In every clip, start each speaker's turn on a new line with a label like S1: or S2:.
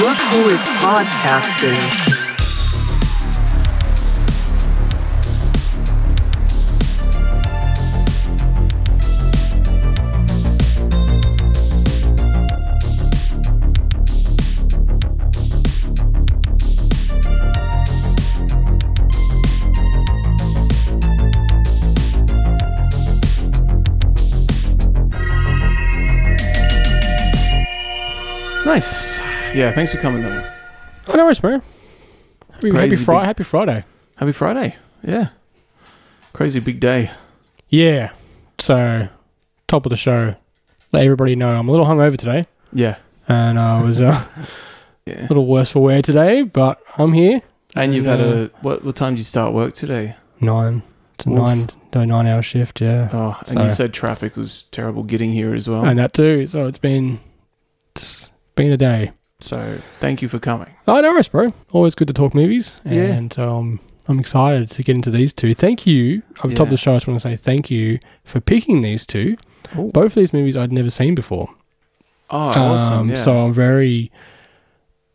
S1: Look who is podcasting.
S2: Nice. Yeah, thanks for coming down.
S3: Oh, no worries, bro. Happy, happy,
S2: Crazy
S3: Fri-
S2: big-
S3: happy Friday.
S2: Happy Friday. Yeah. Crazy big day.
S3: Yeah. So, top of the show. Let everybody know I'm a little hungover today,
S2: Yeah.
S3: and I was uh, a
S2: Yeah.
S3: little worse for wear today, but I'm here.
S2: And you've had
S3: Yeah.
S2: a what what time did you start work today?
S3: Nine. It's a
S2: Oof.
S3: nine, no, nine hour shift, yeah.
S2: Oh, and you
S3: So-
S2: said traffic was terrible getting here as well.
S3: And that too. So, it's been, it's been a day.
S2: So thank you for coming.
S3: Oh, no worries, bro. Always good to talk movies.
S2: Yeah.
S3: And um, I'm excited to get into these two. Thank you. Up top
S2: Yeah.
S3: of the show, I just want to say thank you for picking these two.
S2: Ooh.
S3: Both of these movies I'd never seen before.
S2: Oh, awesome.
S3: Um,
S2: Yeah.
S3: So I'm very.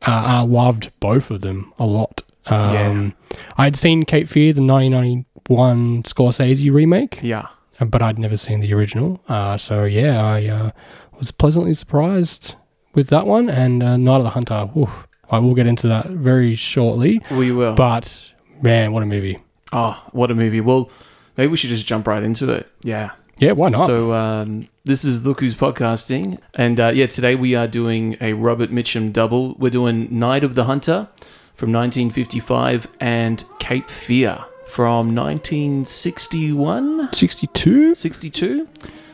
S3: Uh, I loved both of them a lot. Um, I'd seen Cape Fear, the 1991 Scorsese remake,
S2: yeah.
S3: uh, but I'd never seen the original. Uh, so yeah, I uh, was pleasantly surprised with that one and uh, Night of the Hunter. Whew, I will get into that very shortly.
S2: We will.
S3: But man, what a movie!
S2: oh, what a movie. Well, maybe we should just jump right into it. Yeah.
S3: Yeah, why not?
S2: So um, this is Look Who's Podcasting, and uh, yeah, today we are doing a Robert Mitchum double. We're doing Night of the Hunter from 1955 and Cape Fear from 1961,
S3: 62.
S2: 62.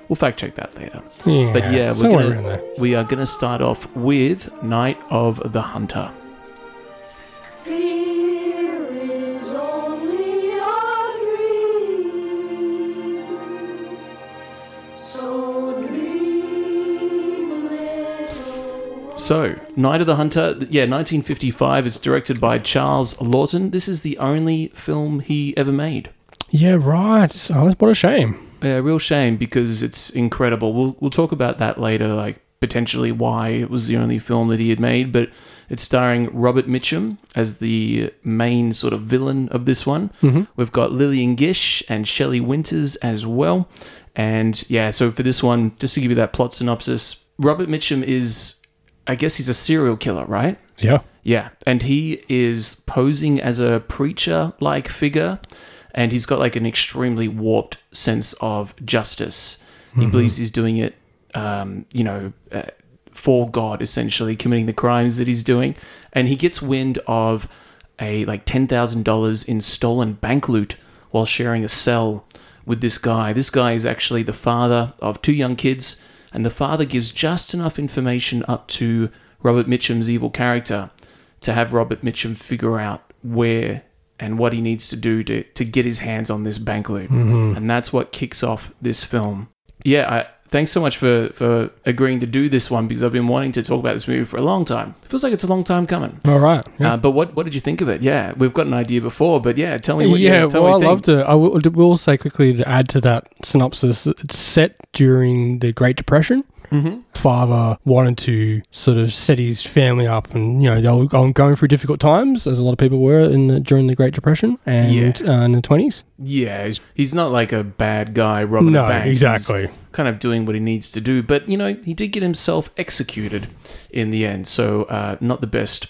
S2: We'll fact check that later.
S3: Yeah,
S2: But yeah, we're
S3: somewhere
S2: gonna-
S3: around there.
S2: We are going to start off with Night of the Hunter.
S4: Fear is only a dream. So dream little.
S2: So, Night of the Hunter, th- yeah, 1955. It's directed by Charles Lawton. This is the only film he ever made.
S3: Yeah, right. Oh, what a shame.
S2: Yeah, real shame because it's incredible. We'll we'll talk about that later, like potentially why it was the only film that he had made, but it's starring Robert Mitchum as the main sort of villain of this one.
S3: Mm-hmm.
S2: We've got Lillian Gish and Shelley Winters as well. And yeah, so for this one, just to give you that plot synopsis, Robert Mitchum is I guess he's a serial killer, right?
S3: Yeah.
S2: Yeah, and he is posing as a preacher like figure, and he's got like an extremely warped sense of justice. He believes he's doing it, um, you know, uh, for God, essentially, committing the crimes that he's doing. And he gets wind of a like $10,000 in stolen bank loot while sharing a cell with this guy. This guy is actually the father of two young kids, and the father gives just enough information up to Robert Mitchum's evil character to have Robert Mitchum figure out where and what he needs to do to, to get his hands on this bank loot.
S3: Mm-hmm.
S2: And that's what kicks off this film. Yeah, I, thanks so much for, for agreeing to do this one because I've been wanting to talk about this movie for a long time. It feels like it's a long time coming.
S3: All right. Yeah.
S2: Uh, but what, what did you think of it? Yeah, we've got an idea before, but yeah, tell me what
S3: yeah,
S2: you tell
S3: well, I
S2: me what you think.
S3: loved it. I will, will say quickly to add to that synopsis that it's set during the Great Depression.
S2: Mhm.
S3: Father wanted to sort of set his family up, and you know they were going going through difficult times, as a lot of people were in the, during the Great Depression and
S2: Yeah.
S3: uh, in the twenties.
S2: Yeah, he's- he's not like a bad guy robbing
S3: No,
S2: a bank. He's
S3: exactly.
S2: kind of doing what he needs to do. But you know, he did get himself executed in the end, so uh, not the best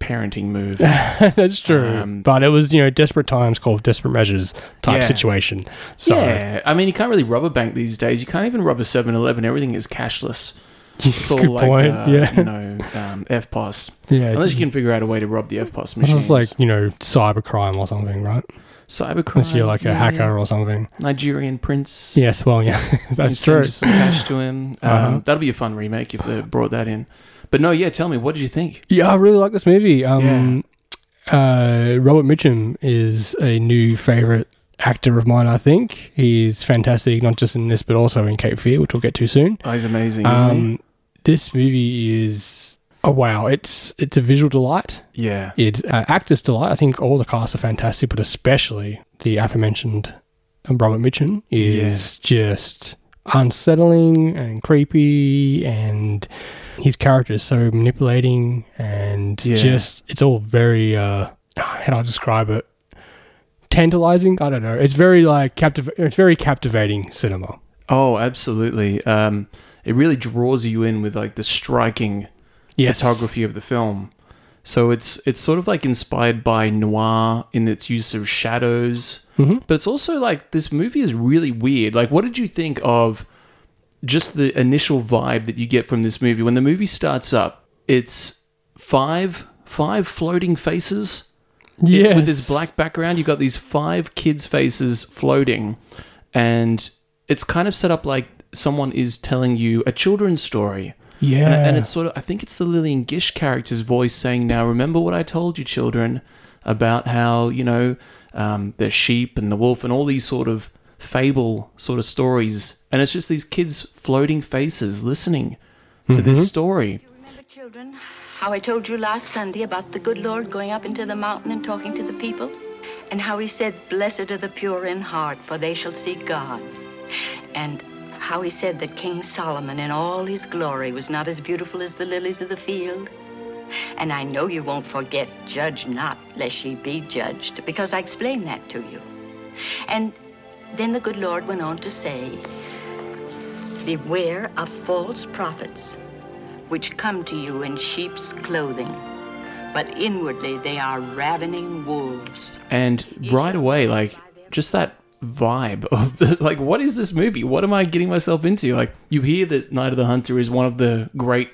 S2: parenting move.
S3: That's true.
S2: Um,
S3: but it was you know desperate times called desperate measures type
S2: Yeah.
S3: situation. So
S2: yeah, I mean, you can't really rob a bank these days. You can't even rob a 7-Eleven. Everything is cashless. It's all
S3: Good
S2: like
S3: point,
S2: Uh,
S3: yeah.
S2: you know, um, FPOS.
S3: yeah,
S2: Unless you can figure out a way to rob the FPOS
S3: this
S2: machines.
S3: is like you know cybercrime or something, right?
S2: cybercrime.
S3: Unless you're like a
S2: Oh, yeah,
S3: hacker or something.
S2: Nigerian prince.
S3: Yes, well, yeah,
S2: You
S3: that's
S2: send
S3: true.
S2: Some cash to him. Um,
S3: Uh-huh.
S2: That'll be a fun remake if they brought that in. But no, yeah. Tell me, what did you think?
S3: Yeah, I really like this movie. Um, uh, Robert Mitchum is a new favorite actor of mine. I think he's fantastic, not just in this but also in Cape Fear, which we'll get to soon.
S2: Oh, he's amazing. Isn't
S3: Um, this movie is oh wow, it's it's a visual delight.
S2: he? Yeah.
S3: It's uh, actors delight. I think all the cast are fantastic, but especially the aforementioned um, Robert Mitchum is just unsettling and creepy and his character is so manipulating and
S2: Yeah.
S3: just it's all very uh how do I describe it? Tantalizing? I don't know. It's very like captiv- it's very captivating cinema.
S2: Oh, absolutely. Um, it really draws you in with like the striking
S3: Yes.
S2: photography of the film. So it's it's sort of like inspired by noir in its use of shadows, but it's also like this movie is really weird. Like, what did you think of just the initial vibe that you get from this movie when the movie starts up? It's five five floating faces
S3: Yes.
S2: with this black background. You've got these five kids' faces floating, and it's kind of set up like someone is telling you a children's story.
S3: Yeah.
S2: And, and it's sort of, I think it's the Lillian Gish character's voice saying, Now remember what I told you, children, about how, you know, um, the sheep and the wolf and all these sort of fable sort of stories. And it's just these kids' floating faces listening to
S3: Mm-hmm.
S2: this story.
S5: Remember, children, how I told you last Sunday about the good Lord going up into the mountain and talking to the people? And how he said, Blessed are the pure in heart, for they shall see God. And how he said that King Solomon in all his glory was not as beautiful as the lilies of the field. And I know you won't forget, judge not, lest ye be judged, because I explained that to you. And then the good Lord went on to say, Beware of false prophets which come to you in sheep's clothing, but inwardly they are ravening wolves.
S2: And right away, like, just that vibe of like what is this movie what am i getting myself into like you hear that night of the hunter is one of the great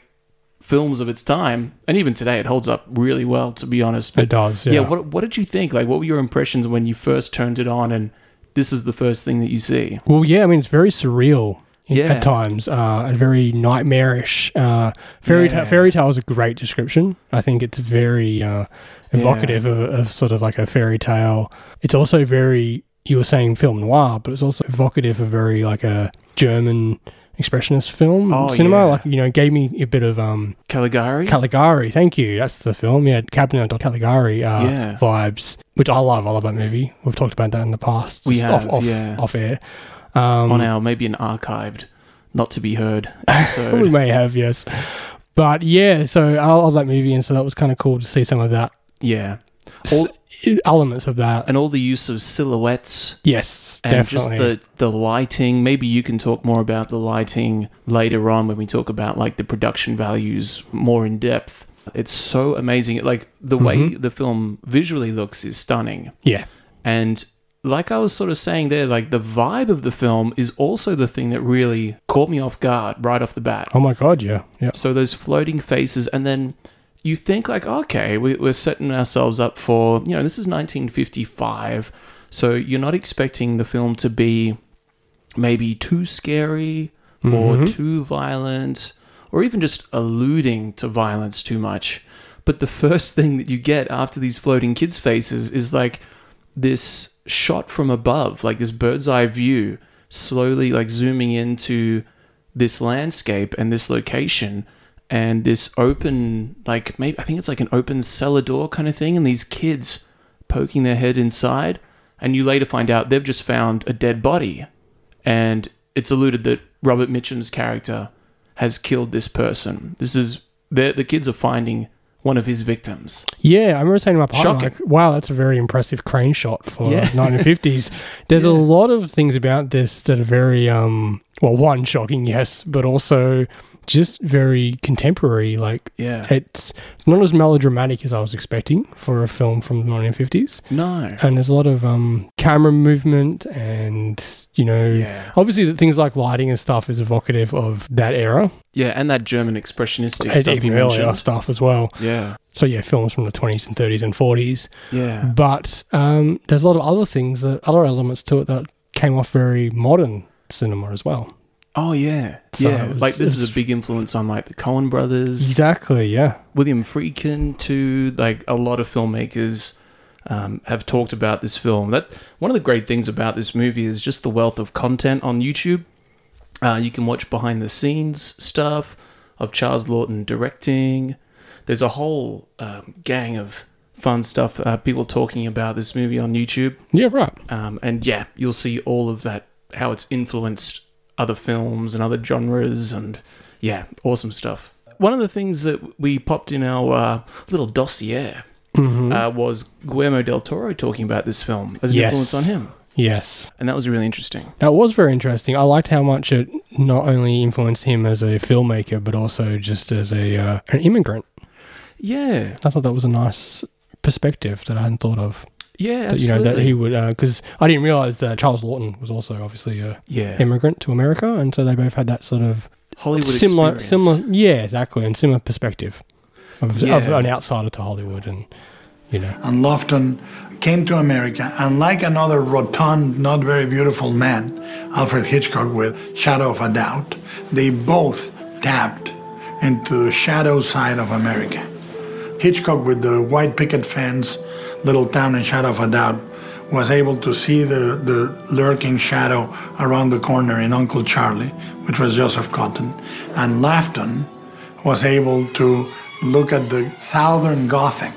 S2: films of its time and even today it holds up really well to be honest
S3: it does. Yeah.
S2: yeah. what what did you think like what were your impressions when you first turned it on and this is the first thing that you see
S3: Well, yeah, I mean, it's very surreal in-
S2: Yeah.
S3: at times, uh, and very nightmarish. Uh, fairy
S2: Yeah.
S3: ta- fairy tale is a great description. I think it's very uh, evocative of, of sort of like a fairy tale. It's also very you were saying film noir, but it's also evocative of very like a German expressionist film
S2: Oh,
S3: cinema.
S2: yeah.
S3: Like you know, it gave me a bit of um,
S2: caligari
S3: Caligari. Thank you. That's the film. Yeah, Cabinet of Caligari uh,
S2: Yeah.
S3: vibes, which I love. I love that movie. We've talked about that in the past.
S2: We
S3: off,
S2: have,
S3: off,
S2: yeah.
S3: off air.
S2: on our maybe an archived not to be heard
S3: We
S2: episode
S3: may have, yes. But yeah, so I love that movie, and so that was kind of cool to see some of that
S2: yeah
S3: all
S2: all,
S3: elements of that.
S2: and all the use of silhouettes
S3: Yes,
S2: and
S3: definitely.
S2: just the the lighting maybe you can talk more about the lighting later on when we talk about like the production values more in depth it's so amazing like the way
S3: Mm-hmm.
S2: the film visually looks is stunning
S3: yeah,
S2: And like I was sort of saying there, like the vibe of the film is also the thing that really caught me off guard right off the bat.
S3: oh my god, yeah, yeah,
S2: So those floating faces, and then you think like, okay, we, we're setting ourselves up for you know this is 1955, so you're not expecting the film to be maybe too scary or too violent or even just alluding to violence too much. But the first thing that you get after these floating kids' faces is like this shot from above, like this bird's eye view, slowly like zooming into this landscape and this location and this open, like maybe I think it's like an open cellar door kind of thing, and these kids poking their head inside. And you later find out they've just found a dead body and it's alluded that Robert Mitchum's character has killed this person. This is the the kids are finding one of his victims.
S3: yeah. I remember saying to my partner,
S2: Shocking.
S3: like, "Wow, that's a very impressive crane shot for
S2: Yeah.
S3: 1950s." There's a lot of things about this that are very, um, well, one shocking, yes, but also just very contemporary. Like,
S2: Yeah.
S3: it's not as melodramatic as I was expecting for a film from the 1950s.
S2: No.
S3: and there's a lot of um, camera movement and you know
S2: Yeah.
S3: obviously the things like lighting and stuff is evocative of that era
S2: Yeah, and that German expressionistic
S3: and
S2: stuff you
S3: even earlier
S2: mentioned.
S3: stuff as well
S2: Yeah.
S3: so yeah films from the 20s and 30s and 40s Hmm.
S2: Yeah.
S3: but um, there's a lot of other things that other elements to it that came off very modern cinema as well
S2: Oh yeah.
S3: So
S2: yeah.
S3: it was-
S2: like this
S3: it
S2: is a
S3: was-
S2: big influence on like the Coen brothers,
S3: exactly yeah
S2: William Friedkin too, like a lot of filmmakers um, have talked about this film. That one of the great things about this movie is just the wealth of content on YouTube. Uh, you can watch behind the scenes stuff of Charles Lawton directing. There's a whole um, gang of fun stuff, uh, people talking about this movie on YouTube.
S3: yeah right
S2: Um, and yeah, you'll see all of that, how it's influenced other films and other genres, and yeah, awesome stuff. One of the things that we popped in our uh, little dossier uh, was Guillermo del Toro talking about this film as an
S3: Mm-hmm. Yes.
S2: influence on him.
S3: Yes.
S2: And that was really interesting.
S3: That was very interesting. I liked how much it not only influenced him as a filmmaker, but also just as a uh, an immigrant.
S2: Yeah.
S3: I thought that was a nice perspective that I hadn't thought of.
S2: Yeah,
S3: That,
S2: absolutely.
S3: you know, that he would, because I didn't realize that Charles Lawton was also obviously a
S2: yeah.
S3: immigrant to America, and so they both had that sort of
S2: Hollywood
S3: similar,
S2: experience.
S3: similar, yeah, exactly, and similar perspective of, of
S2: Yeah.
S3: an outsider to Hollywood, and you know,
S6: and Lofton came to America, and like another rotund, not very beautiful man, Alfred Hitchcock with Shadow of a Doubt, they both tapped into the shadow side of America. Hitchcock with the white picket fence, Little Town and Shadow of a Doubt, was able to see the, the lurking shadow around the corner in Uncle Charlie, which was Joseph Cotton. And Lafton was able to look at the Southern Gothic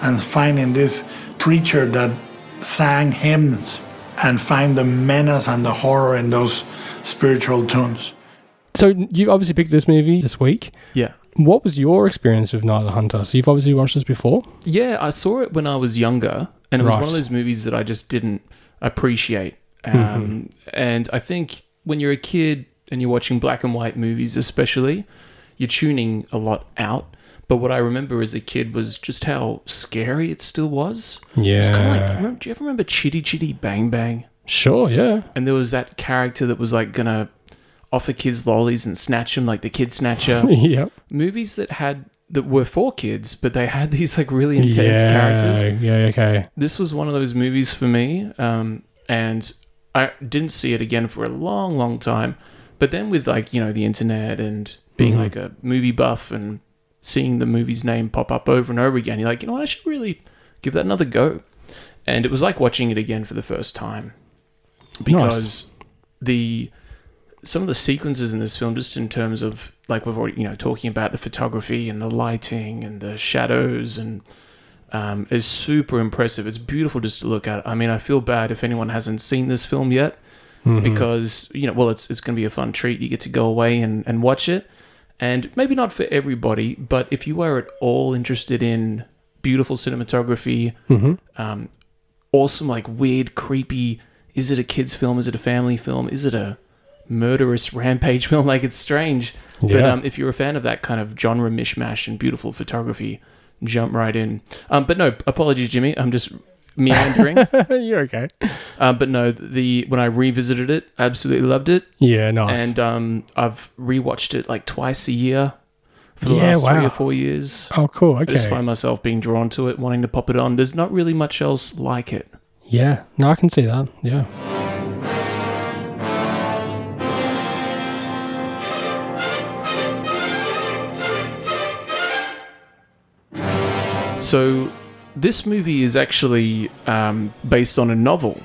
S6: and find in this preacher that sang hymns and find the menace and the horror in those spiritual tunes.
S3: so you obviously picked this movie this week.
S2: Yeah.
S3: What was your experience with Night of the Hunter? So you've obviously watched this before.
S2: Yeah, I saw it when I was younger, and it was
S3: Right. Mm-hmm.
S2: one of those movies that I just didn't appreciate. Um, And I think when you're a kid and you're watching black and white movies, especially, you're tuning a lot out. But what I remember as a kid was just how scary it still was. It was kind of like,
S3: Yeah.
S2: remember, do you ever remember Chitty Chitty Bang Bang?
S3: Sure, yeah,
S2: And there was that character that was like gonna offer kids lollies and snatch them, like the kid snatcher.
S3: yep.
S2: Movies that had that were for kids, but they had these like really intense characters
S3: Yeah, okay.
S2: this was one of those movies for me, um, and I didn't see it again for a long, long time. But then with like you know the internet and being
S3: Mhm.
S2: like a movie buff and seeing the movie's name pop up over and over again, you're like, you know what, I should really give that another go. And it was like watching it again for the first time because the some of the sequences in this film, just in terms of like we've already you know talking about the photography and the lighting and the shadows and um, is super impressive. It's beautiful just to look at. I mean, I feel bad if anyone hasn't seen this film yet because you know, well, it's it's going to be a fun treat. You get to go away and and watch it, and maybe not for everybody, but if you are at all interested in beautiful cinematography, um, awesome like weird, creepy. Is it a kids' film? Is it a family film? Is it a murderous rampage film? Like it's strange, but
S3: Yeah.
S2: um, if you're a fan of that kind of genre mishmash and beautiful photography, jump right in. Um, but no, apologies, Jimmy. I'm just meandering.
S3: You're okay.
S2: um, but no, the when I revisited it, absolutely loved it,
S3: Yeah, nice.
S2: and um, I've rewatched it like twice a year for the
S3: Yeah,
S2: last three
S3: wow.
S2: or four years.
S3: oh, cool.
S2: I just
S3: Okay.
S2: find myself being drawn to it, wanting to pop it on. There's not really much else like it.
S3: Yeah, no, I can see that. Yeah.
S2: So, this movie is actually um, based on a novel,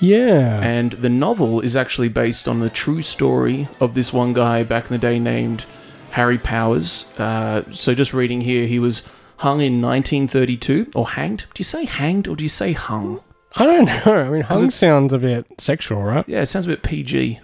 S3: Yeah.
S2: and the novel is actually based on the true story of this one guy back in the day named Harry Powers. Uh, so, just reading here, he was hung in 1932 or hanged. Do you say hanged or do you say hung?
S3: I don't know. I mean, hung
S2: it's-
S3: sounds a bit sexual, right?
S2: Yeah, it sounds a bit PG.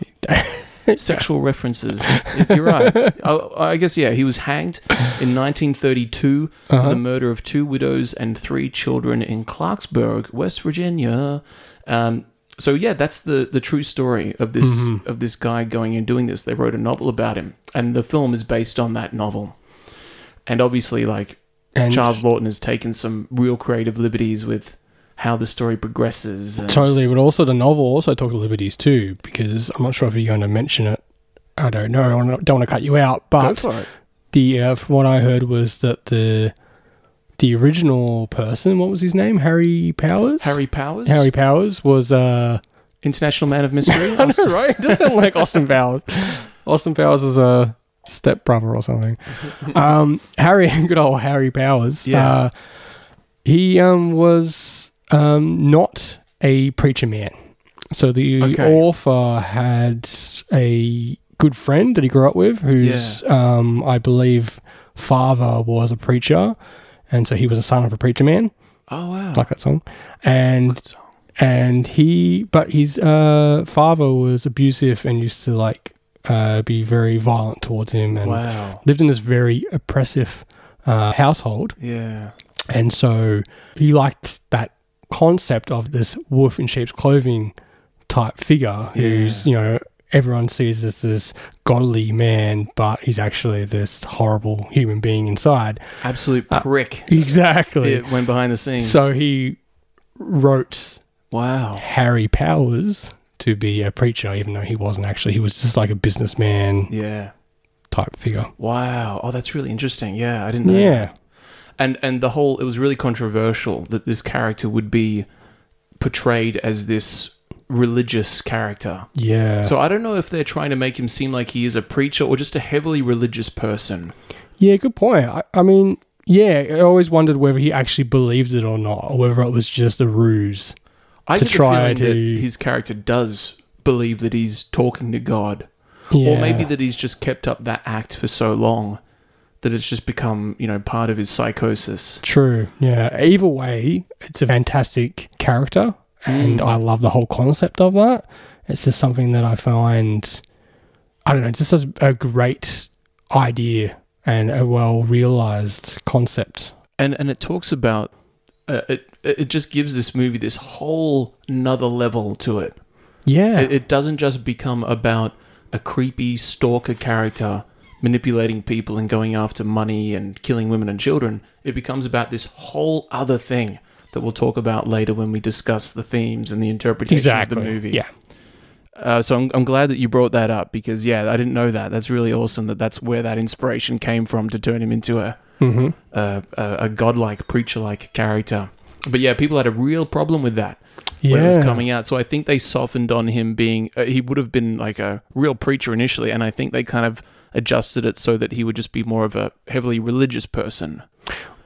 S2: Sexual references. You're right. I, I guess, yeah, he was hanged in 1932
S3: Uh-huh.
S2: for the murder of two widows and three children in Clarksburg, West Virginia. Um, so, yeah, that's the, the true story of this
S3: Mm-hmm.
S2: of this guy going and doing this. They wrote a novel about him, and the film is based on that novel. And obviously, like,
S3: And-
S2: Charles Lawton has taken some real creative liberties with how the story progresses. And,
S3: Totally. But also, the novel also took liberties too, because I'm not sure if you're going to mention it. I don't know. I wanna- don't want to cut you out,
S2: Go
S3: but
S2: for it.
S3: the uh, from what I heard was that the the original person, what was his name? Harry Powers.
S2: Harry Powers?
S3: Harry Powers was uh,
S2: International Man of Mystery.
S3: I know, right? It does sound like Austin Powers. Austin Powers is a stepbrother or something. Um, Harry, good old Harry Powers.
S2: Yeah.
S3: Uh, he um, was um, not a preacher man. So the
S2: Okay.
S3: author had a good friend that he grew up with, who's, um, I believe, father was a preacher. And so he was a son of a preacher man,
S2: Oh wow!
S3: like that song. And and he but his uh father was abusive and used to like uh, be very violent towards him and
S2: Wow.
S3: lived in this very oppressive uh, household.
S2: Yeah.
S3: And so he liked that concept of this wolf in sheep's clothing type figure who's, you know, everyone sees as this godly man, but he's actually this horrible human being inside.
S2: Absolute prick.
S3: Exactly.
S2: Uh, it went behind the scenes.
S3: So he wrote
S2: wow.
S3: Harry Powers to be a preacher, even though he wasn't actually. He was just like a businessman
S2: Yeah.
S3: type figure.
S2: Wow. Oh, that's really interesting. Yeah, I didn't know.
S3: Yeah.
S2: And and the whole it was really controversial that this character would be portrayed as this religious character.
S3: Yeah.
S2: So I don't know if they're trying to make him seem like he is a preacher or just a heavily religious person.
S3: Yeah, good point. I, I mean, yeah, I always wondered whether he actually believed it or not, or whether it was just a ruse.
S2: I
S3: To
S2: get the
S3: try
S2: feeling
S3: to-
S2: that his character does believe that he's talking to God.
S3: Yeah.
S2: Or maybe that he's just kept up that act for so long that it's just become, you know, part of his psychosis.
S3: True. Yeah. Either way, it's a fantastic character,
S2: Mm.
S3: and I love the whole concept of that. It's just something that I find, I don't know, it's just a, a great idea and a well realized concept.
S2: and and it talks about uh, it it just gives this movie this whole another level to it.
S3: Yeah.
S2: it it doesn't just become about a creepy stalker character manipulating people and going after money and killing women and children it becomes about this whole other thing that we'll talk about later when we discuss the themes and the interpretation
S3: exactly.
S2: of the movie
S3: Yeah.
S2: uh, so I'm, I'm glad that you brought that up because yeah i didn't know that that's really awesome that that's where that inspiration came from to turn him into a
S3: hmm
S2: a, a, a godlike preacher-like character. But yeah, people had a real problem with that when it was
S3: Yeah.
S2: coming out. So I think they softened on him being uh, he would have been like a real preacher initially, and I think they kind of adjusted it so that he would just be more of a heavily religious person.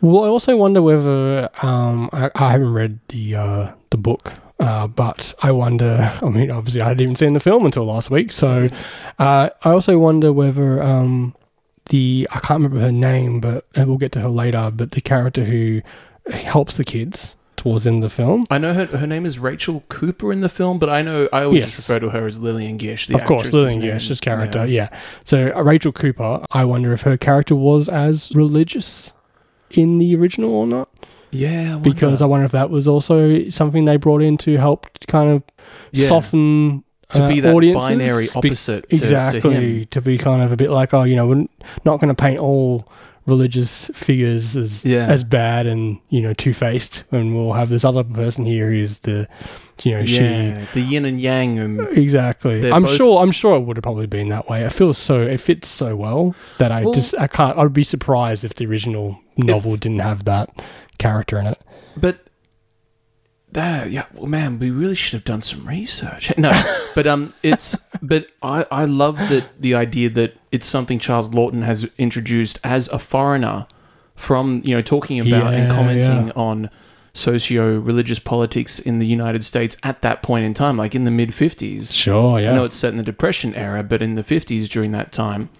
S3: Well, I also wonder whether um, I, I haven't read the uh, the book, uh, but I wonder. I mean, obviously, I hadn't even seen the film until last week, so uh, I also wonder whether um, the I can't remember her name, but and we'll get to her later. But the character who helps the kids towards the end of the film,
S2: I know her her name is Rachel Cooper in the film, but I know I always
S3: Yes.
S2: just refer to her as Lillian Gish. The
S3: of course,
S2: actress's
S3: Lillian
S2: name.
S3: Gish's character, yeah. So uh, Rachel Cooper, I wonder if her character was as religious in the original or not.
S2: Yeah, yeah I wonder.
S3: because I wonder if that was also something they brought in to help kind of
S2: Yeah.
S3: soften
S2: To
S3: uh,
S2: be that
S3: audiences.
S2: binary
S3: Be-
S2: opposite to- to
S3: exactly
S2: him.
S3: to be kind of a bit like oh you know we're not going to paint all religious figures as
S2: Yeah.
S3: as bad and you know two faced and we'll have this other person here who's the you know
S2: yeah, the yin and yang. And,
S3: she exactly
S2: They're
S3: I'm
S2: both-
S3: sure I'm sure it would have probably been that way it feels so it fits so well that I
S2: Well-
S3: just I can't I'd be surprised if the original novel didn't have that character in it
S2: But that yeah, well, man, we really should have done some research. No, but um, it's but I I love that the idea that it's something Charles Lawton has introduced as a foreigner from you know talking about and
S3: Yeah,
S2: commenting
S3: yeah.
S2: on socio-religious politics in the United States at that point in time, like in the mid '50s.
S3: sure yeah
S2: I know it's set in the Depression era, but in the 50s during that time,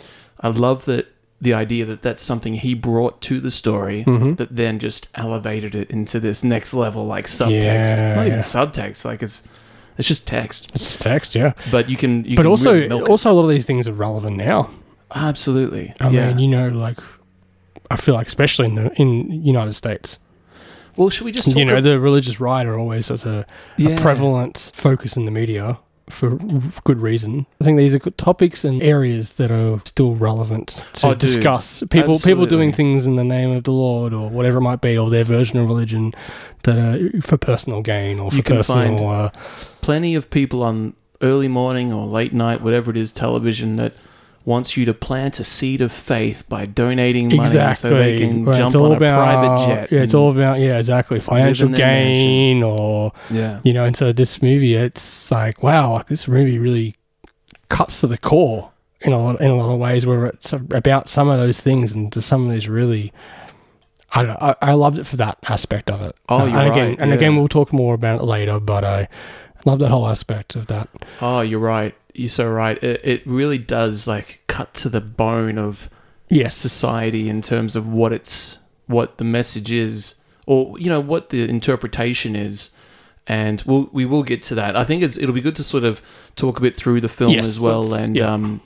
S2: I love that the idea that that's something he brought to the story
S3: Mm-hmm.
S2: that then just elevated it into this next level, like subtext.
S3: Yeah,
S2: Not even
S3: yeah.
S2: subtext, like it's it's just text.
S3: It's text, yeah.
S2: But you can, you
S3: But
S2: can
S3: also,
S2: really milk it.
S3: also a lot of these things are relevant now.
S2: absolutely,
S3: I
S2: yeah.
S3: mean, you know, like I feel like, especially in the in United States,
S2: well, should we just talk?
S3: you know,
S2: ab-
S3: the religious right are always such a,
S2: Yeah.
S3: a prevalent focus in the media for good reason. I think these are good topics and areas that are still relevant to
S2: Oh, dude.
S3: discuss. People people
S2: Absolutely.
S3: doing things in the name of the Lord or whatever it might be, or their version of religion that are for personal gain or for
S2: You can
S3: personal.
S2: find-
S3: uh,
S2: plenty of people on early morning or late night, whatever it is, television that wants you to plant a seed of faith by donating money so they can
S3: Right,
S2: jump on a private jet.
S3: Yeah, it's
S2: and-
S3: all about yeah, exactly financial
S2: their mansion.
S3: gain or
S2: yeah.
S3: you know. And so this movie, it's like wow, like, this movie really cuts to the core in a lot in a lot of ways where it's about some of those things and to some of these really. I, don't know, I, I loved it for that aspect of it.
S2: Oh,
S3: Uh,
S2: you're
S3: and again,
S2: right,
S3: and
S2: yeah.
S3: again, we'll talk more about it later. But I love that whole aspect of that.
S2: Oh, you're right. You're so right. It, it really does like cut to the bone of
S3: Yes,
S2: society in terms of what it's what the message is, or you know what the interpretation is. And we'll, we will get to that. I think it's it'll be good to sort of talk a bit through the film
S3: Yes,
S2: as well,
S3: that's-
S2: and
S3: yeah.
S2: um,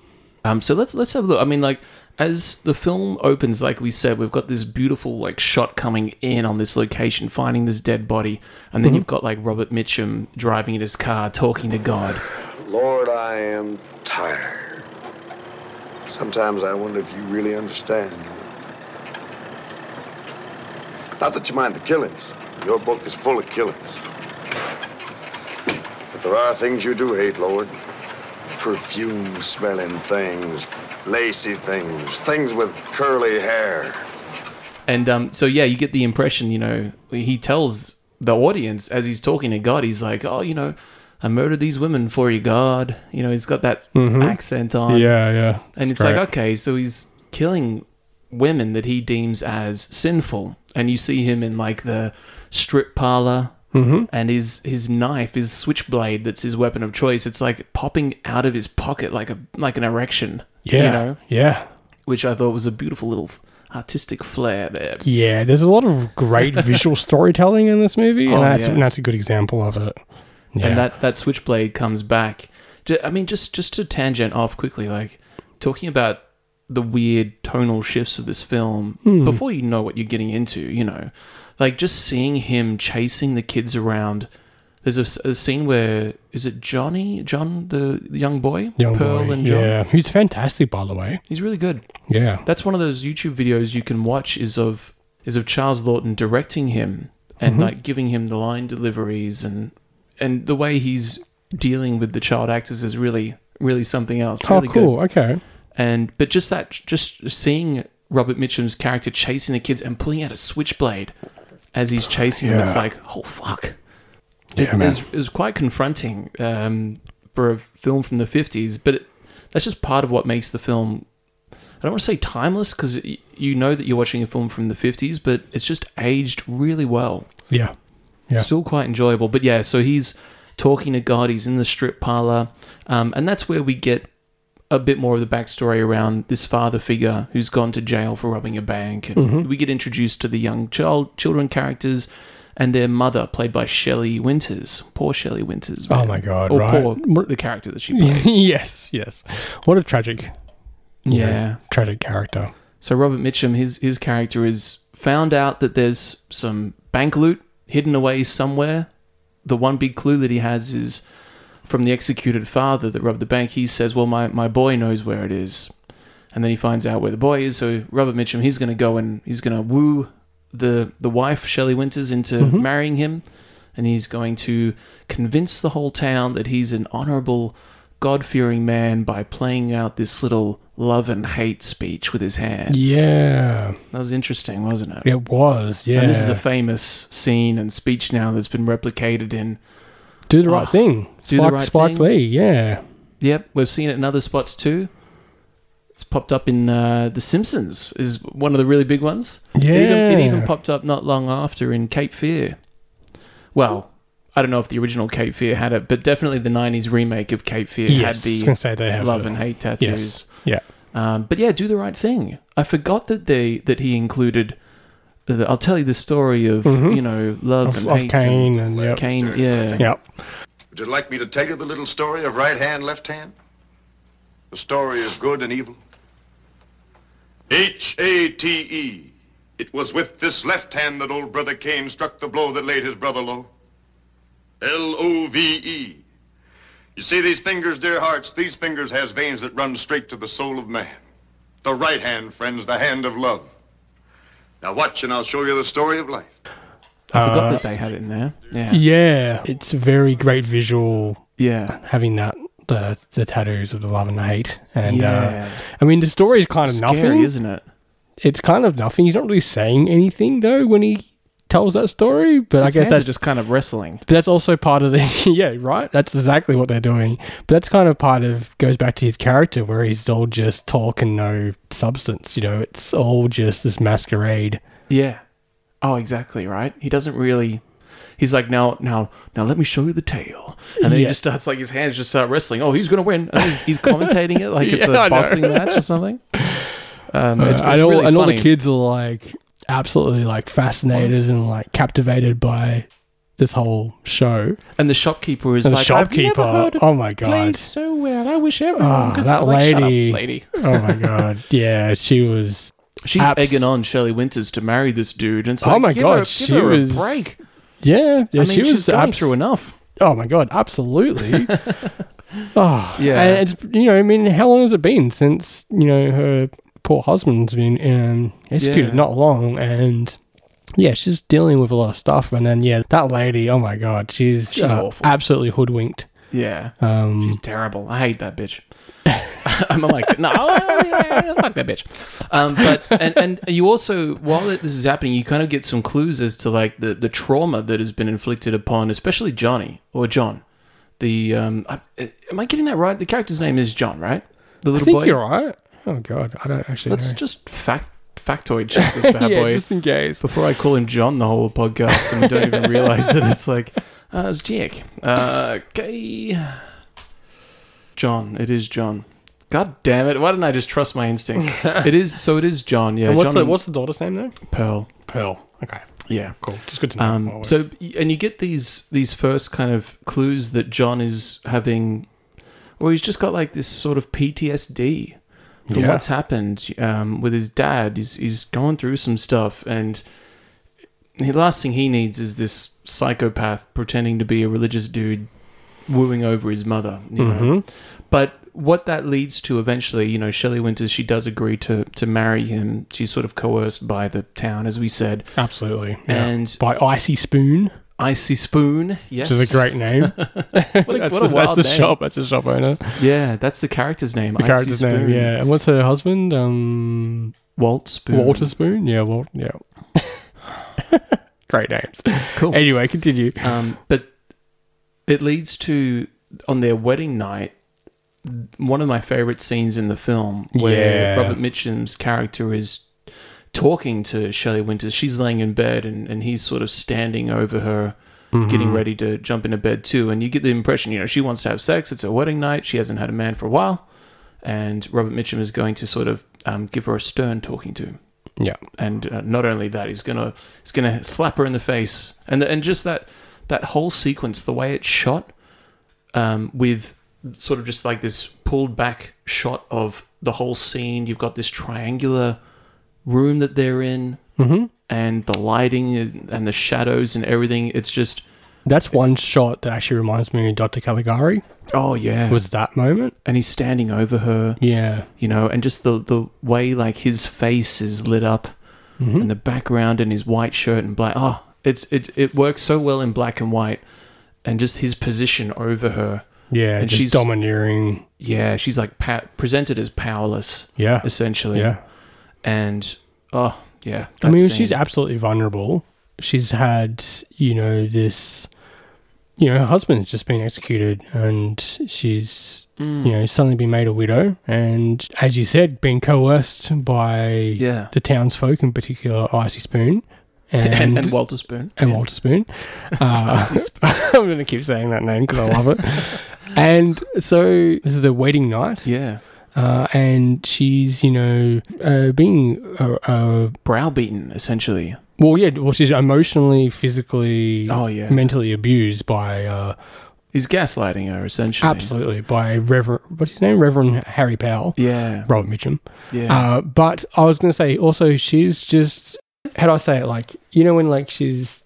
S2: Um, so let's let's have a look. I mean, like as the film opens, like we said, we've got this beautiful like shot coming in on this location, finding this dead body, and
S3: Mm-hmm.
S2: then you've got like Robert Mitchum driving in his car, talking to God.
S7: Lord, I am tired. Sometimes I wonder if you really understand. Not that you mind the killings. Your book is full of killings. But there are things you do hate, Lord. Perfume smelling things, lacy things, things with curly hair.
S2: And um, so yeah, you get the impression, you know, he tells the audience as he's talking to God, he's like, "Oh, you know, I murdered these women for you, God." You know, he's got that accent on,
S3: Mm-hmm. Yeah, yeah.
S2: and it's like, uh, okay, so he's killing women that he deems as sinful, and you see him in like the strip parlor,
S3: Mm-hmm.
S2: and his his knife, his switchblade, that's his weapon of choice. It's like popping out of his pocket like a like an erection,
S3: yeah,
S2: you know,
S3: yeah,
S2: which I thought was a beautiful little artistic flair there.
S3: yeah. There's a lot of great visual storytelling in this movie,
S2: Oh,
S3: and that's
S2: yeah.
S3: and that's a good example of it. Yeah.
S2: and that that switchblade comes back. Ju- I mean, just just to tangent off quickly, like talking about the weird tonal shifts of this film
S3: Hmm.
S2: before you know what you're getting into, you know, like just seeing him chasing the kids around. There's a, s- a scene where is it Johnny, John, the, the young boy,
S3: young
S2: Pearl
S3: boy,
S2: and John.
S3: yeah, who's fantastic by the way.
S2: He's really good.
S3: Yeah,
S2: That's one of those YouTube videos you can watch is of is of Charles Lawton directing him and like giving him the line deliveries and and the way he's dealing with the child actors is really really something else.
S3: oh
S2: really
S3: cool,
S2: Good.
S3: okay,
S2: And but just that just seeing Robert Mitchum's character chasing the kids and pulling out a switchblade as he's chasing them, it's
S3: Yeah.
S2: like oh fuck.
S3: yeah,
S2: It
S3: man.
S2: was, it was quite confronting um, for a film from the 50s, but it, that's just part of what makes the film. I don't want to say timeless because you know that you're watching a film from the 50s, but it's just aged really well.
S3: yeah, Yeah.
S2: Still quite enjoyable. But yeah, so he's talking to God, he's in the strip parlor, um, and that's where we get a bit more of the backstory around this father figure who's gone to jail for robbing a bank. And
S3: Mm-hmm.
S2: We get introduced to the young child children characters and their mother, played by Shelley Winters. Poor Shelley Winters.
S3: Oh
S2: man.
S3: my God,
S2: Or
S3: right.
S2: poor the character that she played.
S3: yes, yes. What a tragic, you know,
S2: yeah.
S3: tragic character.
S2: So Robert Mitchum, his his character is found out that there's some bank loot hidden away somewhere. The one big clue that he has is from the executed father that robbed the bank. He says, "Well, my my boy knows where it is," and then he finds out where the boy is. So Robert Mitchum, he's going to go and he's going to woo the the wife Shelley Winters into
S3: Mm-hmm.
S2: marrying him, and he's going to convince the whole town that he's an honorable, God fearing man by playing out this little love and hate speech with his hands.
S3: Yeah,
S2: That was interesting, wasn't it?
S3: it was. Yeah,
S2: And this is a famous scene and speech now that's been replicated in.
S3: do the right
S2: Oh,
S3: thing.
S2: do the
S3: Spike,
S2: right
S3: Spike
S2: thing.
S3: Lee. Yeah,
S2: Yep, we've seen it in other spots too. It's popped up in uh, The Simpsons is one of the really big ones. It even, it even
S3: Yeah.
S2: popped up not long after in Cape Fear. Well, I don't know if the original Cape Fear had it, but definitely the '90s remake of Cape Fear
S3: yes. I was
S2: had
S3: gonna
S2: the
S3: say they have
S2: love
S3: it.
S2: and hate tattoos.
S3: yes, yeah.
S2: Um, but yeah, do the right thing. I forgot that they that he included. uh, The, I'll tell you the story of you know love
S3: Mm-hmm. Of,
S2: and
S3: of
S2: hate
S3: Kane and yep.
S2: Kane, yeah.
S3: Yep.
S7: Would you like me to tell you the little story of right hand, left hand? The story of good and evil. H-A-T-E. E. It was with this left hand that old brother Cain struck the blow that laid his brother low. L-O-V-E. You see these fingers, dear hearts, these fingers has veins that run straight to the soul of man. The right hand, friends, the hand of love. Now watch and I'll show you the story of life.
S2: I forgot
S3: Uh,
S2: that they had it in there. Yeah, yeah.
S3: Yeah, it's a very great visual having that the the tattoos of the love and hate and
S2: Yeah.
S3: uh, I mean the story is kind of
S2: Scary,
S3: nothing.
S2: isn't it?
S3: It's kind of nothing. He's not really saying anything though when he tells that story, but I
S2: His
S3: guess
S2: hands are
S3: that's
S2: just kind of wrestling.
S3: But that's also part of the yeah, right? That's exactly what they're doing. But that's kind of part of goes back to his character where he's all just talk and no substance, you know, it's all just this masquerade.
S2: Yeah. Oh, exactly right. He doesn't really. He's like now, now, now. Let me show you the tale, and then he
S3: Yeah.
S2: just starts like his hands just start wrestling. Oh, he's gonna win. And he's, he's commentating it like it's
S3: Yeah, I
S2: a
S3: know. Uh,
S2: boxing match or something. Um, it's,
S3: and
S2: it's
S3: all,
S2: really
S3: and all the
S2: funny.
S3: kids are like absolutely like fascinated and like captivated by this whole show.
S2: And the shopkeeper is
S3: And the
S2: like, I've
S3: shopkeeper,
S2: never heard it
S3: oh my God.
S2: played so well. I wish everyone
S3: Oh,
S2: could.
S3: that
S2: I was like, "Shut up,
S3: lady.
S2: lady.
S3: Oh my god! Yeah, she was.
S2: She's
S3: Abs-
S2: egging on Shirley Winters to marry this dude, and so
S3: Oh my
S2: give
S3: God,
S2: her, give
S3: she
S2: her
S3: was-
S2: a break.
S3: Yeah, yeah,
S2: I mean,
S3: she was.
S2: she's gone
S3: abs-
S2: through enough.
S3: Oh my god! Absolutely. oh
S2: Yeah.
S3: And it's you know I mean how long has it been since you know her poor husband's been um, executed?
S2: Yeah.
S3: Not long, and yeah, she's dealing with a lot of stuff. And then yeah, that lady. Oh my god, she's
S2: She's
S3: uh,
S2: awful.
S3: absolutely hoodwinked.
S2: Yeah,
S3: Um,
S2: she's terrible. I hate that bitch. I'm like, no, yeah, fuck that bitch. Um, but and and you also while this is happening, you kind of get some clues as to like the the trauma that has been inflicted upon, especially Johnny or John. The um, I, am I getting that right? The character's name is John, right? The
S3: I
S2: little
S3: think
S2: boy.
S3: you're right. Oh god, I don't actually.
S2: Let's
S3: know.
S2: just fact factoid check this bad
S3: yeah,
S2: boy.
S3: just in case.
S2: before I call him John the whole podcast and we don't even realize that it's like, uh, it's Jack. Uh, okay. John. It is John. God damn it. Why didn't I just trust my instincts? it is. So it is John. Yeah.
S3: And what's
S2: John
S3: the
S2: and
S3: what's the daughter's name though?
S2: Pearl.
S3: Pearl. Okay,
S2: Yeah.
S3: cool. Just good to know.
S2: Um, so and you get these these first kind of clues that John is having, or he's just got like this sort of PTSD from
S3: Yeah.
S2: what's happened um, with his dad. He's he's going through some stuff, and the last thing he needs is this psychopath pretending to be a religious dude wooing over his mother. You know? But what that leads to eventually, you know, Shelley Winters, she does agree to to marry him. She's sort of coerced by the town, as we said.
S3: absolutely. yeah.
S2: And-
S3: by Icy Spoon,
S2: Icy Spoon, yes,
S3: which is a great name.
S2: What a,
S3: that's
S2: what
S3: the,
S2: a wild
S3: that's the
S2: name.
S3: shop. That's the shop owner. The
S2: Yeah, that's the character's name. The
S3: character's name. Yeah. And what's her husband? Um,
S2: Walt Spoon.
S3: Walter Spoon. Yeah. Walt. Yeah. Great names.
S2: Cool.
S3: Anyway, continue.
S2: Um, but it leads to on their wedding night. One of my favorite scenes in the film where
S3: Yeah.
S2: Robert Mitchum's character is talking to Shelley Winters. She's laying in bed and, and he's sort of standing over her, getting ready to jump into bed too. And you get the impression, you know, she wants to have sex. It's her wedding night. She hasn't had a man for a while. And Robert Mitchum is going to sort of um, give her a stern talking to.
S3: Yeah.
S2: and uh, not only that, he's gonna he's gonna slap her in the face, and and just that that whole sequence, the way it's shot, um, with sort of just like this pulled back shot of the whole scene. You've got this triangular room that they're in, and the lighting and, and the shadows and everything. It's just
S3: That's one shot that actually reminds me of Dr. Caligari.
S2: oh yeah,
S3: Was that moment?
S2: and he's standing over her.
S3: Yeah.
S2: you know, and just the the way like his face is lit up
S3: Mm-hmm.
S2: and the background and his white shirt and black. Oh, it's it it works so well in black and white, and just his position over her.
S3: Yeah.
S2: And
S3: just
S2: she's-
S3: domineering.
S2: Yeah, she's like pa- presented as powerless.
S3: Yeah.
S2: essentially.
S3: Yeah.
S2: and oh yeah.
S3: I
S2: that
S3: mean,
S2: scene.
S3: she's absolutely vulnerable. She's had, you know, this, you know, her husband's just been executed and she's,
S2: Mm.
S3: you know, suddenly been made a widow. And as you said, been coerced by
S2: Yeah.
S3: the townsfolk, in particular Icy Spoon and,
S2: and,
S3: and,
S2: and Walter Spoon.
S3: Walter Spoon. Uh, I'm going to keep saying that name because I love it. and so this is a wedding night.
S2: Yeah,
S3: Uh, and she's, you know, uh, being uh, uh,
S2: browbeaten essentially.
S3: well, yeah. Well, she's emotionally, physically,
S2: Oh, yeah.
S3: mentally abused by uh,
S2: He's gaslighting her essentially.
S3: absolutely by Reverend. What's his name? Reverend Harry Powell,
S2: Yeah.
S3: Robert Mitchum.
S2: Yeah.
S3: Uh, but I was going to say also, she's just how do I say it? Like you know when like she's,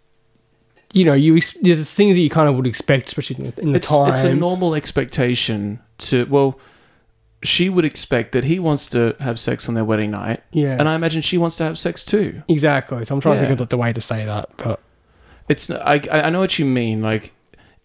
S3: you know, you ex- there's things that you kind of would expect, especially in the, in the
S2: it's,
S3: time.
S2: It's a normal expectation to well, she would expect that he wants to have sex on their wedding night,
S3: yeah,
S2: and I imagine she wants to have sex too.
S3: exactly. So I'm trying to
S2: Yeah.
S3: think of the way to say that, but
S2: It's I I know what you mean, like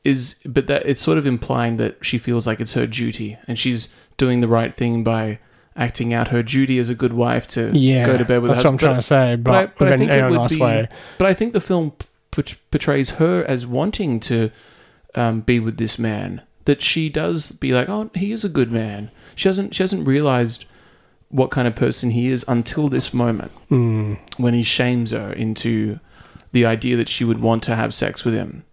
S2: is but that it's sort of implying that she feels like it's her duty and she's doing the right thing by acting out her duty as a good wife to
S3: yeah,
S2: go to bed with
S3: that's
S2: her
S3: what
S2: husband.
S3: I'm trying to say. But,
S2: I-
S3: but
S2: I think
S3: in
S2: it
S3: a
S2: would
S3: nice
S2: be-
S3: way.
S2: But I think the film p- portrays her as wanting to um, be with this man. That she does be like, oh, he is a good man. She hasn't she hasn't realized what kind of person he is until this moment when he shames her into the idea that she would want to have sex with him.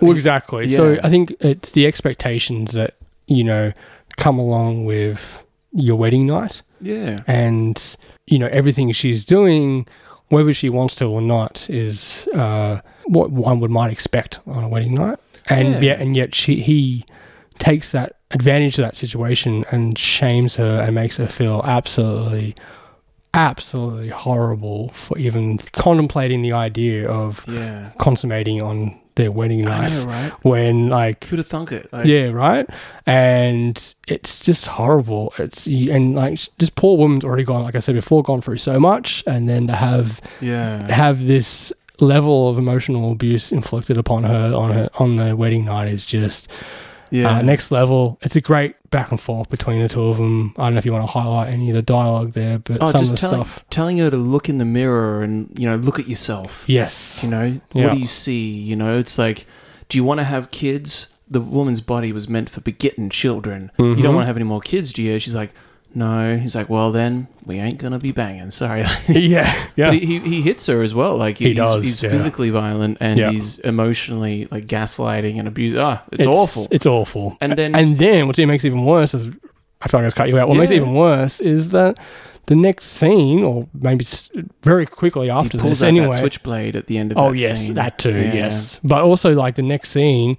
S3: Well, exactly. So
S2: Yeah.
S3: I think it's the expectations that you know come along with your wedding night,
S2: Yeah,
S3: and you know everything she's doing, whether she wants to or not, is uh, what one would might expect on a wedding night, and yeah,
S2: Yeah.
S3: and yet she he takes that advantage of that situation and shames her and makes her feel absolutely absolutely horrible for even contemplating the idea of
S2: Yeah.
S3: consummating on their wedding
S2: I
S3: night
S2: know, right?
S3: when like
S2: Who'd have thunk it? Like,
S3: yeah, right. And it's just horrible. It's and like this poor woman's already gone, like I said before, gone through so much, and then to have
S2: Yeah.
S3: have this level of emotional abuse inflicted upon her on her on the wedding night is just
S2: Yeah.
S3: uh, next level. It's a great back and forth between the two of them. I don't know if you want to highlight any of the dialogue there, but
S2: oh,
S3: some of
S2: just
S3: the
S2: telling,
S3: stuff.
S2: telling her to look in the mirror and, you know, look at yourself.
S3: Yes.
S2: You know,
S3: Yeah.
S2: what do you see? You know, it's like, do you want to have kids? The woman's body was meant for begetting children. You
S3: Mm-hmm.
S2: don't want to have any more kids, do you? She's like, no. He's like, well, then we ain't gonna be banging. Sorry.
S3: yeah. Yeah.
S2: But he, he, he hits her as well. Like
S3: He
S2: he's,
S3: does,
S2: He's
S3: yeah.
S2: physically violent and
S3: Yeah.
S2: he's emotionally like gaslighting and abusing. Ah, it's, awful.
S3: It's awful.
S2: And
S3: A-
S2: then-
S3: and then what makes it even worse is I feel like I just cut you out. What makes it
S2: Yeah.
S3: even worse is that the next scene, or maybe s- very quickly
S2: he
S3: after
S2: pulls
S3: this,
S2: out
S3: anyway.
S2: that switchblade at the end of.
S3: oh
S2: that
S3: yes,
S2: scene.
S3: that too.
S2: Yeah.
S3: Yes, but also like the next scene,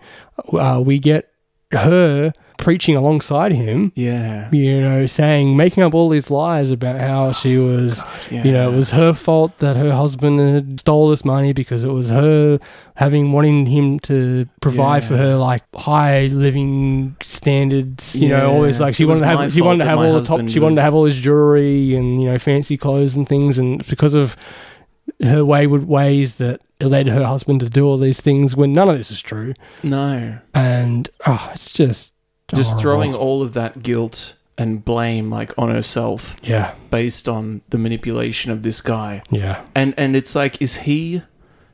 S3: uh, we get her preaching alongside him.
S2: Yeah.
S3: You know, saying, making up all these lies about how she was,
S2: Oh, yeah.
S3: you know, it was her fault that her husband had stole this money because it was her having wanting him to provide for
S2: Yeah.
S3: her like high living standards. You know, all this
S2: Yeah.
S3: like she
S2: It was
S3: wanted to
S2: my
S3: have she wanted to
S2: fault
S3: have
S2: that my
S3: all the top
S2: husband
S3: she wanted to
S2: was-
S3: have all his jewelry and you know fancy clothes and things, and because of her wayward ways that it led her husband to do all these things when none of this is true.
S2: No.
S3: And oh, it's just
S2: Just
S3: horrible.
S2: throwing all of that guilt and blame like on herself
S3: yeah
S2: based on the manipulation of this guy.
S3: yeah
S2: And and it's like, is he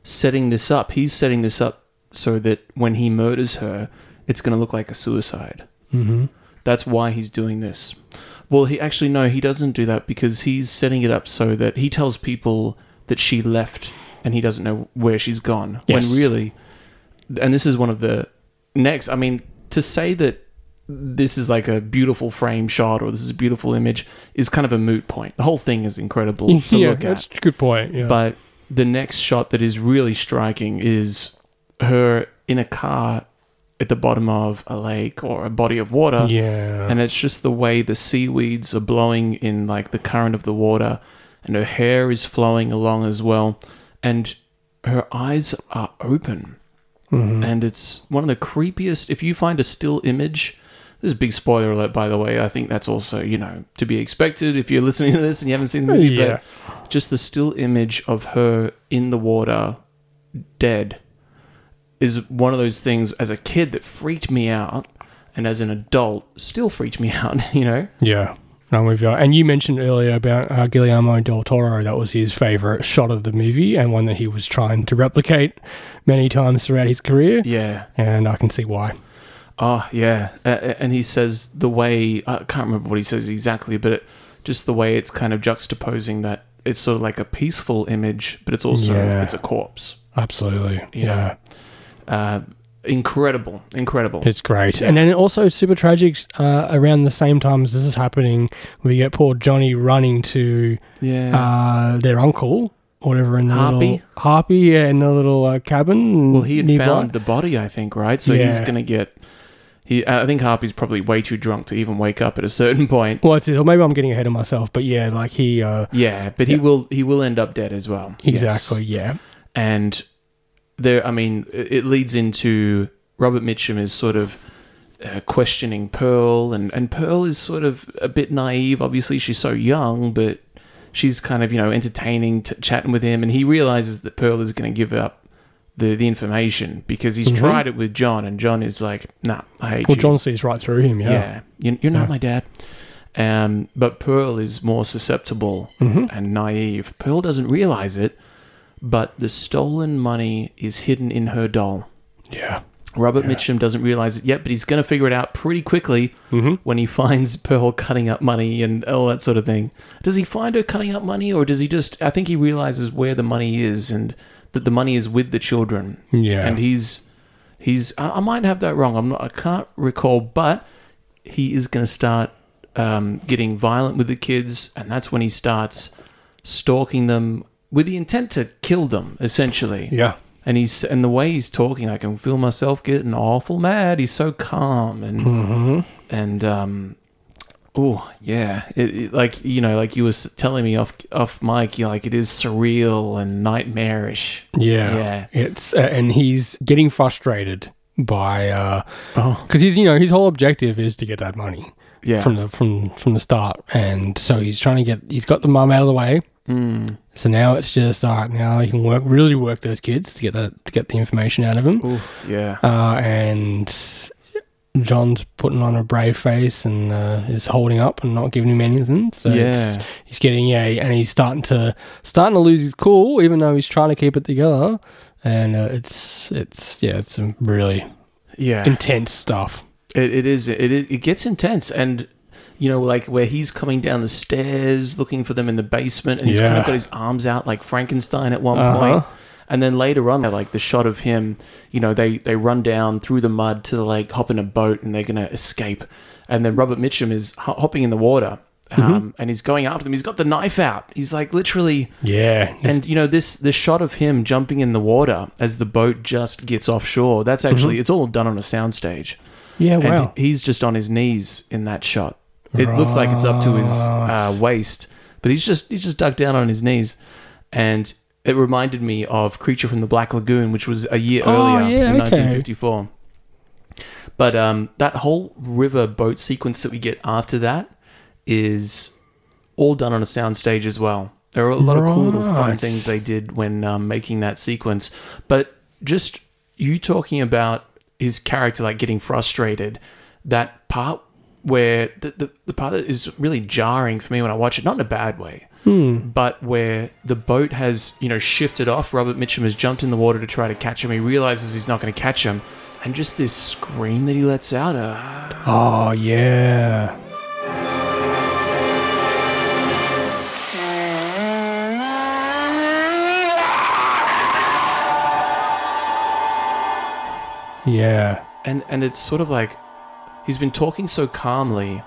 S2: setting this up? He's setting this up so that when he murders her, it's going to look like a suicide.
S3: mm-hmm.
S2: That's why he's doing this. Well, he actually no, he doesn't do that because he's setting it up so that he tells people that she left and he doesn't know where she's gone.
S3: Yes.
S2: When really, and this is one of the next. I mean, to say that this is like a beautiful frame shot or this is a beautiful image is kind of a moot point. The whole thing is incredible to
S3: yeah
S2: look at.
S3: that's a good point yeah
S2: But the next shot that is really striking is her in a car at the bottom of a lake or a body of water.
S3: yeah
S2: uh, And it's just the way the seaweeds are blowing in like the current of the water and her hair is flowing along as well and her eyes are open. And it's one of the creepiest if you find a still image this is a big spoiler alert by the way. I think that's also, you know, to be expected if you're listening to this and you haven't seen the movie,
S3: Yeah.
S2: but just the still image of her in the water dead is one of those things as a kid that freaked me out and as an adult still freaked me out you know
S3: Yeah, I'm with you. And you mentioned earlier about uh, Guillermo del Toro. That was his favorite shot of the movie and one that he was trying to replicate many times throughout his career.
S2: yeah
S3: And I can see why.
S2: oh yeah uh, and he says the way i can't remember what he says exactly but it, just the way it's kind of juxtaposing that it's sort of like a peaceful image but it's also
S3: Yeah.
S2: it's a corpse
S3: Absolutely. yeah.
S2: uh, incredible incredible
S3: It's great. And then also super tragic uh, around the same time as this is happening, we get poor Johnny running to
S2: yeah
S3: uh, their uncle, whatever, in the
S2: Harpy?
S3: little... Harpy, yeah, in the little uh, cabin.
S2: well he had
S3: nearby.
S2: found the body i think right so
S3: Yeah.
S2: he's gonna get he, I think Harpy's probably way too drunk to even wake up at a certain point.
S3: Well, it's, maybe I'm getting ahead of myself, but yeah, like he... Uh,
S2: Yeah, but he will he will end up dead as well. Yes.
S3: exactly, yeah.
S2: and there i mean it it leads into robert mitchum is sort of uh, questioning pearl and, and pearl is sort of a bit naive obviously she's so young but she's kind of you know entertaining t- chatting with him and he realizes that pearl is going to give up the, the information because he's tried it with john and john is like nah i hate
S3: Well,
S2: you
S3: John sees right through him. Yeah.
S2: yeah, You, you're not my dad um, but pearl is more susceptible and naive pearl doesn't realize it but the stolen money is hidden in her doll
S3: Yeah.
S2: robert mitchum doesn't realize it yet but he's going to figure it out pretty quickly
S3: Mm-hmm.
S2: when he finds pearl cutting up money and all that sort of thing does he find her cutting up money or does he just i think he realizes where the money is and that the money is with the children
S3: Yeah.
S2: and he's he's I, I might have that wrong. I'm not. I can't recall, but he is going to start um, getting violent with the kids, and that's when he starts stalking them with the intent to kill them, essentially.
S3: Yeah.
S2: and he's and the way he's talking, I can feel myself getting awful mad. He's so calm and and um, oh yeah, it, it- like you know, like you were s- telling me off off mic, you like it is surreal and nightmarish.
S3: Yeah.
S2: Yeah.
S3: It's uh, and he's getting frustrated by uh cuz he's you know his whole objective is to get that money.
S2: Oh. Yeah.
S3: From the from from the start and so he's trying to get he's got the mum out of the way.
S2: Mm.
S3: So now it's just all right, now he can work really work those kids to get that to get the information out of them.
S2: yeah,
S3: Uh and John's putting on a brave face and uh, is holding up and not giving him anything. So it's,
S2: Yeah.
S3: he's getting yeah, and he's starting to starting to lose his cool, even though he's trying to keep it together. And uh, it's it's yeah, it's some really
S2: yeah.
S3: intense stuff.
S2: It, it is. It it it gets intense, and you know, like where he's coming down the stairs looking for them in the basement, and he's kind
S3: Yeah.
S2: of got his arms out like Frankenstein at one
S3: Uh-huh.
S2: point. And then later on, like the shot of him, you know, they they run down through the mud to the lake, hop in a boat, and they're gonna escape. And then Robert Mitchum is ho- hopping in the water, um,
S3: Mm-hmm.
S2: and he's going after them. He's got the knife out. He's like literally
S3: Yeah,
S2: and you know this this shot of him jumping in the water as the boat just gets offshore. That's actually
S3: Mm-hmm.
S2: it's all done on a soundstage.
S3: yeah,
S2: And
S3: wow.
S2: he- he's just on his knees in that shot. It looks like it's up to his uh, waist, but he's just he's just ducked down on his knees, and it reminded me of Creature from the Black Lagoon, which was a year
S3: Oh,
S2: earlier
S3: yeah,
S2: in
S3: okay.
S2: 1954. But um, that whole river boat sequence that we get after that is all done on a soundstage as well. There are a lot of cool little fun
S3: Right.
S2: things they did when um, making that sequence. But just you talking about his character like getting frustrated, that part where the, the, the part that is really jarring for me when I watch it, not in a bad way, but where the boat has, you know, shifted off. Robert Mitchum has jumped in the water to try to catch him. He realizes he's not going to catch him. And just this scream that he lets out. Uh,
S3: oh yeah, yeah,
S2: and and it's sort of like he's been talking so calmly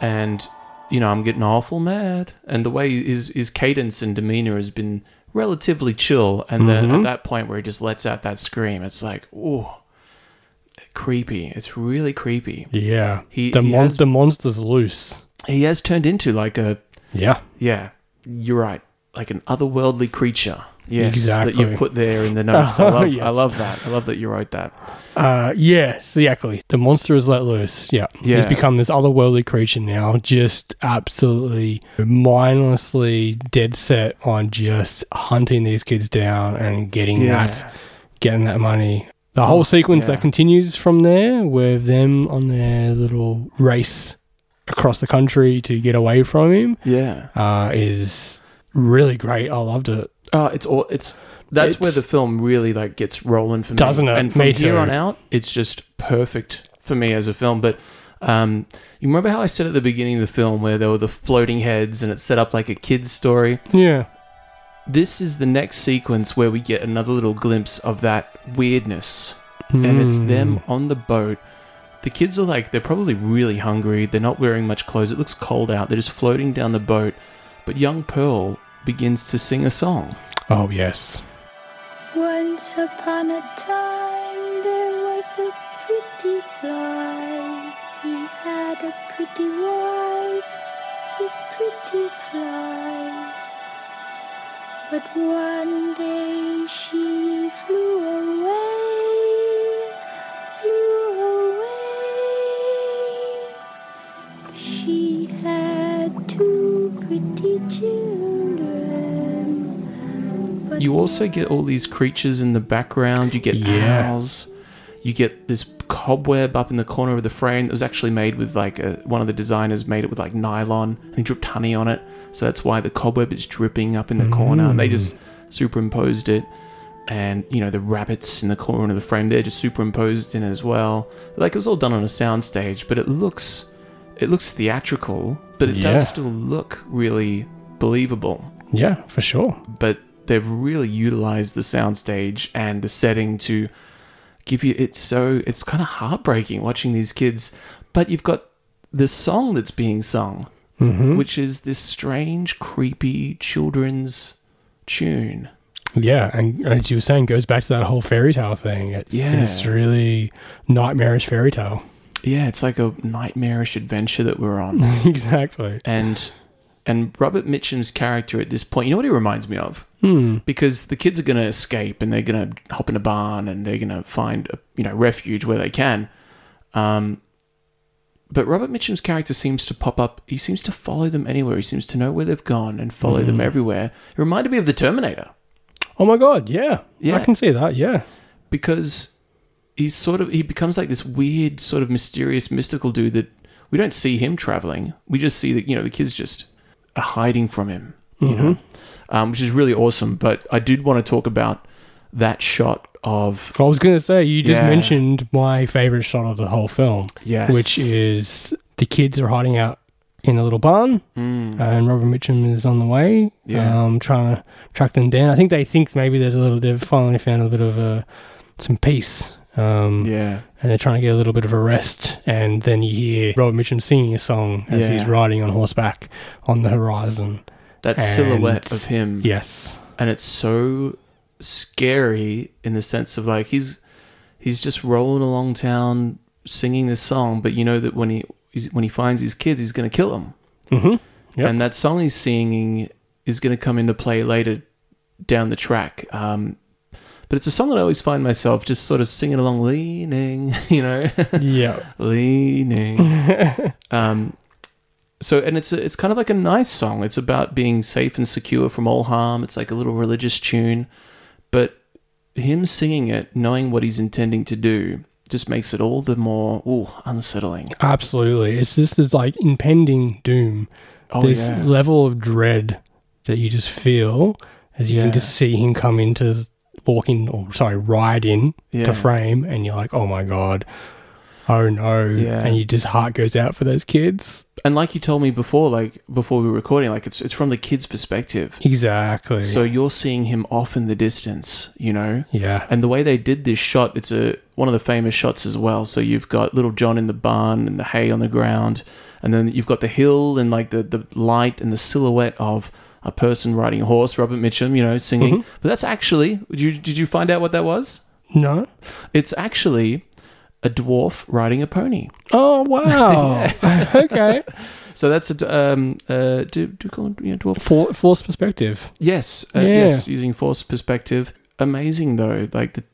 S2: and you know i'm getting awful mad and the way his his cadence and demeanor has been relatively chill and then
S3: Mm-hmm.
S2: at that point where he just lets out that scream it's like oh creepy it's really creepy
S3: yeah.
S2: He-
S3: the,
S2: he
S3: mon-
S2: has-
S3: the monster's loose.
S2: he has turned into like a
S3: Yeah,
S2: yeah you're right like an otherworldly creature yes that
S3: Exactly.
S2: you've put there in the notes i
S3: Oh,
S2: love i
S3: yes.
S2: love that i love that you wrote that
S3: Uh, yes, exactly. The monster is let loose. Yeah.
S2: Yeah.
S3: He's become this otherworldly creature now, just absolutely mindlessly dead set on just hunting these kids down and getting
S2: Yeah. Mm,
S3: that getting that money. The whole sequence
S2: yeah.
S3: that continues from there with them on their little race across the country to get away from him
S2: yeah
S3: uh, is really great. I loved it.
S2: Uh, it's all it's that's where the
S3: It's-
S2: film really like gets rolling for me.
S3: Doesn't it?
S2: And from
S3: Me
S2: here
S3: too.
S2: on out, it's just perfect for me as a film. But um, you remember how I said at the beginning of the film where there were the floating heads and it's set up like a kid's story?
S3: Yeah.
S2: This is the next sequence where we get another little glimpse of that weirdness. And
S3: Hmm.
S2: it's them on the boat. The kids are like, they're probably really hungry. They're not wearing much clothes. It looks cold out. They're just floating down the boat. But young Pearl begins to sing a song.
S3: Oh yes.
S4: Once upon a time there was a pretty fly. He had a pretty wife, this pretty fly. But one day she flew away, flew away. She had two pretty children. but
S2: You also get all these creatures in the background. You get
S3: Yeah.
S2: owls. You get this cobweb up in the corner of the frame that was actually made with like a, one of the designers made it with like nylon and he dripped honey on it. So that's why the cobweb is dripping up in the corner. And they
S3: Mm.
S2: just superimposed it. And you know the rabbits in the corner of the frame, they're just superimposed in as well. Like it was all done on a soundstage, but it looks, it looks theatrical, but it
S3: Yeah.
S2: does still look really believable
S3: Yeah, for sure.
S2: but they've really utilized the soundstage and the setting to give you it's so it's kind of heartbreaking watching these kids but you've got the song that's being sung which is this strange creepy children's tune
S3: Yeah, and as you were saying, goes back to that whole fairy tale thing. It's,
S2: Yeah.
S3: it's really nightmarish fairy tale.
S2: Yeah, it's like a nightmarish adventure that we're on.
S3: exactly.
S2: and and Robert Mitchum's character at this point, you know what he reminds me of? Because the kids are going to escape and they're going to hop in a barn and they're going to find a, you know refuge where they can. Um, but Robert Mitchum's character seems to pop up. He seems to follow them anywhere. He seems to know where they've gone and follow them everywhere. It reminded me of the Terminator
S3: Oh my god, yeah.
S2: Yeah.
S3: I can see that, yeah.
S2: because he's sort of he becomes like this weird sort of mysterious mystical dude that we don't see him traveling we just see that you know the kids just are hiding from him you know um, which is really awesome but i did want to talk about that shot of
S3: I was going to say, you just
S2: Yeah.
S3: mentioned my favorite shot of the whole film.
S2: Yes.
S3: Which is the kids are hiding out in a little barn, and Robert Mitchum is on the way,
S2: Hmm. Yeah.
S3: um, trying to track them down. I think they think maybe there's a little, they've finally found a bit of a, some peace. Um,
S2: yeah
S3: And they're trying to get a little bit of a rest. And then you hear Robert Mitchum singing a song as
S2: Yeah.
S3: he's riding on horseback on the horizon.
S2: that
S3: And-
S2: silhouette of him
S3: Yes.
S2: and it's so scary in the sense of like he's he's just rolling along town singing this song but you know that when he he's- when he finds his kids he's going to kill them
S3: Yep.
S2: and that song he's singing is going to come into play later down the track um but it's a song that I always find myself just sort of singing along, leaning, you know,
S3: Yeah.
S2: leaning. um, so, and it's a, it's kind of like a nice song. It's about being safe and secure from all harm. It's like a little religious tune, but him singing it, knowing what he's intending to do, just makes it all the more ooh unsettling.
S3: Absolutely. It's just this like impending doom.
S2: Oh,
S3: this
S2: yeah.
S3: level of dread that you just feel as you
S2: Yeah.
S3: can just see him come into walk in or sorry, ride in
S2: Yeah.
S3: to frame and you're like, Oh my god. Oh no.
S2: Yeah.
S3: And you just heart goes out for those kids.
S2: And like you told me before, like before we were recording, like it's it's from the kid's perspective.
S3: Exactly.
S2: So you're seeing him off in the distance, you know.
S3: yeah.
S2: And the way they did this shot, it's a one of the famous shots as well. So you've got little John in the barn and the hay on the ground, and then you've got the hill and like the, the light and the silhouette of a person riding a horse, Robert Mitchum, you know, singing. But that's actually did you did you find out what that was?
S3: no?
S2: It's actually a dwarf riding a pony.
S3: Oh wow. okay.
S2: So that's a um uh do, do you call him you know, dwarf
S3: For, forced perspective.
S2: Yes, uh,
S3: Yeah.
S2: yes, using force perspective. Amazing though, like the,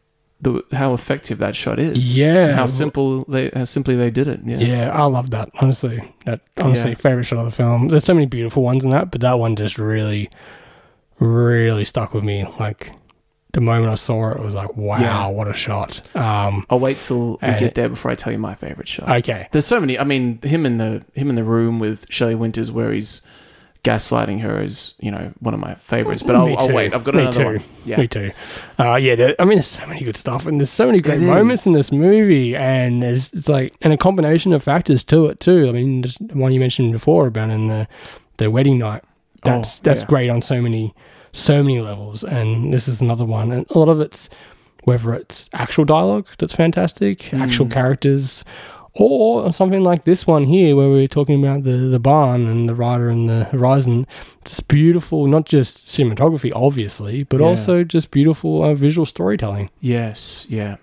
S2: the how effective that shot is.
S3: Yeah.
S2: And how simple they how simply they did it. Yeah.
S3: Yeah, I love that. Honestly, that honestly
S2: Yeah.
S3: favorite shot of the film. There's so many beautiful ones in that, but that one just really, really stuck with me. Like the moment I saw it, it was like, wow,
S2: Yeah.
S3: what a shot. Um,
S2: I'll wait till we
S3: And-
S2: get there before I tell you my favorite shot.
S3: okay,
S2: There's so many. I mean, him in the him in the room with Shelley Winters, where he's gaslighting her, is you know one of my favorites. But I'll,
S3: Me
S2: I'll
S3: too.
S2: wait. I've got
S3: me
S2: another
S3: too.
S2: one. Yeah.
S3: Me too. Uh, yeah, there, I mean, there's so many good stuff, and there's so many great
S2: It
S3: moments
S2: is.
S3: in this movie, and there's it's like, and a combination of factors to it too. I mean, just the one you mentioned before about in the the wedding night. That's that's
S2: Oh, yeah.
S3: great on so many so many levels, and this is another one. And a lot of it's whether it's actual dialogue that's fantastic, actual characters. Or something like this one here, where we were talking about the, the barn and the rider and the horizon. It's beautiful, not just cinematography, obviously, but
S2: Yeah.
S3: also just beautiful uh, visual storytelling.
S2: Yes. Yeah.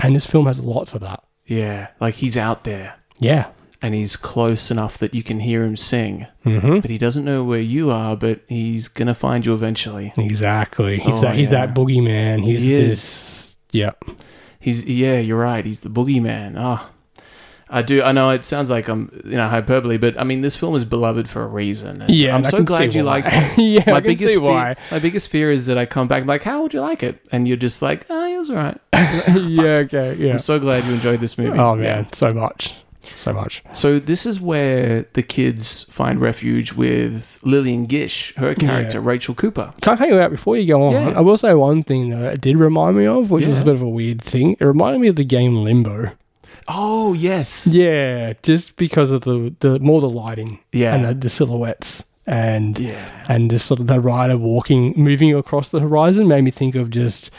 S3: And this film has lots of that.
S2: Yeah. Like he's out there
S3: Yeah.
S2: and he's close enough that you can hear him sing,
S3: Mm-hmm.
S2: but he doesn't know where you are. But he's gonna find you eventually.
S3: Exactly. He's
S2: Oh,
S3: that. He's
S2: yeah.
S3: that boogeyman. He's
S2: He is.
S3: this. Yep.
S2: He's yeah, you're right. He's the boogeyman. Ah, I do. I know it sounds like I'm you know hyperbole, but I mean this film is beloved for a reason. and
S3: Yeah,
S2: I'm
S3: and I
S2: so
S3: can
S2: glad
S3: see
S2: you
S3: why.
S2: liked it.
S3: Yeah, I can see
S2: fear,
S3: why.
S2: My biggest fear is that I come back and like, how would you like it? And you're just like, oh, it was all right.
S3: yeah. Okay. Yeah.
S2: I'm so glad you enjoyed this movie.
S3: oh
S2: Yeah.
S3: man, so much, so much.
S2: So this is where the kids find refuge with Lillian Gish, her character Rachel Cooper.
S3: Can I hang you out before you go on?
S2: Yeah.
S3: I will say one thing though. It did remind me of, which was
S2: Yeah.
S3: a bit of a weird thing. It reminded me of the game Limbo.
S2: Oh yes,
S3: Yeah, just because of the, the more the lighting.
S2: Yeah.
S3: And the, the silhouettes and
S2: Yeah.
S3: and just sort of the rider walking moving across the horizon made me think of just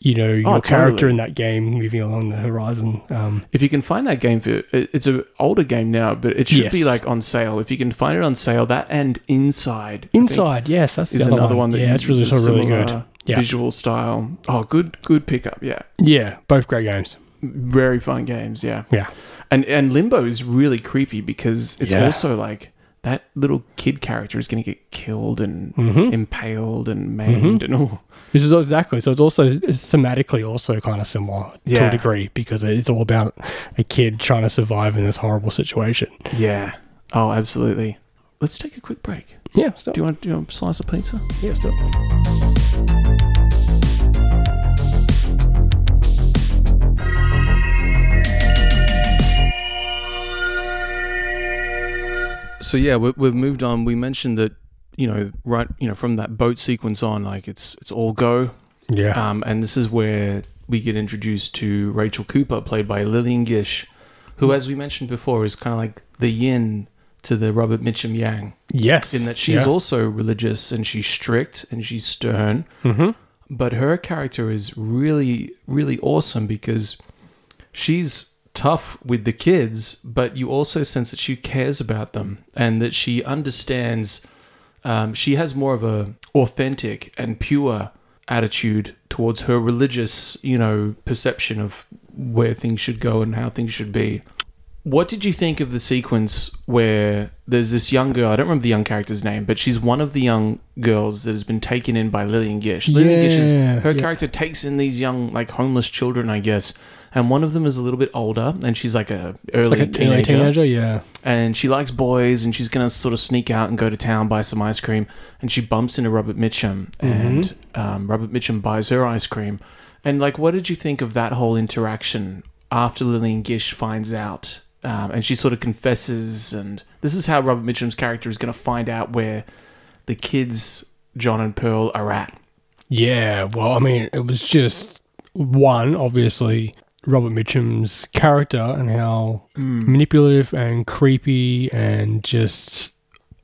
S3: you know, your character
S2: totally.
S3: in that game moving along the horizon. Um,
S2: If you can find that game for it- it's an older game now, but it should
S3: Yes.
S2: be like on sale. If you can find it on sale, that and Inside I think,
S3: inside, yes, that's the
S2: is
S3: other
S2: another one. that
S3: yeah, it's really,
S2: uses a
S3: sort of really
S2: similar
S3: good. Yeah.
S2: visual style. Oh, good, good pickup. Yeah,
S3: Yeah, both great games.
S2: very fun games. Yeah,
S3: Yeah.
S2: and and Limbo is really creepy because it's
S3: Yeah.
S2: also like that little kid character is going to get killed and
S3: Mm-hmm.
S2: impaled and maimed and all.
S3: This is exactly so. It's also it's thematically also kind of similar to
S2: Yeah.
S3: a degree because it's all about a kid trying to survive in this horrible situation.
S2: Yeah. Oh, absolutely. Let's take a quick break.
S3: Yeah, still,
S2: Do you want, do you want a slice of pizza?
S3: yeah, still.
S2: So yeah, we, we've moved on. We mentioned that you know right you know from that boat sequence on, like it's it's all go.
S3: Yeah,
S2: Um, and this is where we get introduced to Rachel Cooper, played by Lillian Gish, who, as we mentioned before, is kind of like the yin to the Robert Mitchum Yang,
S3: yes,
S2: in that she's
S3: yeah.
S2: also religious and she's strict and she's stern. Mm-hmm. But her character is really, really awesome because she's tough with the kids, but you also sense that she cares about them and that she understands. Um, she has more of a authentic and pure attitude towards her religious, you know, perception of where things should go and how things should be. What did you think of the sequence where there's this young girl? I don't remember the young character's name, but she's one of the young girls that has been taken in by Lillian Gish. Lillian Gish is
S3: Yeah,
S2: her
S3: yeah.
S2: character takes in these young, like homeless children, I guess, and one of them is a little bit older, and she's like a early
S3: like a teenager.
S2: teenager,
S3: teenager. Yeah,
S2: and she likes boys, and she's gonna sort of sneak out and go to town buy some ice cream, and she bumps into Robert Mitchum, and um, Robert Mitchum buys her ice cream, and like, what did you think of that whole interaction after Lillian Gish finds out? Um, and she sort of confesses, and this is how Robert Mitchum's character is going to find out where the kids, John and Pearl, are at.
S3: yeah. Well, I mean, it was just one obviously Robert Mitchum's character and how
S2: Mm.
S3: manipulative and creepy and just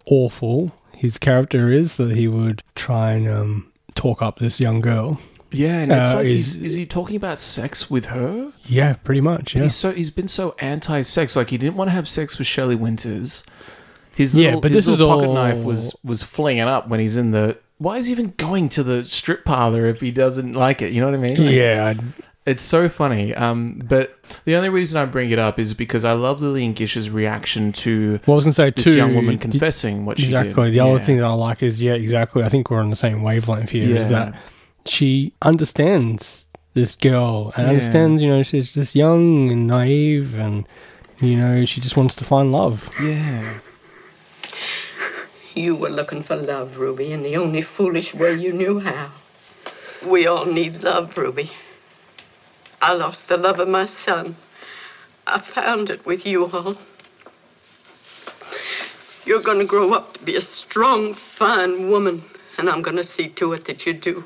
S3: awful his character is that he would try and um, talk up this young girl.
S2: Yeah, and it's
S3: Uh,
S2: like he's,
S3: is-
S2: is he talking about sex with her?
S3: Yeah, pretty much. Yeah.
S2: He's so he's been so anti-sex. Like he didn't want to have sex with Shelley Winters. His
S3: Yeah,
S2: little,
S3: but
S2: his
S3: this
S2: little
S3: is
S2: pocket
S3: all-
S2: knife was was flinging up when he's in the. Why is he even going to the strip parlor if he doesn't like it? You know what I mean? Like,
S3: yeah, I-
S2: it's so funny. Um, but the only reason I bring it up is because I love Lillian Gish's reaction to
S3: Well, I was going to say
S2: this
S3: too.
S2: young woman
S3: d-
S2: confessing what she did.
S3: Exactly. The other
S2: Yeah.
S3: thing that I like is yeah, exactly. I think we're on the same wavelength here. Is
S2: Yeah.
S3: that she understands this girl and
S2: Yeah.
S3: understands you know she's just young and naive and you know she just wants to find love.
S2: Yeah.
S8: You were looking for love, Ruby, in the only foolish way you knew how. We all need love, Ruby. I lost the love of my son. I found it with you all. You're going to grow up to be a strong, fine woman, and I'm going to see to it that you do.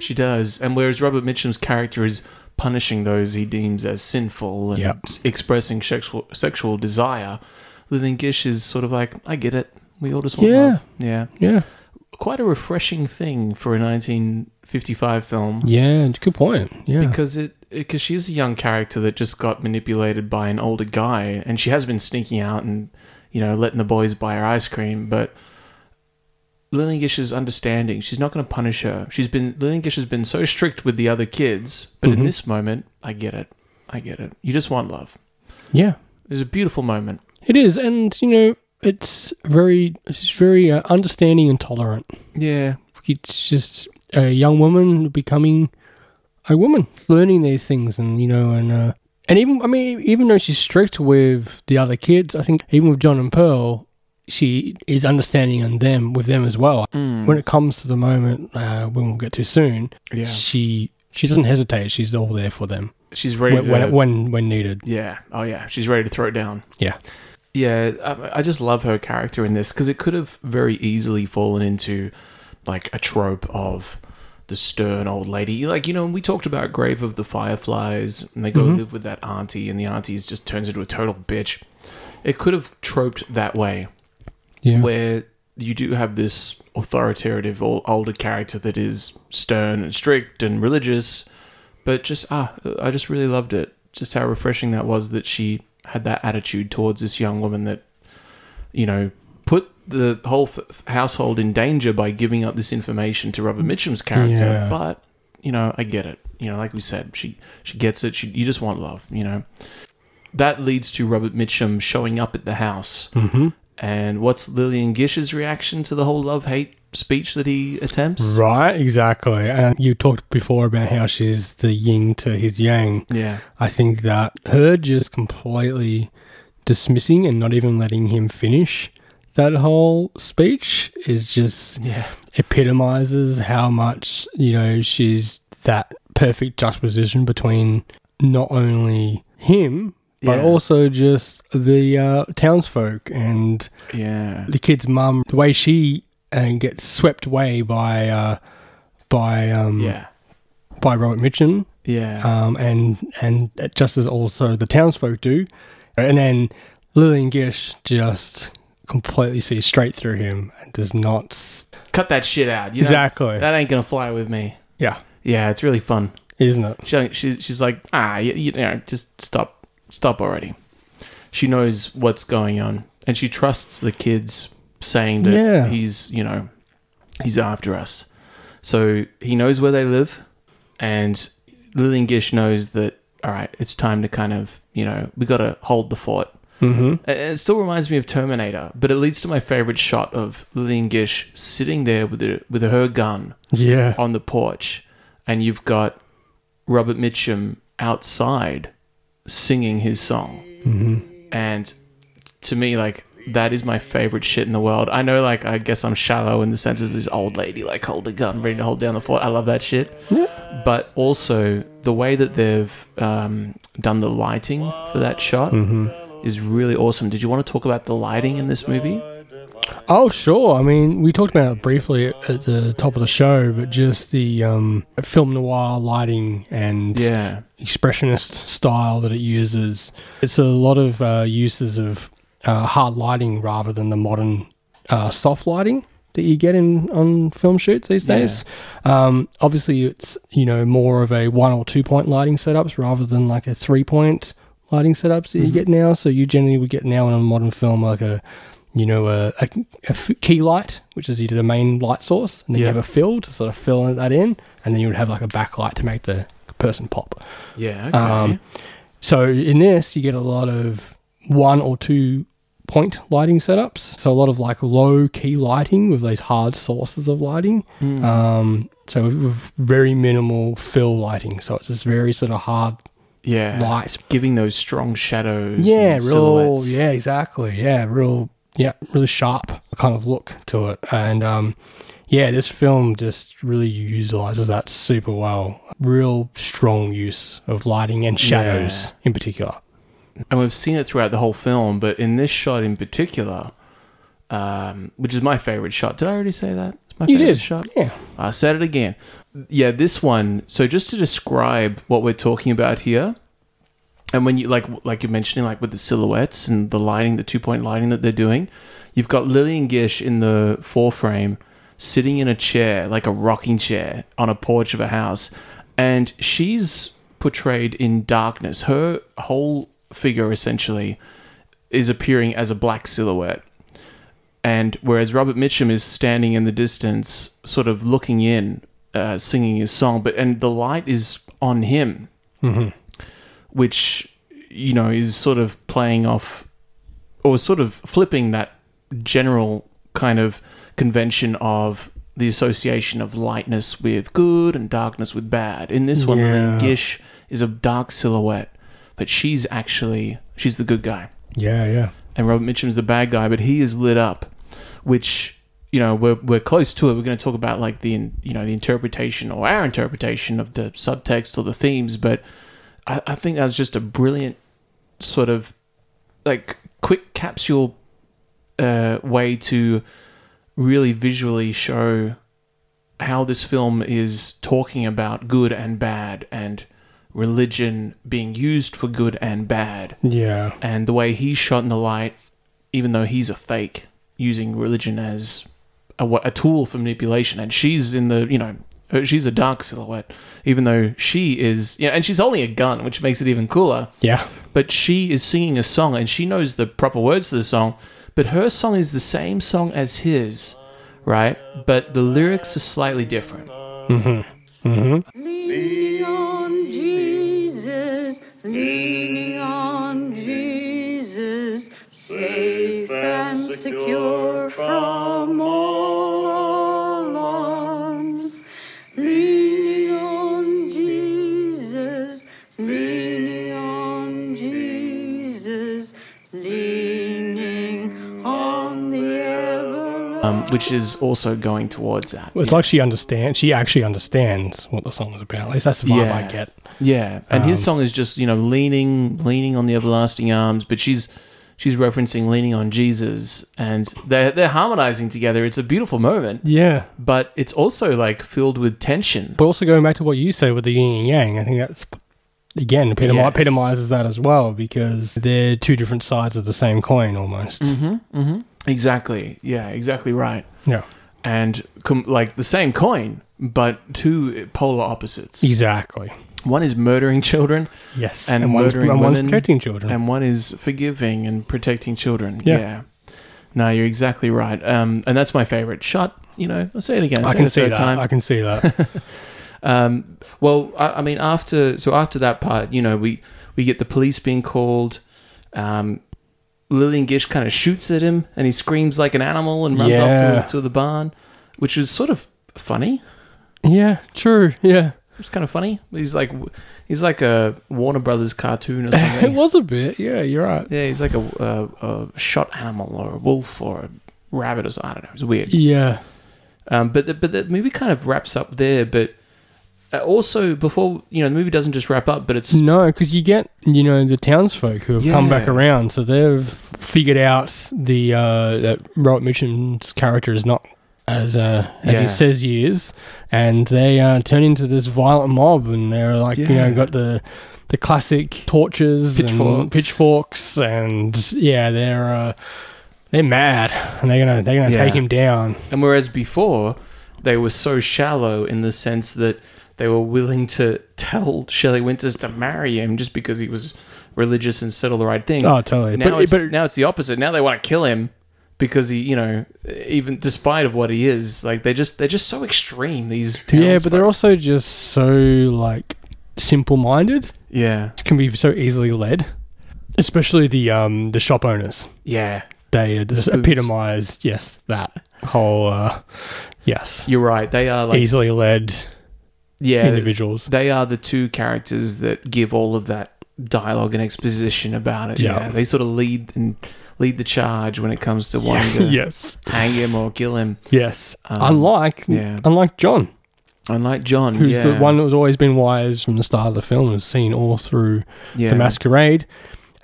S2: She does. And whereas Robert Mitchum's character is punishing those he deems as sinful and
S3: Yep.
S2: s- expressing sexual sexual desire, Lillian Gish is sort of like, I get it. We all just want
S3: Yeah.
S2: love. Yeah.
S3: Yeah.
S2: Quite a refreshing thing for a 1955 film
S3: Yeah. Good point. Yeah.
S2: because it because she's a young character that just got manipulated by an older guy, and she has been sneaking out and you know letting the boys buy her ice cream, but. Lillian Gish is understanding. She's not going to punish her. She's been Lillian Gish has been so strict with the other kids, but
S3: Mm-hmm.
S2: in this moment, I get it. I get it. You just want love.
S3: yeah.
S2: It was a beautiful moment.
S3: It is, and you know it's very it's very uh, understanding and tolerant.
S2: Yeah,
S3: it's just a young woman becoming a woman, learning these things, and you know, and uh, and even I mean, even though she's strict with the other kids, I think even with John and Pearl, she is understanding on them with them as well. When it comes to the moment, uh, when we'll get to soon,
S2: Mm. Yeah.
S3: she she doesn't hesitate. She's all there for them
S2: she's ready.
S3: when
S2: to,
S3: when, when, when needed.
S2: yeah, oh yeah, she's ready to throw it down.
S3: Yeah,
S2: Yeah, I, I just love her character in this because it could have very easily fallen into like a trope of the stern old lady. Like, you know, we talked about Grave of the Fireflies and they go live with that auntie and the auntie is- just turns into a total bitch. It could have troped that way
S3: yeah,
S2: where you do have this authoritative or older character that is stern and strict and religious, but just ah, I just really loved it. Just how refreshing that was that she had that attitude towards this young woman that, you know, put the whole f- f- household in danger by giving up this information to Robert Mitchum's character.
S3: Yeah.
S2: But you know, I get it. You know, like we said, she she gets it. She you just want love. You know, that leads to Robert Mitchum showing up at the house. Mm-hmm. And what's Lillian Gish's reaction to the whole love hate speech that he attempts?
S3: Right, exactly. And you talked before about how she's the yin to his yang.
S2: Yeah.
S3: I think that her just completely dismissing and not even letting him finish that whole speech is just
S2: Yeah.
S3: epitomizes how much, you know, she's that perfect juxtaposition between not only him, but
S2: Yeah.
S3: also just the uh, townsfolk and
S2: Yeah.
S3: the kid's mum, the way she uh, gets swept away by uh, by um,
S2: Yeah.
S3: by Robert Mitchum,
S2: Yeah.
S3: um, and and just as also the townsfolk do, and then Lillian Gish just completely sees straight through him and does not.
S2: Cut that shit out. You know?
S3: Exactly.
S2: That ain't gonna fly with me.
S3: Yeah,
S2: Yeah, it's really fun.
S3: isn't it?
S2: She, she, she's like, ah, you, you know, just stop, stop already. She knows what's going on, and she trusts the kids saying that
S3: Yeah.
S2: he's, you know, he's after us. So he knows where they live, and Lillian Gish knows that. All right, it's time to kind of, you know, we got to hold the fort. Mm-hmm. It still reminds me of Terminator, but it leads to my favorite shot of Lillian Gish sitting there with her, with her gun
S3: Yeah,
S2: on the porch and you've got Robert Mitchum outside singing his song. And to me, like, that is my favorite shit in the world. I know, like, I guess I'm shallow in the sense as this old lady, like, hold a gun, ready to hold down the fort. I love that shit. But also, the way that they've um, done the lighting for that shot is really awesome. Did you want to talk about the lighting in this movie?
S3: Oh, sure. I mean, we talked about it briefly at, at the top of the show, but just the um, film noir lighting and
S2: Yeah.
S3: expressionist style that it uses. It's a lot of uh, uses of uh, hard lighting rather than the modern uh, soft lighting that you get in on film shoots these days. Um, obviously, it's you know more of a one or two point lighting setups rather than like a three point lighting setups that you get now. So you generally would get now in a modern film like a you know a, a, a f- key light, which is either the main light source, and then
S2: Yeah.
S3: you have a fill to sort of fill that in, and then you would have like a backlight to make the person pop.
S2: Yeah. Okay.
S3: Um, So in this, you get a lot of one or two point lighting setups. So a lot of like low key lighting with these hard sources of lighting.
S2: Hmm.
S3: Um, so with very minimal fill lighting. So it's just very sort of hard
S2: yeah.
S3: light.
S2: Giving those strong shadows. and
S3: Yeah, real.
S2: silhouettes.
S3: Yeah, exactly. Yeah, real. Yeah, really sharp kind of look to it. And um, yeah, this film just really utilizes that super well. Real strong use of lighting and shadows in particular.
S2: and we've seen it throughout the whole film, but in this shot in particular, um, which is my favorite shot. Did I already say that? It's my
S3: You
S2: favorite
S3: did,
S2: shot.
S3: yeah.
S2: I said it again. Yeah, this one. So just to describe what we're talking about here, and when you like like you're mentioning like with the silhouettes and the lighting, the two point lighting that they're doing, you've got Lillian Gish in the foreframe sitting in a chair, like a rocking chair on a porch of a house, and she's portrayed in darkness. Her whole figure essentially is appearing as a black silhouette. And whereas Robert Mitchum is standing in the distance, sort of looking in, uh, singing his song, but and the light is on him, which you know is sort of playing off, or sort of flipping that general kind of convention of the association of lightness with good and darkness with bad. In this one, Lillian
S3: Yeah.
S2: Gish is a dark silhouette, but she's actually she's the good guy
S3: Yeah, yeah.
S2: and Robert Mitchum's the bad guy, but he is lit up, which you know we're we're close to it. We're going to talk about like the in- you know the interpretation or our interpretation of the subtext or the themes, but I, I think that was just a brilliant sort of like quick capsule uh, way to really visually show how this film is talking about good and bad and religion being used for good and bad
S3: Yeah.
S2: and the way he's shot in the light, even though he's a fake, using religion as a, wa- a tool for manipulation, and she's in the you know uh, she's a dark silhouette, even though she is you know, and she's holding a gun, which makes it even cooler.
S3: Yeah.
S2: But she is singing a song, and she knows the proper words to the song, But her song is the same song as his, right? But the lyrics are slightly different.
S4: Leaning on Jesus, leaning on Jesus, safe and secure from all alarms. Leaning on Jesus, leaning on Jesus, leaning on the ever.
S2: Um, which is also going towards that.
S3: Well, It's like she understands. She actually understands what the song is about. At least that's the vibe I get.
S2: Yeah, and his song is just you know leaning, leaning on the everlasting arms, but she's she's referencing leaning on Jesus, and they're they're harmonizing together. It's a beautiful moment,
S3: Yeah.
S2: but it's also like filled with tension.
S3: But also going back to what you said with the yin and yang, I think that's again epitomi-
S2: Yes.
S3: epitomizes that as well because they're two different sides of the same coin almost.
S2: Mm-hmm. Exactly. Yeah, exactly right.
S3: Yeah,
S2: And com- like the same coin, but two polar opposites.
S3: exactly.
S2: One is murdering children,
S3: Yes,
S2: and,
S3: one's,
S2: murdering
S3: and one's
S2: women,
S3: protecting children.
S2: and one is forgiving and protecting children.
S3: Yeah.
S2: Yeah. No, you're exactly right. Um, and that's my favorite shot. You know, I'll say it again. I'll
S3: I
S2: say
S3: can
S2: it a
S3: see
S2: third
S3: that.
S2: Time.
S3: I can see that.
S2: Um, well, I, I mean, after so after that part, you know, we we get the police being called. Um, Lillian Gish kind of shoots at him, and he screams like an animal and runs
S3: Yeah.
S2: off to, to the barn, which was sort of funny.
S3: yeah, true. Yeah,
S2: It was kind of funny. He's like he's like a Warner Brothers cartoon or
S3: it
S2: something.
S3: was a bit. Yeah, you're right.
S2: yeah, he's like a, a, a shot animal or a wolf or a rabbit or something. I don't know. It's weird.
S3: Yeah,
S2: Um, but the, but the movie kind of wraps up there. But uh, also before you know, the movie doesn't just wrap up, but it's
S3: no, because you get you know the townsfolk who have come back
S2: Yeah.
S3: around, so they've figured out the uh, that Robert Mitchum's character is not as uh, as
S2: Yeah.
S3: he says he is, and they uh, turn into this violent mob, and they're like you
S2: Yeah.
S3: know got the the classic torches, and
S2: Pitchforks.
S3: pitchforks, and yeah, they're uh, they're mad, and they're gonna they're gonna
S2: Yeah.
S3: take him down.
S2: And whereas before, they were so shallow in the sense that they were willing to tell Shelley Winters to marry him just because he was religious and said all the right things.
S3: Oh, totally.
S2: Now,
S3: But-
S2: it's,
S3: but-
S2: now it's the opposite. Now they want to kill him because he, you know, even despite of what he is, like they're just they're just so extreme. These
S3: yeah, but they're
S2: townsfolk.
S3: also just so like simple minded.
S2: yeah,
S3: can be so easily led, especially the um the shop owners.
S2: yeah.
S3: They uh, just
S2: Spoons.
S3: epitomise yes that whole uh, yes
S2: You're right. They are like
S3: easily led
S2: yeah
S3: individuals.
S2: They are the two characters that give all of that dialogue and exposition about it.
S3: Yeah.
S2: Yeah, they sort of lead and lead the charge when it comes to wanting to
S3: yes,
S2: hang him or kill him.
S3: yes. unlike
S2: Um, yeah.
S3: unlike John,
S2: Unlike John,
S3: who's
S2: yeah.
S3: the one that was always been wise from the start of the film, is seen all through
S2: yeah.
S3: the masquerade,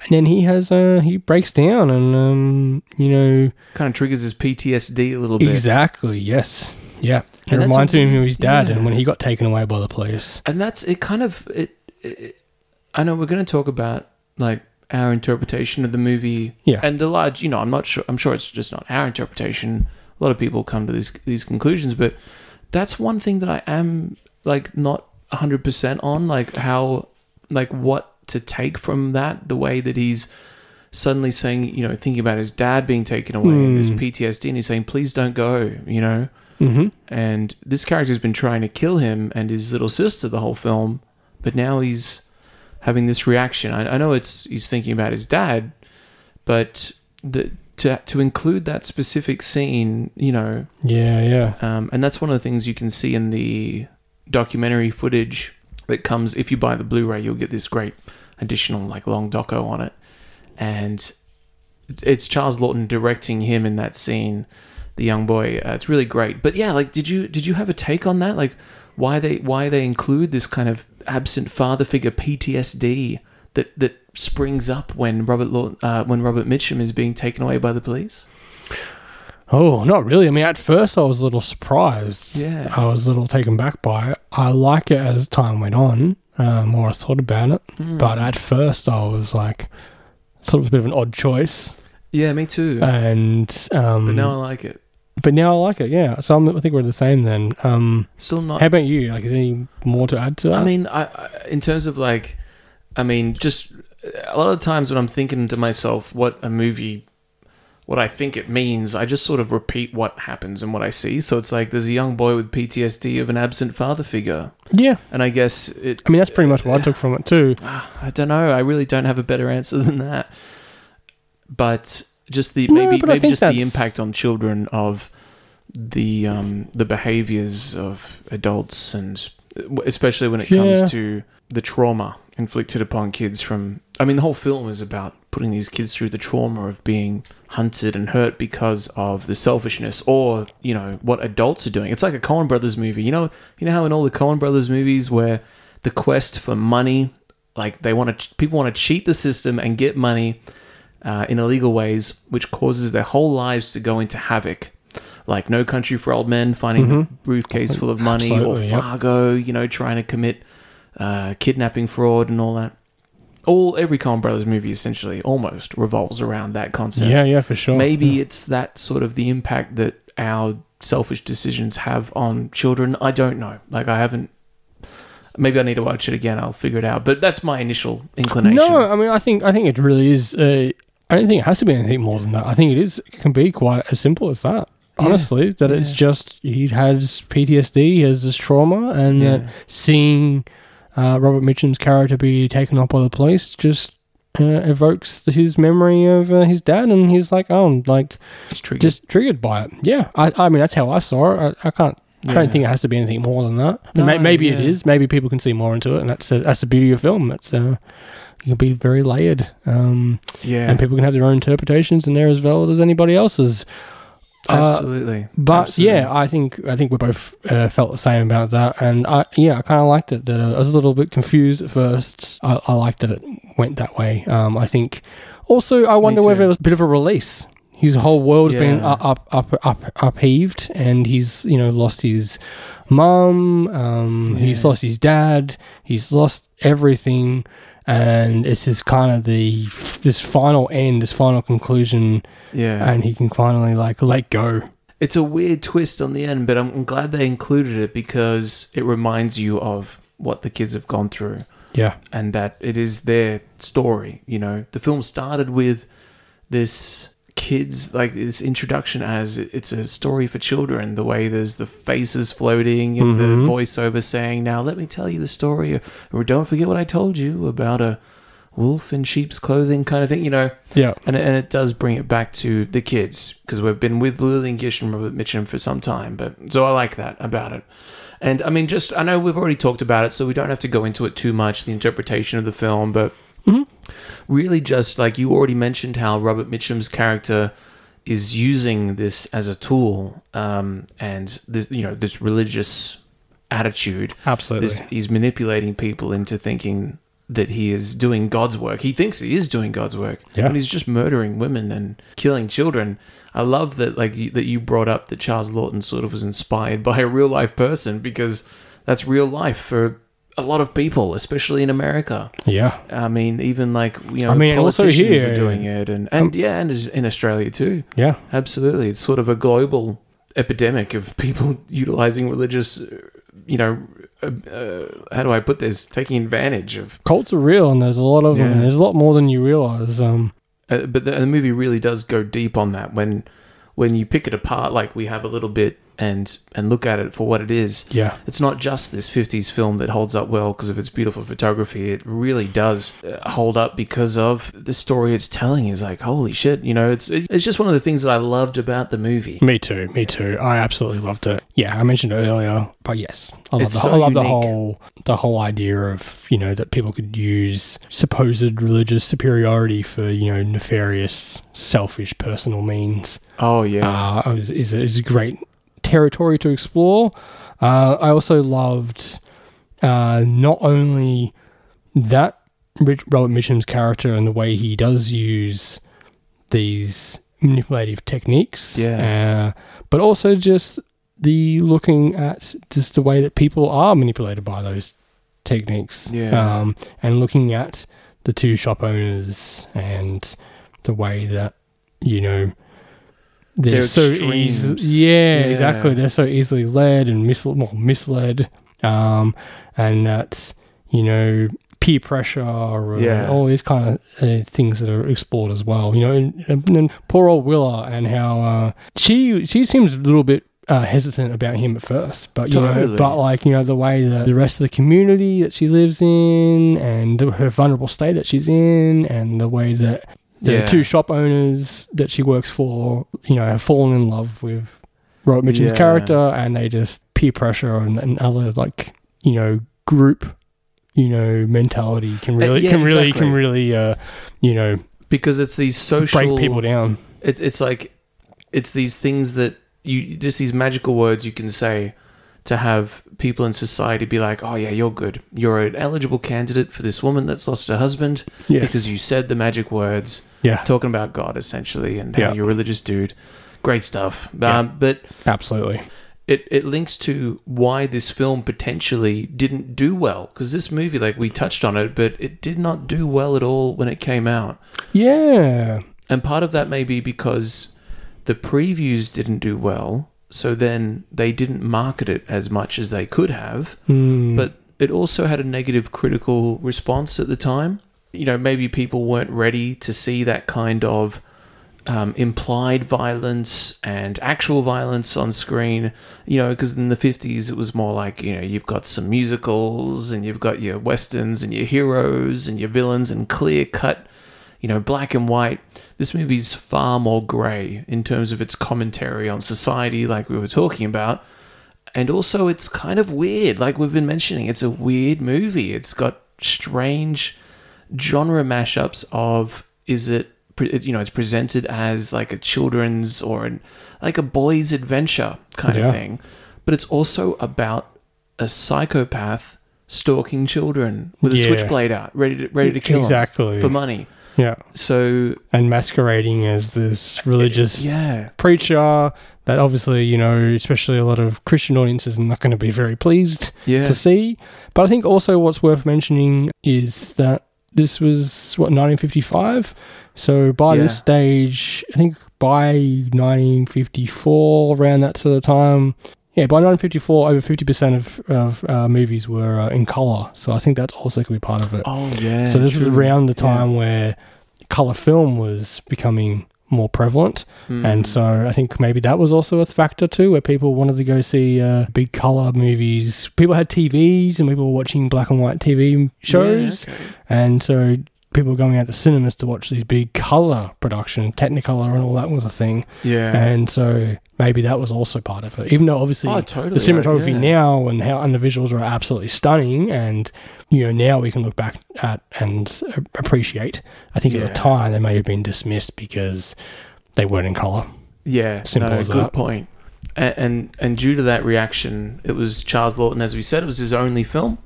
S3: and then he has uh he breaks down and um you know
S2: kind of triggers his PTSD a little bit.
S3: exactly yes yeah. It
S2: And that's
S3: reminds
S2: all-
S3: him of his dad
S2: yeah.
S3: and when he got taken away by the police.
S2: And that's it. Kind of it. it I know we're going to talk about like our interpretation of the movie.
S3: Yeah.
S2: And the large, you know, I'm not sure. I'm sure it's just not our interpretation. A lot of people come to these these conclusions, but that's one thing that I am like not 100 percent on, like how, like what to take from that. The way that he's suddenly saying, you know, thinking about his dad being taken away and his PTSD, and he's saying, please don't go, you know? Mm-hmm. And this character's been trying to kill him and his little sister the whole film, but now he's having this reaction. I, I know it's he's thinking about his dad, but the, to, to include that specific scene, you know,
S3: Yeah, yeah.
S2: um, and that's one of the things you can see in the documentary footage that comes. If you buy the Blu-ray, you'll get this great additional like long doco on it, and it's Charles Lawton directing him in that scene, the young boy. Uh, it's really great. But yeah, like, did you did you have a take on that? Like, why they why they include this kind of absent father figure PTSD that that springs up when Robert Law, uh, when Robert Mitchum is being taken away by the police?
S3: Oh, not really. I mean, at first I was a little surprised.
S2: Yeah.
S3: I was a little taken back by it. I like it as time went on, uh, more I thought about it.
S2: Hmm.
S3: But at first I was like, sort of a bit of an odd choice.
S2: Yeah, me too.
S3: Uh, And, um,
S2: but now I like it.
S3: but now I like it, yeah. So I'm, I think we're the same then. Um,
S2: Still not
S3: how about you? Like, is there any more to add to that?
S2: I mean, I, I in terms of like, I mean, just a lot of times when I'm thinking to myself what a movie what I think it means. I just sort of repeat what happens and what I see. So it's like there's a young boy with PTSD of an absent father figure,
S3: Yeah.
S2: and I guess it.
S3: I mean, that's pretty much what I took from it too.
S2: I don't know. I really don't have a better answer than that. But just the
S3: No,
S2: maybe
S3: but I
S2: maybe
S3: think
S2: just the
S3: that's-
S2: impact on children of the um, the behaviors of adults and especially when it
S3: Yeah.
S2: comes to the trauma inflicted upon kids from I mean the whole film is about putting these kids through the trauma of being hunted and hurt because of the selfishness or you know what adults are doing it's like a Coen brothers movie you know you know how in all the Coen brothers movies where the quest for money like they want to people want to cheat the system and get money uh, in illegal ways, which causes their whole lives to go into havoc. Like No Country for Old Men, finding a briefcase full of money,
S3: Mm-hmm. Oh, Absolutely,
S2: or
S3: yep.
S2: Fargo, you know, trying to commit uh, kidnapping fraud and all that. All every Coen Brothers movie essentially almost revolves around that concept.
S3: Yeah, yeah, for sure.
S2: Maybe it's that sort of the impact that our selfish decisions have on children. I don't know. Like I haven't. Maybe I need to watch it again. I'll figure it out. But that's my initial inclination.
S3: No, I mean, I think I think it really is. Uh, I don't think it has to be anything more than that. I think it is it can be quite as simple as that. Honestly, that it's just he has PTSD, he has this trauma, and that seeing uh, Robert Mitchum's character be taken up by the police just uh, evokes the, his memory of uh, his dad, and he's like, oh, like
S2: It's triggered.
S3: just triggered by it. Yeah, I, I mean that's how I saw it. I, I can't. I
S2: Yeah.
S3: don't think it has to be anything more than that. But
S2: No,
S3: may, maybe it
S2: yeah.
S3: is. Maybe people can see more into it, and that's the that's the beauty of film. It's uh, you can be very layered, um,
S2: yeah,
S3: and people can have their own interpretations, and they're as valid as anybody else's.
S2: absolutely.
S3: Uh, But
S2: Absolutely.
S3: yeah, I think I think we both uh, felt the same about that, and I yeah, I kind of liked it. That I was a little bit confused at first. I, I liked that it went that way. Um, I think also I wonder whether
S2: too.
S3: it was a bit of a release. His whole world's been
S2: Yeah.
S3: up, up, up, up, upheaved, and he's you know lost his mum. Um, He's lost his dad. He's lost everything, and it's this kind of the this final end, this final conclusion,
S2: Yeah.
S3: and he can finally like let go.
S2: it's a weird twist on the end, but I'm I'm glad they included it because it reminds you of what the kids have gone through
S3: Yeah.
S2: and that it is their story, you know. The film started with this kids like this introduction as it's a story for children the way there's the faces floating and
S3: Mm-hmm.
S2: the voiceover saying now let me tell you the story or don't forget what i told you about a wolf in sheep's clothing kind of thing you know
S3: Yeah.
S2: And it, and it does bring it back to the kids because we've been with Lillian Gish and Robert Mitchum for some time. But so I like that about it. And I mean, just I know we've already talked about it, so we don't have to go into it too much. The interpretation of the film, but really, just like you already mentioned, how Robert Mitchum's character is using this as a tool, um, and this you know this religious attitude.
S3: Absolutely.
S2: This- he's manipulating people into thinking that he is doing God's work. He thinks he is doing God's work,
S3: Yeah.
S2: and he's just murdering women and killing children. I love that, like you, that you brought up that Charles Lawton sort of was inspired by a real life person because that's real life for a lot of people, especially in America.
S3: Yeah.
S2: I mean, even like you know,
S3: I mean, and also
S2: politicians
S3: here- um,
S2: are doing it, and and yeah, and in Australia too.
S3: Yeah.
S2: Absolutely. It's sort of a global epidemic of people utilizing religious, uh, you know, uh, uh, how do I put this? Taking advantage of.
S3: Cults are real, and there's a lot of them.
S2: Yeah.
S3: There's a lot more than you realize. Um,
S2: Uh, but the, the movie really does go deep on that when when you pick it apart like we have a little bit and and look at it for what it is.
S3: Yeah.
S2: It's not just this 50s film that holds up well because of its beautiful photography. It really does uh, hold up because of the story it's telling is like holy shit, you know, it's it's just one of the things that I loved about the movie.
S3: me too. Me too. I absolutely loved it. Yeah, I mentioned it earlier, but yes, I love,
S2: It's
S3: the,
S2: so
S3: I love the
S2: unique.
S3: whole the whole idea of you know that people could use supposed religious superiority for you know nefarious, selfish, personal means.
S2: Oh yeah.
S3: uh, is, is, a, is a great territory to explore. Uh, I also loved uh, not only that Rich Robert Mitchum's character and the way he does use these manipulative techniques,
S2: Yeah.
S3: uh, but also just the looking at just the way that people are manipulated by those techniques,
S2: Yeah.
S3: um, and looking at the two shop owners and the way that you know they're,
S2: They're
S3: so easy.
S2: extremes.
S3: Yeah,
S2: Yeah.
S3: exactly. They're so easily led and mis- well, misled, um, and that you know peer pressure and
S2: Yeah.
S3: all these kind of uh, things that are explored as well. You know, and, and then poor old Willa and how uh, she she seems a little bit uh, hesitant about him at first, but you know,
S2: Totally.
S3: but like you know the way that the rest of the community that she lives in and the, her vulnerable state that she's in and the way that the
S2: Yeah.
S3: two shop owners that she works for, you know, have fallen in love with Robert Mitchum's
S2: Yeah.
S3: character and they just peer pressure and, and other like, you know, group, you know, mentality can
S2: Uh,
S3: really
S2: yeah,
S3: can really
S2: exactly.
S3: can really uh you know
S2: because it's these social
S3: break people down.
S2: It's it's like it's these things that you just these magical words you can say to have people in society be like, "Oh yeah, you're good. You're an eligible candidate for this woman that's lost her husband
S3: Yes.
S2: because you said the magic words."
S3: Yeah.
S2: talking about God essentially and how
S3: Yeah.
S2: you're a religious dude. Great stuff.
S3: Yeah.
S2: Um, but
S3: Absolutely.
S2: it, it links to why this film potentially didn't do well because this movie, like we touched on it, but it did not do well at all when it came out.
S3: Yeah.
S2: And part of that may be because the previews didn't do well, so then they didn't market it as much as they could have. But it also had a negative critical response at the time. You know, maybe people weren't ready to see that kind of um, implied violence and actual violence on screen, you know, because in the 50s it was more like, you know, you've got some musicals and you've got your westerns and your heroes and your villains and clear cut, you know, black and white. This movie's far more grey in terms of its commentary on society, like we were talking about. And also, it's kind of weird, like we've been mentioning. It's a weird movie. It's got strange genre mashups of is it pre- it- you know it's presented as like a children's or an, like a boy's adventure kind
S3: Yeah.
S2: of thing but it's also about a psychopath stalking children with a
S3: Yeah.
S2: switchblade out ready to ready to kill 'em
S3: Exactly.
S2: for money
S3: Yeah.
S2: so
S3: And masquerading as this religious
S2: yeah
S3: preacher that obviously you know especially a lot of christian audiences are not going to be very pleased
S2: Yeah.
S3: to see but i think also what's worth mentioning is that this was what 1955 so by
S2: Yeah.
S3: this stage i think by 1954 around that sort of time yeah, by 1954, over 50% of, of uh, movies were uh, in color. So I think that also could be part of it.
S2: oh yeah
S3: So this was
S2: true.
S3: around the
S2: Yeah.
S3: time where color film was becoming more prevalent,
S2: Hmm.
S3: and so I think maybe that was also a factor too, where people wanted to go see uh, big color movies. People had TVs, and people were watching black and white TV shows,
S2: okay.
S3: and so people were going out to cinemas to watch these big color production, Technicolor, and all that was a thing.
S2: yeah
S3: And so maybe that was also part of it. Even though obviously
S2: Oh, totally,
S3: the cinematography
S2: right, yeah.
S3: now and how and the visuals are absolutely stunning, and you know now we can look back at and a- appreciate. I think at
S2: Yeah.
S3: the time they may have been dismissed because they weren't in color.
S2: Yeah,
S3: Simple
S2: no,
S3: as
S2: good
S3: that.
S2: point. And, and and due to that reaction, it was Charles Lawton, as we said, it was his only film.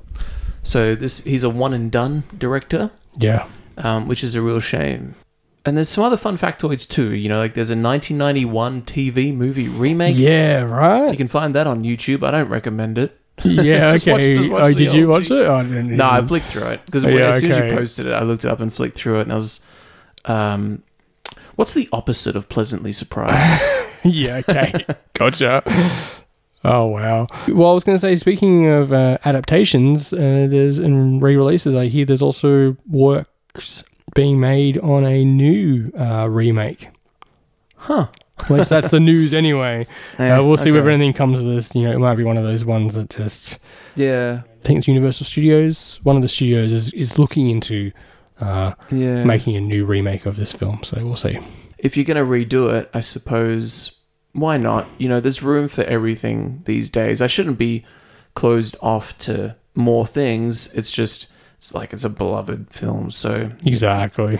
S2: So this he's a one and done director,
S3: Yeah,
S2: um, which is a real shame. And there's some other fun factoids too. You know, like there's a 1991 TV movie remake.
S3: yeah,
S2: You
S3: right.
S2: can find that on YouTube. I don't recommend it.
S3: Yeah,
S2: Just watch-
S3: okay.
S2: just watch
S3: oh,
S2: the
S3: did you
S2: old
S3: watch it? Oh, I didn't
S2: No, I
S3: even-
S2: flicked through it because
S3: Oh, yeah,
S2: as soon as
S3: okay.
S2: you posted it, I looked it up and flicked through it, and I was, um, what's the opposite of pleasantly surprised?
S3: yeah, okay. gotcha. Oh, wow. Well, I was going to say, speaking of uh, adaptations uh, there's and re releases, I hear there's also works being made on a new uh, remake.
S2: Huh.
S3: At least that's the news anyway.
S2: Yeah,
S3: uh, we'll see whether
S2: okay.
S3: anything comes of this. You know, it might be one of those ones that just.
S2: Yeah,
S3: I think it's Universal Studios. One of the studios is, is looking into uh,
S2: yeah.
S3: making a new remake of this film, so we'll see.
S2: if you're going to redo it, I suppose why not? You know, there's room for everything these days. I shouldn't be closed off to more things. It's just it's like it's a beloved film. So,
S3: Exactly.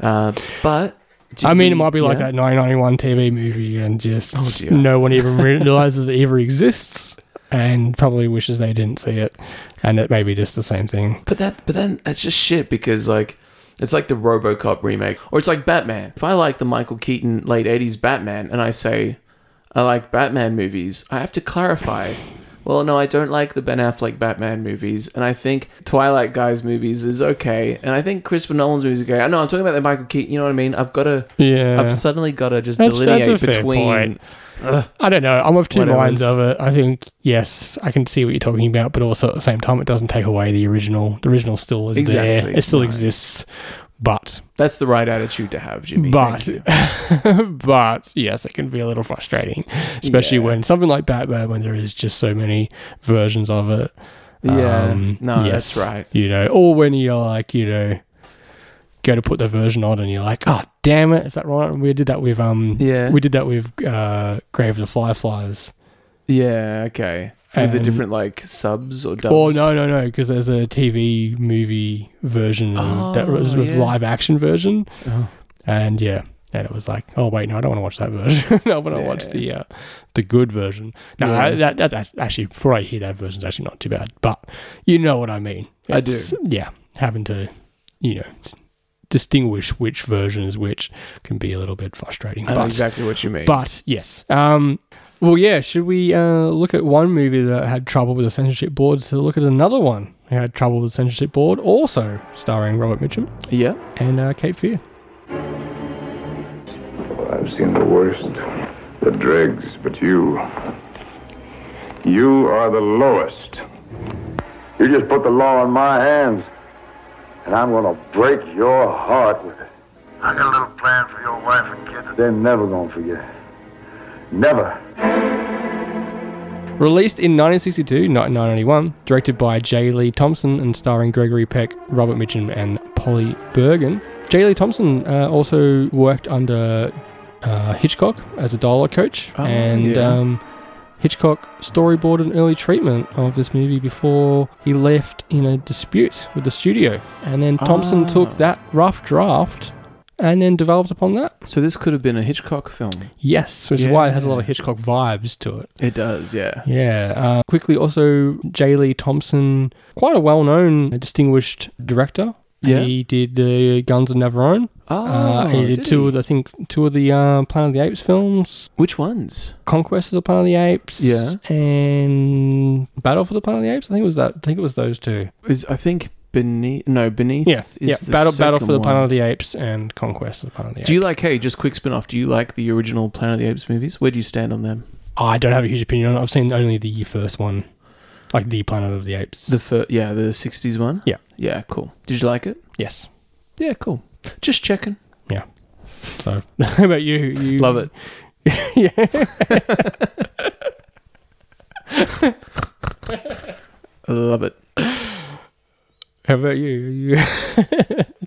S2: uh, but did
S3: I mean, it
S2: we-
S3: might be like
S2: yeah. Oh,
S3: that 991 TV movie, and just
S2: dear.
S3: no one even realizes it ever exists, and probably wishes they didn't see it, and it may be just the same thing.
S2: But that, but then it's just shit because like it's like the RoboCop remake, or it's like Batman. If I like the Michael Keaton late '80s Batman, and I say I like Batman movies, I have to clarify. Well, no, I don't like the Ben Affleck Batman movies, and I think Twilight Guy's movies is okay, and I think Christopher Nolan's movies are okay. I know I'm talking about the Michael Keaton. You know what I mean? I've got to.
S3: Yeah,
S2: I've suddenly got to just
S3: That's- that's
S2: delineate
S3: a fair
S2: between
S3: point. I don't know. I'm of two
S2: Whatever's-
S3: minds of it. I think yes, I can see what you're talking about, but also at the same time, it doesn't take away the original. The original still is
S2: Exactly,
S3: there. It still
S2: no.
S3: exists, but
S2: That's the right attitude to have, Jimmy. Thank
S3: but
S2: you.
S3: but yes, it can be a little frustrating, especially
S2: Yeah.
S3: when something like Batman, when there is just so many versions of it.
S2: yeah,
S3: Um,
S2: no,
S3: yes,
S2: that's right.
S3: You know, or when you're like, you know, go to put the version on and you're like, oh damn it, is that right? And we did that with um,
S2: Yeah.
S3: we did that with uh, Grave of the Fireflies.
S2: Yeah, okay. With the
S3: And-
S2: different like subs or dubs.
S3: Oh no, no, no, because there's a TV movie version of that was
S2: Oh,
S3: with
S2: yeah.
S3: live action version,
S2: Oh.
S3: and yeah, and it was like, oh wait, no, I don't want to watch that version. I want to watch
S2: Yeah.
S3: the uh, the good version. No,
S2: Yeah.
S3: that, that that actually, before I hear that version's actually not too bad, but you know what I mean.
S2: I do.
S3: It's- Yeah, having to, you know, s- distinguish which version is which can be a little bit frustrating.
S2: I know
S3: but
S2: exactly what you mean.
S3: but yes. Um, well, yeah. Should we uh, look at one movie that had trouble with the censorship board to look at another one who had trouble with the censorship board, also starring Robert Mitchum
S2: yeah,
S3: and uh, Kate Fear?
S9: I've seen the worst, the dregs, but you. You are the lowest. You just put the law in my hands, and I'm going to break your heart with it. I got a little plan for your wife and kids. They're never going to forget. Never.
S3: Released in 1962, not 1991, directed by J. Lee Thompson and starring Gregory Peck, Robert Mitchum, and Polly Bergen. J. Lee Thompson uh, also worked under uh, Hitchcock as a dialogue coach,
S2: Oh,
S3: and
S2: yeah.
S3: um, Hitchcock storyboarded an early treatment of this movie before he left in a dispute with the studio. And then Thompson
S2: Ah.
S3: took that rough draft and then developed upon that.
S2: so this could have been a Hitchcock film.
S3: Yes, which is why it has a
S2: Yeah.
S3: lot of Hitchcock vibes to it.
S2: It does, yeah.
S3: Yeah. Uh, quickly, also, J. Lee Thompson, quite a well known, distinguished director.
S2: Yeah.
S3: He did the Guns of Navarone.
S2: Oh,
S3: uh, he did,
S2: did
S3: two
S2: he?
S3: of the, I think, two of the uh, Planet of the Apes films
S2: Which ones?
S3: Conquest of the Planet of the Apes.
S2: Yeah.
S3: And Battle for the Planet of the Apes. I think it was that. I think it was those two.
S2: Is I think beneath? No, beneath.
S3: Yeah.
S2: Is
S3: Yeah.
S2: the
S3: Battle, Battle for
S2: second
S3: the Planet
S2: one.
S3: of the Apes and Conquest of the Planet of the Apes.
S2: Do you like? Hey, just quick spin off. Do you like the original Planet of the Apes movies? Where do you stand on them?
S3: I don't have a huge opinion on it. I've seen only the first one, like the Planet of the Apes.
S2: The fir- yeah, the '60s one.
S3: Yeah.
S2: yeah, cool. Did you like it?
S3: yes.
S2: Yeah, cool. Just checking.
S3: So, how about you? you
S2: Love it.
S3: yeah.
S2: Love it.
S3: How about you? you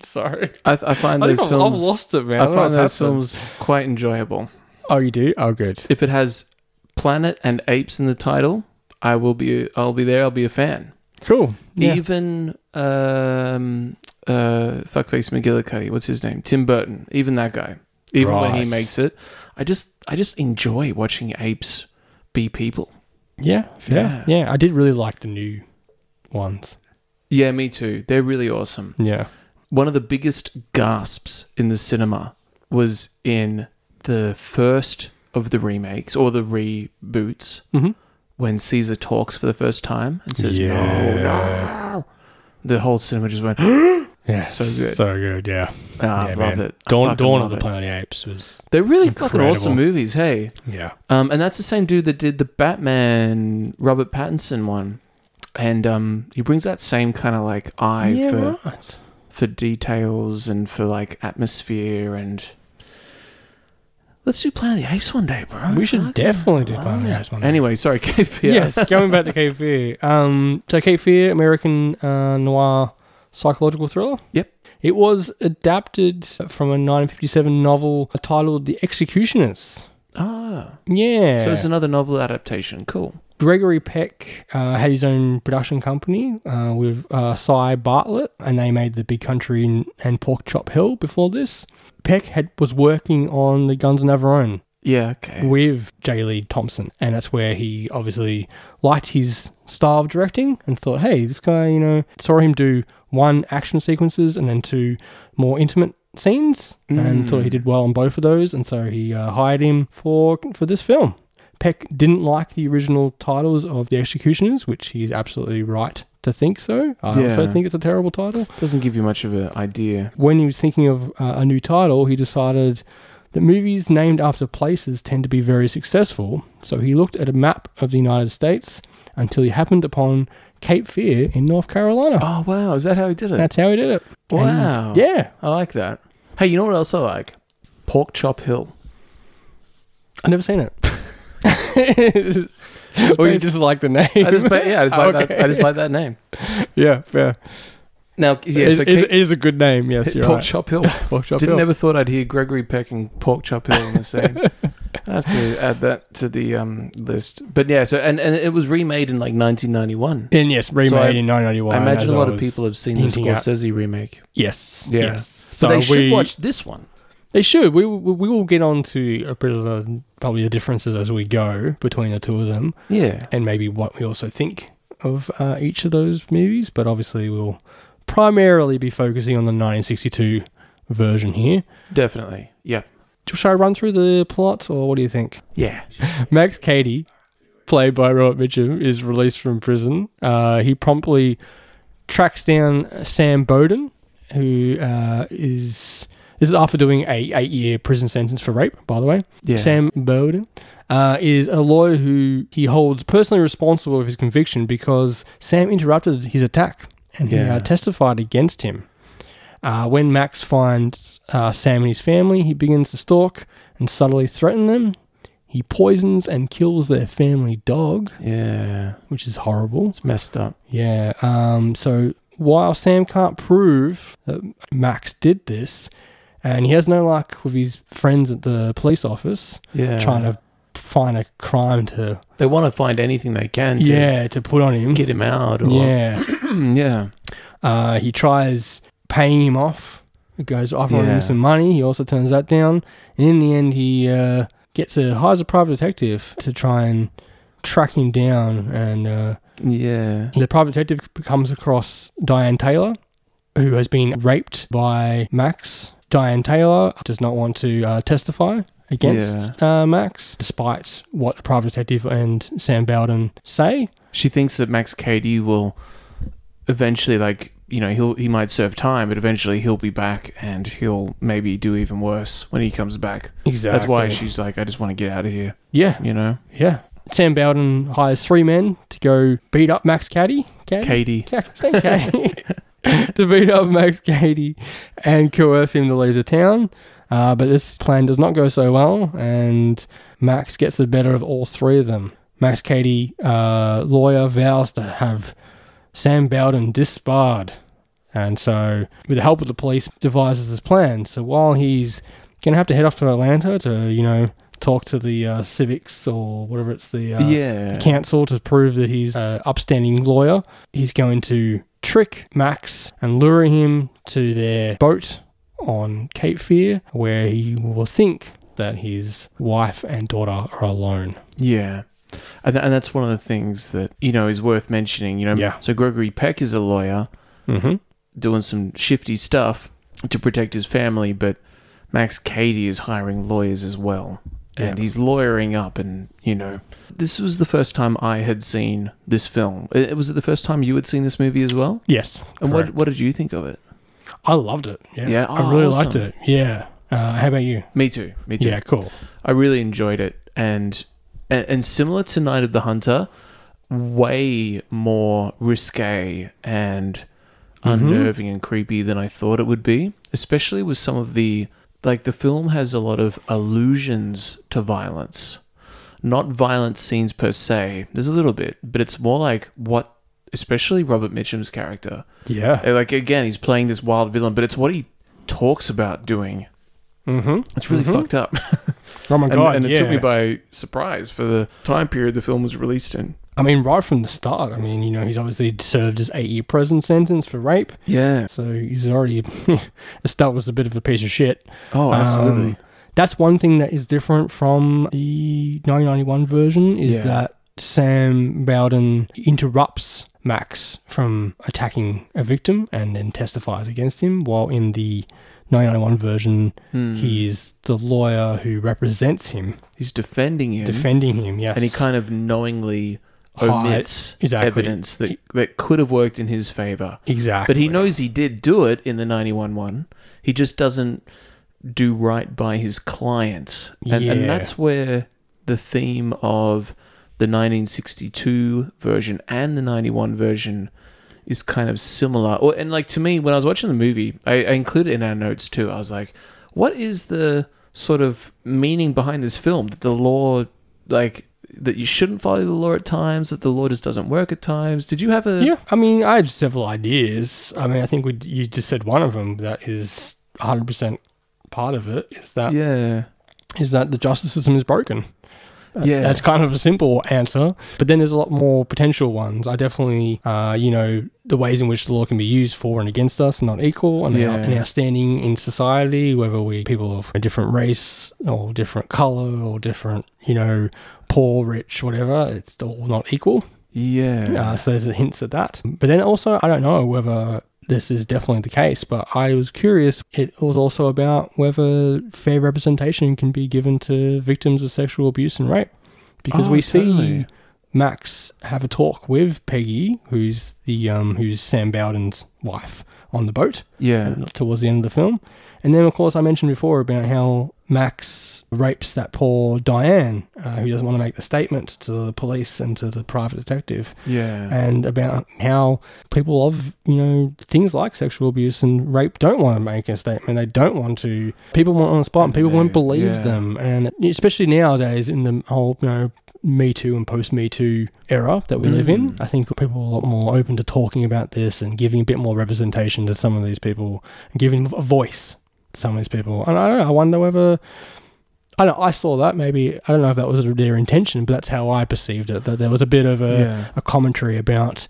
S3: Sorry.
S2: I, I find those films.
S3: it, man.
S2: I find those films quite enjoyable.
S3: Oh, you do? Oh, good.
S2: If it has planet and apes in the title, I will be. I'll be there. I'll be a fan.
S3: Cool. Yeah.
S2: Even um, uh, fuckface McGillicuddy. What's his name? Tim Burton. Even that guy. Even when
S3: Right.
S2: he makes it, I just I just enjoy watching apes be people.
S3: Yeah. Yeah. Yeah. I did really like the new ones.
S2: Yeah, me too. They're really awesome.
S3: Yeah.
S2: One of the biggest gasps in the cinema was in the first of the remakes or the reboots.
S3: Mhm.
S2: when Caesar talks for the first time and says,
S3: yeah.
S2: "No, no," the whole cinema just went,
S3: Yes.
S2: So good.
S3: So good. Yeah.
S2: "Ah,
S3: yeah,
S2: love
S3: man.
S2: it." I
S3: Dawn,
S2: fucking
S3: Dawn of
S2: love
S3: the
S2: it.
S3: Planet of the Apes was.
S2: They're really fucking
S3: Incredible.
S2: awesome movies, hey.
S3: Yeah.
S2: Um, and that's the same dude that did the Batman Robert Pattinson one, and um, he brings that same kind of like eye for
S3: right.
S2: for details and for like atmosphere and. Let's do Planet of the Apes one day, bro.
S3: We should
S2: Fucking
S3: definitely do
S2: love
S3: Planet of the
S2: it.
S3: Apes one day.
S2: Anyway, sorry, KPR.
S3: Yes, going back to Cape Fear. Um, so Cape Fear, American uh, noir psychological thriller.
S2: Yep.
S3: It was adapted from a 1957 novel titled The Executioners.
S2: Ah,
S3: Yeah.
S2: so it's another novel adaptation. Cool.
S3: Gregory Peck uh, had his own production company uh, with uh, Cy Bartlett, and they made The Big Country and, and Pork Chop Hill before this. Peck had was working on The Guns of Navarone
S2: Yeah. Okay.
S3: with J. Lee Thompson, and that's where he obviously liked his style of directing and thought, hey, this guy, you know, saw him do one action sequences and then two more intimate scenes,
S2: Mm.
S3: and thought he did well on both of those, and so he uh, hired him for for this film. Peck didn't like the original titles of The Executioners, which he's absolutely right to think so. I also
S2: Yeah.
S3: think it's a terrible title
S2: Doesn't give you much of an idea.
S3: when he was thinking of uh, a new title, he decided that movies named after places tend to be very successful, so he looked at a map of the United States until he happened upon Cape Fear in North Carolina.
S2: Oh wow, is that how he did it?
S3: That's how he did it. And
S2: Wow.
S3: yeah.
S2: I like that. Hey, you know what else I like? Pork Chop Hill.
S3: I've never seen it. or you
S2: based-
S3: just like the name.
S2: I just, but yeah, I just like that.
S3: Okay.
S2: I just like that name.
S3: Yeah, fair.
S2: Now, yeah,
S3: it,
S2: so
S3: it-
S2: Kate-
S3: it is a good name. Yes, you're
S2: Pork
S3: right.
S2: Chop Hill.
S3: Pork chop
S2: Didn't
S3: hill.
S2: never thought I'd hear Gregory Peck and Pork Chop Hill in the same. I have to add that to the um, list. But yeah, so and, and it was remade in like 1991.
S3: And yes, remade
S2: So I-
S3: in 1991.
S2: I imagine
S3: as
S2: a lot of
S3: was-
S2: people have seen the
S3: hinting at.
S2: Scorsese remake.
S3: Yes.
S2: Yeah.
S3: Yes.
S2: So
S3: So
S2: they should
S3: we-
S2: watch this one.
S3: They should. We, we we will get on to a bit of the, probably the differences as we go between the two of them,
S2: Yeah.
S3: and maybe what we also think of uh, each of those movies. But obviously, we'll primarily be focusing on the 1962 version here.
S2: Definitely. Yeah.
S3: Shall I run through the plot, or what do you think?
S2: Yeah.
S3: Max Cady, played by Robert Mitchum, is released from prison. Uh, he promptly tracks down Sam Bowden, who uh, is this is after doing a eight year prison sentence for rape, by the way.
S2: Yeah.
S3: Sam Bowden uh, is a lawyer who he holds personally responsible for his conviction because Sam interrupted his attack and he
S2: Yeah.
S3: uh, testified against him. Uh, when Max finds uh, Sam and his family, he begins to stalk and subtly threaten them. He poisons and kills their family dog,
S2: Yeah.
S3: which is horrible.
S2: It's messed up.
S3: Yeah. Um, so while Sam can't prove that Max did this, and he has no luck with his friends at the police office
S2: Yeah.
S3: trying to find a crime to
S2: They want to find anything they can to
S3: yeah to put on him.
S2: get him out. Or,
S3: Yeah.
S2: Mm, yeah.
S3: Uh, he tries paying him off. He goes offering
S2: Yeah.
S3: him some money. He also turns that down. And in the end, he uh, gets a hires a private detective to try and track him down. And uh,
S2: Yeah.
S3: the private detective comes across Diane Taylor, who has been raped by Max. Diane Taylor does not want to uh, testify against uh, Max, despite what the private detective and Sam Bowden say.
S2: She thinks that Max Cady will eventually, like, you know, he'll he might serve time, but eventually he'll be back and he'll maybe do even worse when he comes back.
S3: Exactly.
S2: That's why she's like, I just want to get out of here.
S3: Yeah.
S2: You know,
S3: Yeah. Sam Bowden hires three men to go beat up Max Caddy. Caddy?
S2: Cady.
S3: Okay. to beat up Max Cady and coerce him to leave the town. Uh, but this plan does not go so well, and Max gets the better of all three of them. Max Cady, uh, lawyer, vows to have Sam Bowden disbarred. And so, with the help of the police, devises his plan. So while he's going to have to head off to Atlanta to, you know, talk to the uh, civics or whatever it's the uh,
S2: yeah.
S3: counsel to prove that he's an upstanding lawyer. He's going to trick Max and lure him to their boat on Cape Fear, where he will think that his wife and daughter are alone.
S2: Yeah. And, tha- and that's one of the things that, you know, is worth mentioning. You know,
S3: Yeah.
S2: so Gregory Peck is a lawyer
S3: Mm-hmm.
S2: doing some shifty stuff to protect his family, but Max Cady is hiring lawyers as well. And
S3: Yeah.
S2: he's lawyering up, and, you know, this was the first time I had seen this film. I- Was it the first time you had seen this movie as well?
S3: Yes.
S2: And what,
S3: correct.
S2: what did you think of it?
S3: I loved it. Yeah.
S2: Yeah?
S3: I really
S2: Oh,
S3: liked
S2: awesome.
S3: it. Yeah. Uh, how about you?
S2: Me too. Me too.
S3: Yeah, cool.
S2: I really enjoyed it, and and, and similar to Night of the Hunter, way more risque and
S3: Mm-hmm.
S2: unnerving and creepy than I thought it would be. Especially with some of the like the film has a lot of allusions to violence, not violent scenes per se. There's a little bit, but it's more like what, especially Robert Mitchum's character.
S3: Yeah.
S2: Uh, Like again, he's playing this wild villain, but it's what he talks about doing.
S3: Mm-hmm.
S2: It's really fucked up.
S3: Oh my
S2: and,
S3: god.
S2: and it
S3: yeah.
S2: took me by surprise for the time period the film was released in.
S3: I mean, right from the start. I mean, you know, he's obviously served his eight-year prison sentence for rape.
S2: Yeah.
S3: So he's already established a bit of a piece of shit.
S2: Oh, absolutely.
S3: Um, that's one thing that is different from the 1991 version is
S2: Yeah.
S3: that Sam Bowden interrupts Max from attacking a victim and then testifies against him, while in the 1991 version,
S2: Hmm.
S3: he is the lawyer who represents him,
S2: He's defending him,
S3: defending him. Yes,
S2: Hmm. and he kind of knowingly
S3: Hide-
S2: omits
S3: Exactly.
S2: evidence that that could have worked in his favor.
S3: exactly.
S2: But he knows he did do it in the 91 one. He just doesn't do right by his client. And, and
S3: Yeah.
S2: that's where the theme of the 1962 version and the 91 version is kind of similar. Or and like to me, when I was watching the movie, I, I included in our notes too. I was like, what is the sort of meaning behind this film that the law, like that you shouldn't follow the law at times, that the law just doesn't work at times? Did you have a
S3: Yeah, I mean, I have several ideas. I mean, I think we, you just said one of them that is 100% part of it is that is
S2: yeah
S3: that the justice system is broken.
S2: yeah
S3: That's kind of a simple answer, but then there's a lot more potential ones. I definitely, uh, you know, the ways in which the law can be used for and against us are not equal, and,
S2: Yeah.
S3: our, and our standing in society, whether we people of a different race or different color or different, you know, poor, rich, whatever, it's all not equal.
S2: yeah
S3: Uh, so there's hints at that. But then also, I don't know whether this is definitely the case, but I was curious. It was also about whether fair representation can be given to victims of sexual abuse and rape. Because
S2: Oh,
S3: we
S2: totally.
S3: see Max have a talk with Peggy, who's the um, who's Sam Bowden's wife on the boat
S2: yeah
S3: towards the end of the film. And then, of course, I mentioned before about how Max rapes that poor Diane, uh, who doesn't want to make the statement to the police and to the private detective
S2: yeah
S3: and about how people of you know things like sexual abuse and rape don't want to make a statement. They don't want to. People want on the spot, and people won't
S2: They-
S3: believe
S2: yeah.
S3: them. And especially nowadays in the whole you know Me Too and post Me Too era that we live in,
S2: Mm.
S3: I think people are a lot more open to talking about this and giving a bit more representation to some of these people, and giving a voice to some of these people. And I don't know. I wonder whether. I, don't, I saw that maybe I don't know if that was their intention, but that's how I perceived it. That there was a bit of a
S2: Yeah.
S3: a commentary about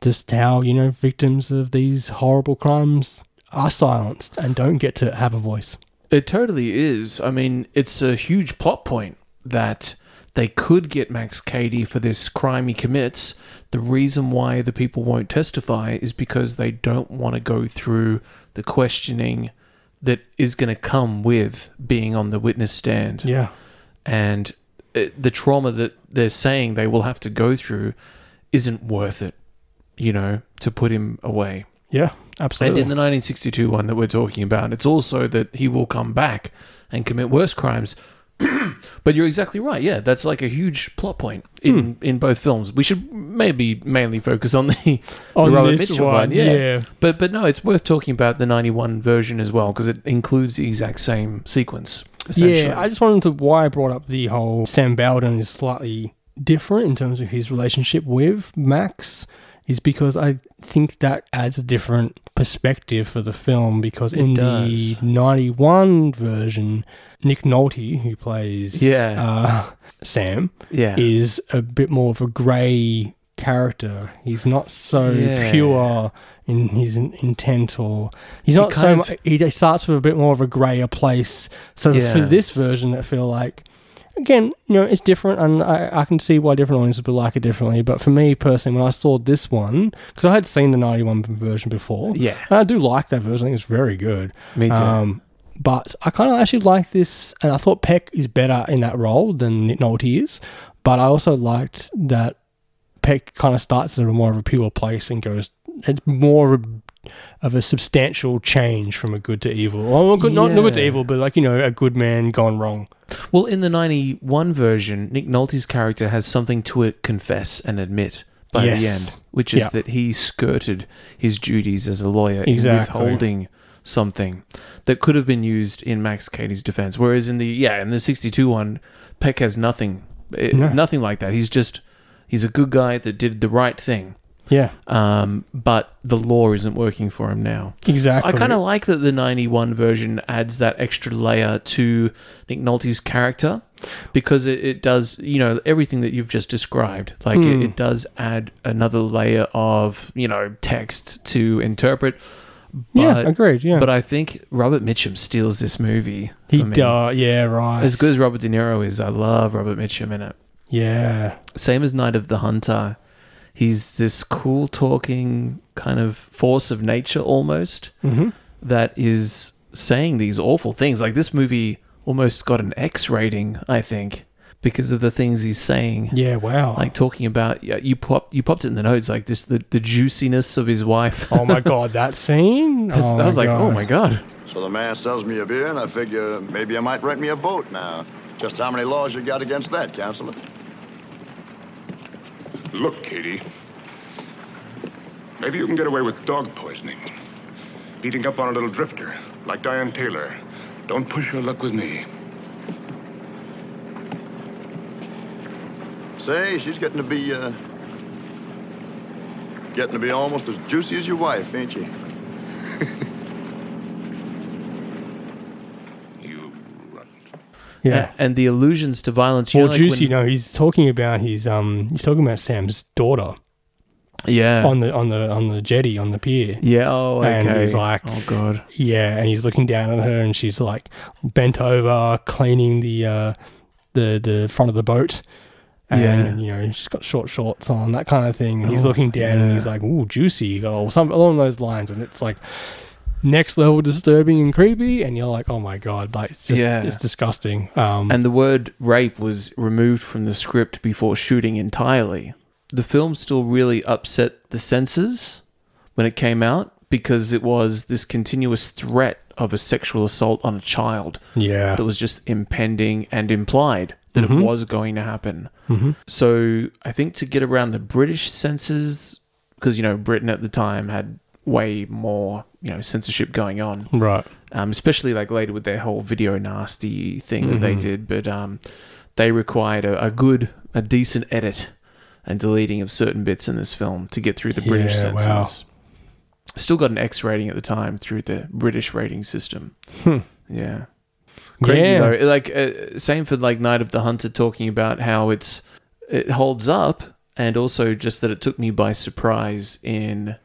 S3: just how you know victims of these horrible crimes are silenced and don't get to have a voice.
S2: It totally is. I mean, it's a huge plot point that they could get Max Cady for this crime he commits. The reason why the people won't testify is because they don't want to go through the questioning that is going to come with being on the witness stand.
S3: Yeah,
S2: And it, the trauma that they're saying they will have to go through isn't worth it, you know, to put him away.
S3: yeah,
S2: And
S3: absolutely.
S2: in the 1962 one that we're talking about, it's also that he will come back and commit worse crimes. but you're exactly right. Yeah, that's like a huge plot point in,
S3: Hmm.
S2: in both films. We should maybe mainly focus on the,
S3: On
S2: the Robert
S3: this
S2: Mitchell
S3: one,
S2: one. yeah.
S3: yeah.
S2: But but no, it's worth talking about the 91 version as well because it includes the exact same sequence. Essentially.
S3: yeah, I just wanted to why I brought up the whole Sam Bowden is slightly different in terms of his relationship with Max is because I think that adds a different perspective for the film because in the
S2: does.
S3: 91 version Nick Nolte who plays
S2: Yeah.
S3: uh, Sam
S2: yeah.
S3: is a bit more of a grey character. He's not so
S2: Yeah.
S3: pure in his in- intent, or he's not so.
S2: kind
S3: mu
S2: of-
S3: he just starts with a bit more of a greyer place. So for
S2: Yeah.
S3: this version, I feel like. Again, you know, it's different, and I, I can see why different audiences would like it differently. But for me personally, when I saw this one, because I had seen the 91 version before,
S2: Yeah.
S3: and I do like that version, I think it's very good.
S2: Me too.
S3: Um, but I kind of actually like this, and I thought Peck is better in that role than Nick Nolte is. But I also liked that Peck kind of starts at a more of a pure place and goes. It's more of a, of a substantial change from a good to evil. Well, not good, not, not good to
S2: Yeah.
S3: evil, but like you know, a good man gone wrong.
S2: Well, in the 91 version, Nick Nolte's character has something to confess and admit by the
S3: Yes.
S2: end, which is
S3: Yeah.
S2: that he skirted his duties as a lawyer
S3: Exactly.
S2: in withholding something that could have been used in Max Cady's defense. Whereas in the yeah, in the 62 one, Peck has nothing eh,
S3: No.
S2: nothing like that. He's just he's a good guy that did the right thing.
S3: Yeah,
S2: Um, but the law isn't working for him now.
S3: exactly.
S2: I kind of like that the 91 version adds that extra layer to Nick Nolte's character because it, it does, you know, everything that you've just described. Like, it,
S3: Hmm.
S2: it does add another layer of, you know, text to interpret. But,
S3: yeah, agreed. Yeah,
S2: But I think Robert Mitchum steals this movie.
S3: he
S2: for me.
S3: does. Yeah, right.
S2: As good as Robert De Niro is, I love Robert Mitchum in it.
S3: Yeah,
S2: Same as Night of the Hunter. He's this cool talking kind of force of nature almost
S3: hmm
S2: that is saying these awful things. Like this movie almost got an X rating, I think, because of the things he's saying.
S3: yeah. Wow.
S2: Like talking about yeah, you popped you popped it in the notes like this the, the juiciness of his wife.
S3: oh my god, that scene.
S2: That's-
S3: oh
S2: I was
S3: my
S2: like, oh
S3: God.
S2: my god,
S7: So the man sells me a beer, and I figure maybe I might rent me a boat now. Just how many laws you got against that, counselor?
S9: Look, Katie. Maybe you can get away with dog poisoning. Beating up on a little drifter, like Diane Taylor. Don't push your luck with me.
S7: Say, she's getting to be, uh. getting to be almost as juicy as your wife, ain't she?
S9: You uh, runt.
S3: Yeah.
S2: A- and the allusions to violence. You
S3: Well,
S2: know, like
S3: juicy.
S2: when-
S3: no, he's talking about his um. He's talking about Sam's daughter
S2: Yeah.
S3: on the on the on the jetty on the pier.
S2: yeah. Oh, okay.
S3: And he's like-
S2: oh god.
S3: Yeah, and he's looking down at her, and she's like bent over, cleaning the uh, the the front of the boat. And,
S2: Yeah. Oh,
S3: you know, she's got short shorts on, that kind of thing. And he's looking down, and he's like, "Ooh, juicy," or something along those lines. And it's like next level disturbing and creepy. And you're like, "Oh my god!" Like, it's just,
S2: Yeah.
S3: it's disgusting. Um,
S2: And the word rape was removed from the script before shooting entirely. The film still really upset the censors when it came out because it was this continuous threat of a sexual assault on a child
S3: yeah,
S2: that was just impending and implied that it was going to happen. So I think to get around the British censors, because, you know, Britain at the time had way more, you know, censorship going on
S3: right.
S2: um, especially like later with their whole video nasty thing that they did. But um, they required a, a good, a decent edit and deleting of certain bits in this film to get through the British
S3: Yeah,
S2: censors.
S3: wow.
S2: Still got an X rating at the time through the British rating system. Yeah. Crazy
S3: Yeah.
S2: though. Like uh, same for like Night of the Hunter talking about how it's it holds up and also just that it took me by surprise in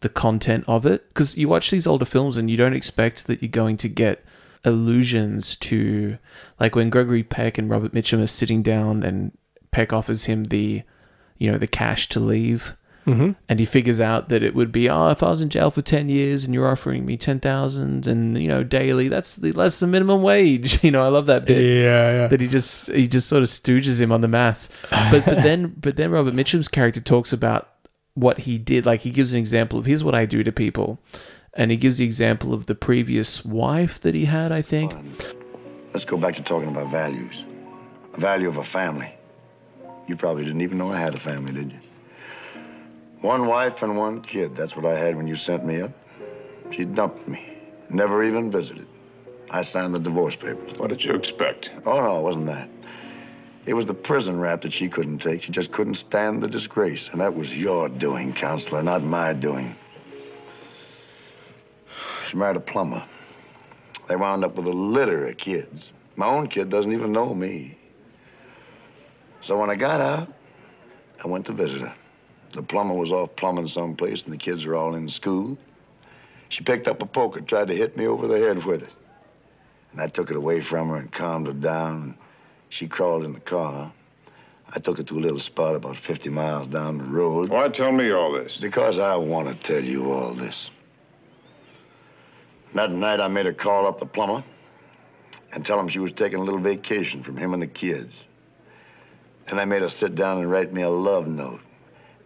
S2: the content of it because you watch these older films and you don't expect that you're going to get allusions to like when Gregory Peck and Robert Mitchum are sitting down and Peck offers him the you know the cash to leave mm-hmm. and he figures out that it would be oh if I was in jail for 10 years and you're offering me 10,000 and you know daily that's the that's the minimum wage you know I love that bit
S3: Yeah, yeah.
S2: that he just he just sort of stooges him on the maths. But but then but then Robert Mitchum's character talks about what he did. Like he gives an example of here's what I do to people, and he gives the example of the previous wife that he had. I think.
S7: Let's go back to talking about values. The value of a family. You probably didn't even know I had a family, did you? One wife and one kid. That's what I had when you sent me up. She dumped me. Never even visited. I signed the divorce papers.
S9: What did you expect?
S7: Oh, no, it wasn't that. It was the prison rap that she couldn't take. She just couldn't stand the disgrace. And that was your doing, counselor, not my doing. She married a plumber. They wound up with a litter of kids. My own kid doesn't even know me. So when I got out, I went to visit her. The plumber was off plumbing someplace, and the kids were all in school. She picked up a poker, tried to hit me over the head with it. And I took it away from her and calmed her down. She crawled in the car. I took her to a little spot about 50 miles down the road.
S9: Why tell me all this?
S7: Because I want to tell you all this. That night, I made her call up the plumber and tell him she was taking a little vacation from him and the kids. Then I made her sit down and write me a love note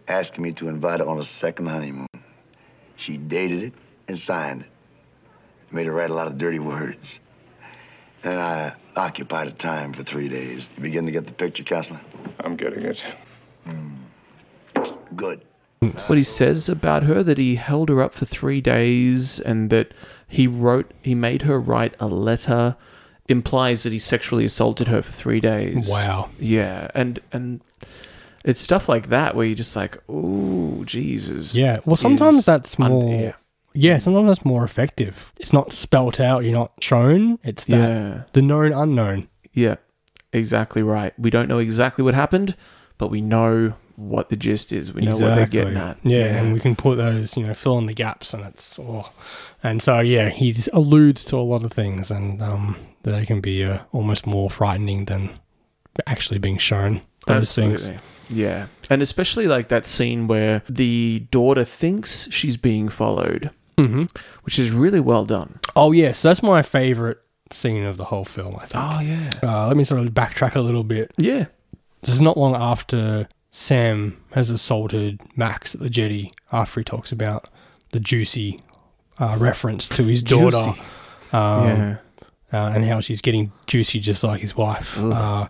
S7: asking me to invite her on a second honeymoon. She dated it and signed it. I made her write a lot of dirty words. Then I occupied her time for three days. You begin to get the picture, counselor?
S9: I'm getting it.
S7: Good.
S2: what he says about her that he held her up for three days and that he wrote he made her write a letter implies that he sexually assaulted her for three days
S3: Wow.
S2: yeah and and it's stuff like that where you're just like oh jesus
S3: Yeah. Well,
S2: is
S3: sometimes that's
S2: un-
S3: more.
S2: yeah.
S3: yeah. sometimes that's more effective. It's not spelt out. You're not shown. It's that
S2: Yeah.
S3: the known unknown.
S2: Yeah, exactly right. We don't know exactly what happened, but we know what the gist is. We know what they're getting at.
S3: Yeah, and we can put those, you know, fill in the gaps, and it's, oh. and so yeah, he alludes to a lot of things, and um, they can be uh, almost more frightening than actually being shown. Those things.
S2: Yeah. And especially like that scene where the daughter thinks she's being followed, mm-hmm. which is really well done.
S3: Oh yes, that's my favorite scene of the whole film. I think.
S2: yeah.
S3: Uh, let me sort of backtrack a little bit.
S2: Yeah.
S3: This is not long after Sam has assaulted Max at the jetty after he talks about the juicy uh, reference to his daughter.
S2: Juicy.
S3: Um,
S2: yeah.
S3: uh, and how she's getting juicy just like his wife. Uh,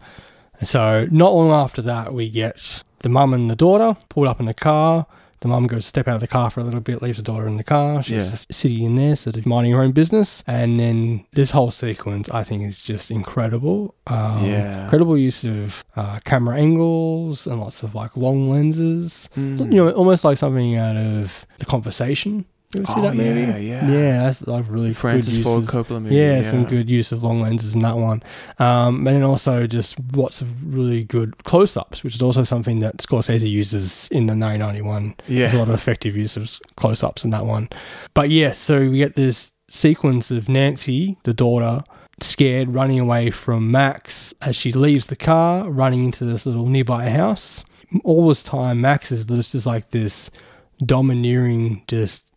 S3: and so, not long after that, we get the mum and the daughter pulled up in the car. The mum goes to step out of the car for a little bit, leaves the daughter in the car. She's
S2: Yeah.
S3: just sitting in there, sort of minding her own business. And then this whole sequence, I think, is just incredible. Um,
S2: Yeah.
S3: Incredible use of uh, camera angles and lots of like long lenses.
S2: Hmm.
S3: You know, almost like something out of the conversation. You ever see
S2: Oh,
S3: that movie?
S2: yeah, yeah.
S3: Yeah, that's like really good
S2: Francis Ford
S3: uses.
S2: Coppola movie,
S3: Yeah, some
S2: yeah.
S3: good use of long lenses in that one. Um, and then also just lots of really good close ups, which is also something that Scorsese uses in the 991. There's a
S2: Yeah.
S3: lot of effective use of close ups in that one. But yeah, so we get this sequence of Nancy, the daughter, scared, running away from Max as she leaves the car, running into this little nearby house. All this time, Max is just is like this domineering, just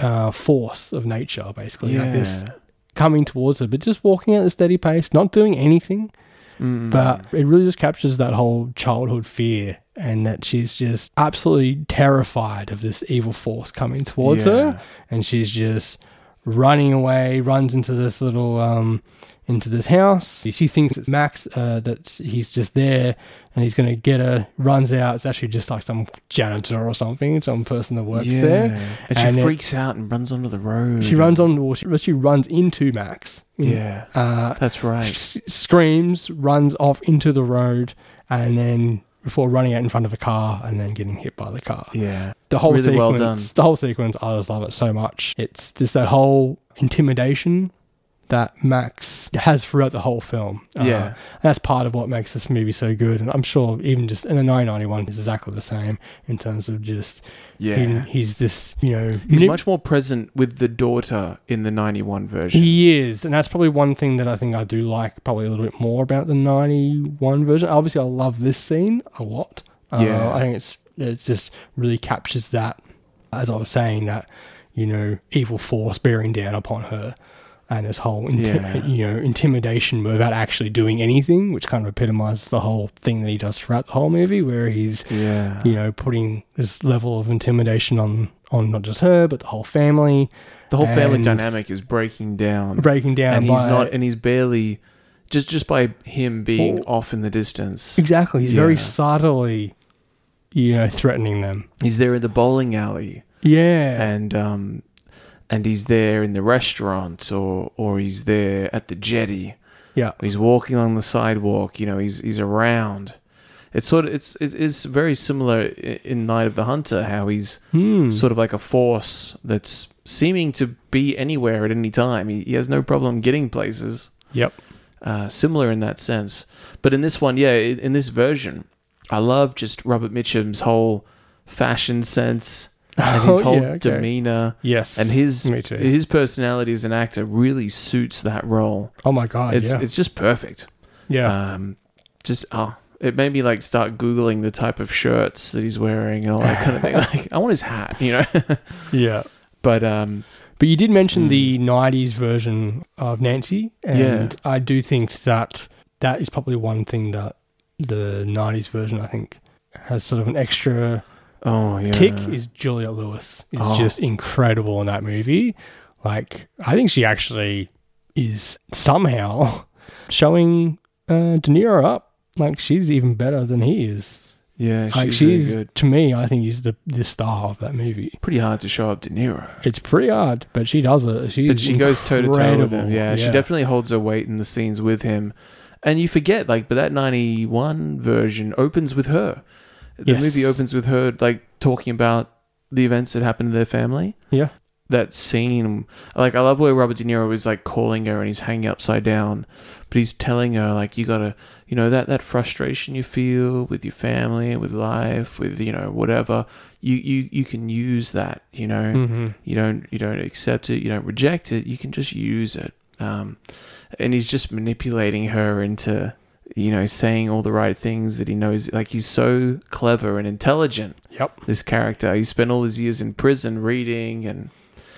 S3: uh, force of nature, basically. Like this
S2: Yeah.
S3: coming towards her, but just walking at a steady pace, not doing anything.
S2: Mm.
S3: But it really just captures that whole childhood fear and that she's just absolutely terrified of this evil force coming towards
S2: Yeah.
S3: her. And she's just running away, runs into this little, um, into this house. She thinks it's Max, uh, that he's just there and he's going to get her, runs out. It's actually just like some janitor or something, some person that works
S2: Yeah.
S3: there.
S2: And she
S3: And it-
S2: freaks out and runs onto the road.
S3: She runs on, well, she, she runs into Max.
S2: Yeah.
S3: Uh,
S2: That's right.
S3: s- screams, runs off into the road, and then before running out in front of a car and then getting hit by the car.
S2: Yeah.
S3: The whole
S2: Really
S3: sequence,
S2: well done.
S3: the whole sequence, I just love it so much. It's just that whole intimidation that Max has throughout the whole film.
S2: Yeah.
S3: and that's part of what makes this movie so good. And I'm sure even just in the 991 is exactly the same in terms of just
S2: Yeah.
S3: him- he's this you know
S2: He's
S3: nip-
S2: much more present with the daughter in the 91 version.
S3: He is, and that's probably one thing that I think I do like probably a little bit more about the '91 version. Obviously, I love this scene a lot. Uh,
S2: Yeah.
S3: I think it's it just really captures that, as I was saying, that you know evil force bearing down upon her, and this whole inti-
S2: Yeah.
S3: you know intimidation without actually doing anything, which kind of epitomizes the whole thing that he does throughout the whole movie, where he's
S2: Yeah.
S3: you know putting this level of intimidation on on not just her but the whole family.
S2: The whole family
S3: And-
S2: dynamic is breaking down.
S3: Breaking down,
S2: and he's
S3: by-
S2: not and he's barely just just by him being off in the distance.
S3: Exactly. He's very
S2: Yeah.
S3: subtly, you know, threatening them.
S2: He's there in the bowling alley
S3: Yeah.
S2: and um and he's there in the restaurant or or he's there at the jetty.
S3: yeah.
S2: He's walking along the sidewalk, you know, he's he's around. It's sort of it's it is very similar i- in Night of the Hunter how he's
S3: Hmm.
S2: sort of like a force that's seeming to be anywhere at any time. He, he has no problem getting places.
S3: Yep.
S2: uh, similar in that sense. But in this one, yeah, in, in this version, I love just Robert Mitchum's whole fashion sense and his
S3: Oh,
S2: whole
S3: yeah, okay.
S2: demeanor.
S3: Yes.
S2: And his
S3: Me too.
S2: his personality as an actor really suits that role.
S3: oh my god.
S2: It's
S3: yeah.
S2: it's just perfect.
S3: yeah.
S2: Um, just oh, it made me like start googling the type of shirts that he's wearing and all that kind of thing. Like I want his hat, you know.
S3: yeah.
S2: but um,
S3: But you did mention the
S2: Hmm.
S3: '90s version of Nancy, and I do think that that is probably one thing that the '90s version I think has sort of an extra
S2: oh yeah, Oh.
S3: tick. Is Juliet Lewis is just incredible in that movie. Like I think she actually is somehow showing uh, De Niro up. Like she's even better than he is.
S2: yeah,
S3: Like
S2: she's, really
S3: she's,
S2: good.
S3: to me, I think is the the star of that movie.
S2: Pretty hard to show up De Niro.
S3: It's pretty hard, but she does it. She's
S2: but she goes toe to toe with him.
S3: incredible.
S2: Yeah, she definitely holds her weight in the scenes with him. And you forget, like, but that 91 version opens with her. The
S3: Yes.
S2: movie opens with her, like, talking about the events that happened to their family.
S3: Yeah.
S2: That scene, like, I love where Robert De Niro is, like, calling her and he's hanging upside down, but he's telling her, like, you gotta, you know, that, that frustration you feel with your family, with life, with, you know, whatever, you, you, you can use that, you know, you don't you don't accept it you don't reject it you can just use it um, and he's just manipulating her into you know saying all the right things that he knows like he's so clever and intelligent
S3: Yep.
S2: this character he spent all his years in prison reading and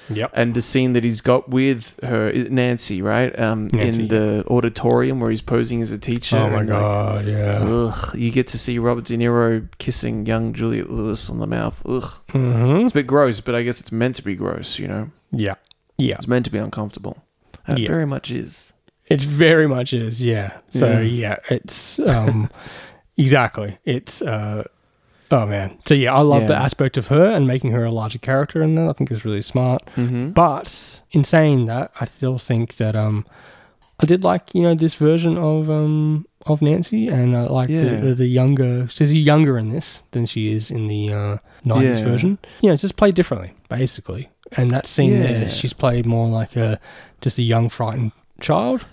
S3: Yep.
S2: and the scene that he's got with her Nancy right um,
S3: Nancy.
S2: in the auditorium where he's posing as a teacher
S3: oh my
S2: and, like,
S3: god. yeah.
S2: Ugh, you get to see Robert De Niro kissing young Juliet Lewis on the mouth. Ugh,
S3: hmm
S2: it's a bit gross, but I guess it's meant to be gross, you know.
S3: Yeah. Yeah.
S2: It's meant to be uncomfortable. It
S3: Yeah.
S2: very much is.
S3: It very much is, yeah.
S2: Yeah.
S3: So yeah, it's um exactly. It's uh oh man. So yeah, I love the
S2: Yeah.
S3: aspect of her and making her a larger character in that I think is really smart.
S2: Mm-hmm.
S3: But in saying that, I still think that um I did like, you know, this version of um of Nancy and I like
S2: Yeah.
S3: the, the, the younger she's younger in this than she is in the uh nineties
S2: Yeah.
S3: version. You know, it's just played differently, basically. And that scene
S2: Yeah.
S3: there, she's played more like a just a young frightened child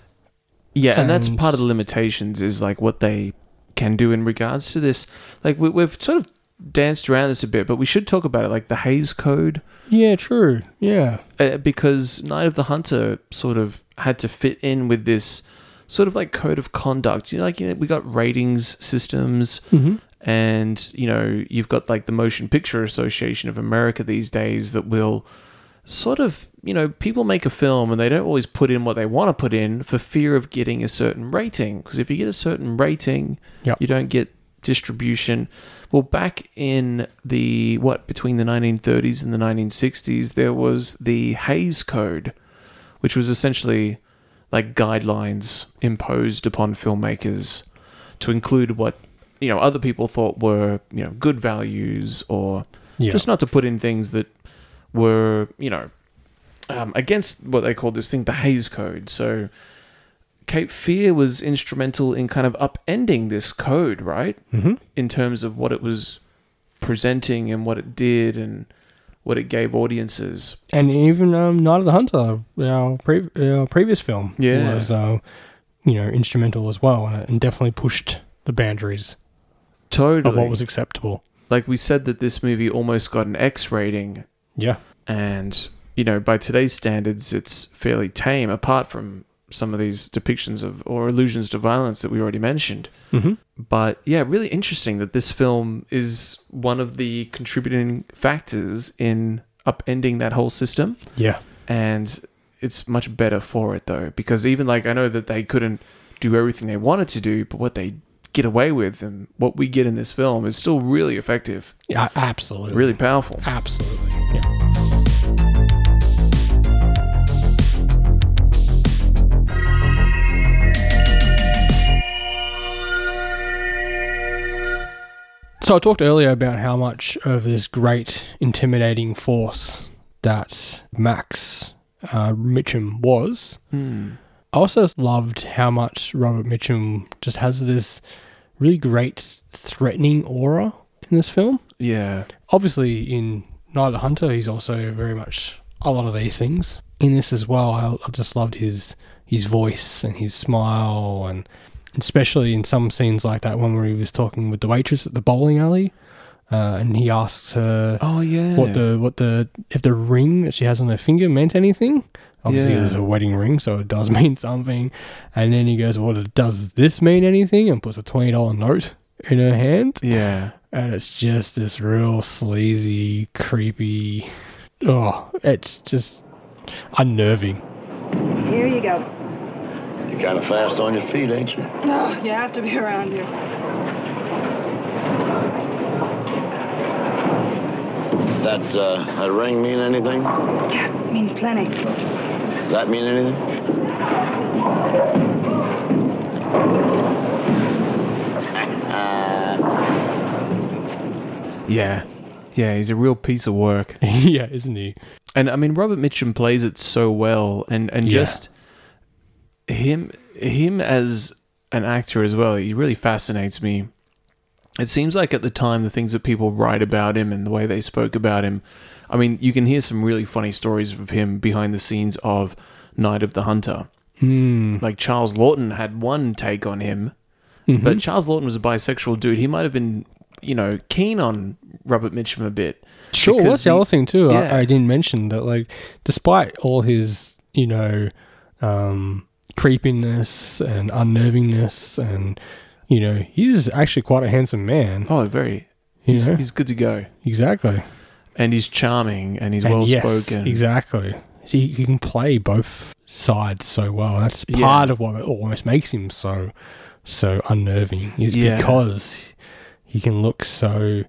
S2: Yeah, and that's
S3: And-
S2: part of the limitations is like what they can do in regards to this. Like we, we've sort of danced around this a bit, but we should talk about it. Like the Hayes Code,
S3: Yeah, true. Yeah.
S2: uh, because Night of the Hunter sort of had to fit in with this sort of like code of conduct. You know, like you know, we got ratings systems, and you know, you've got like the Motion Picture Association of America these days that will sort of you know people make a film and they don't always put in what they want to put in for fear of getting a certain rating because if you get a certain rating
S3: Yep.
S2: you don't get distribution well back in the what between the 1930s and the 1960s there was the Hayes Code which was essentially like guidelines imposed upon filmmakers to include what you know other people thought were you know good values or
S3: Yeah.
S2: just not to put in things that were you know um, against what they called this thing the Hayes Code. So Cape Fear was instrumental in kind of upending this code, right? Mm-hmm. In terms of what it was presenting and what it did and what it gave audiences.
S3: And even um, Night of the Hunter, our, pre- our previous film,
S2: Yeah.
S3: was uh, you know instrumental as well, and, and definitely pushed the boundaries of
S2: Totally.
S3: what was acceptable.
S2: like we said that this movie almost got an X rating
S3: Yeah.
S2: and you know by today's standards it's fairly tame apart from some of these depictions of or allusions to violence that we already mentioned
S3: Mhm.
S2: but yeah really interesting that this film is one of the contributing factors in upending that whole system
S3: Yeah.
S2: and it's much better for it though because even like i know that they couldn't do everything they wanted to do but what they get away with and what we get in this film is still really effective
S3: Yeah. Absolutely.
S2: really powerful
S3: Absolutely. Yeah. So I talked earlier about how much of this great intimidating force that Max uh, Mitchum was. I also loved how much Robert Mitchum just has this really great threatening aura in this film.
S2: yeah
S3: Obviously, in Night of the Hunter, he's also very much a lot of these things. In this as well, I, I just loved his his voice and his smile, and especially in some scenes like that one where he was talking with the waitress at the bowling alley, uh, and he asks her
S2: oh yeah
S3: what the what the if the ring that she has on her finger meant anything. Obviously, it
S2: Yeah.
S3: was a wedding ring, so it does mean something. And then he goes, "Well, does this mean anything?" and puts a twenty dollar note in her hand
S2: Yeah.
S3: and it's just this real sleazy, creepy. Oh, it's just unnerving.
S4: Here you go.
S7: You're kind of fast on your feet, ain't you?
S4: No, you have to be around here.
S7: That uh, that ring mean anything?
S4: Yeah, means plenty.
S7: Does that mean anything?
S2: Yeah. Yeah, he's a real piece of work.
S3: yeah, isn't he?
S2: And I mean Robert Mitchum plays it so well and and
S3: Yeah.
S2: just him him as an actor as well, he really fascinates me. It seems like at the time the things that people write about him and the way they spoke about him, I mean, you can hear some really funny stories of him behind the scenes of Night of the Hunter.
S3: Hmm.
S2: Like Charles Lawton had one take on him But Charles Lawton was a bisexual dude. He might have been, you know, keen on Robert Mitchum a bit.
S3: Sure.
S2: Because
S3: What's the
S2: he-
S3: other thing too?
S2: Yeah.
S3: I, I didn't mention that. Like, despite all his, you know, um, creepiness and unnervingness, and you know, he's actually quite a handsome man.
S2: Oh, very.
S3: You
S2: He's,
S3: know?
S2: he's good to go.
S3: Exactly.
S2: And he's charming and he's
S3: And
S2: well
S3: yes,
S2: spoken.
S3: Exactly. So he, he can play both sides so well. That's
S2: Yeah.
S3: part of what almost makes him so so unnerving is
S2: Yeah.
S3: because he can look so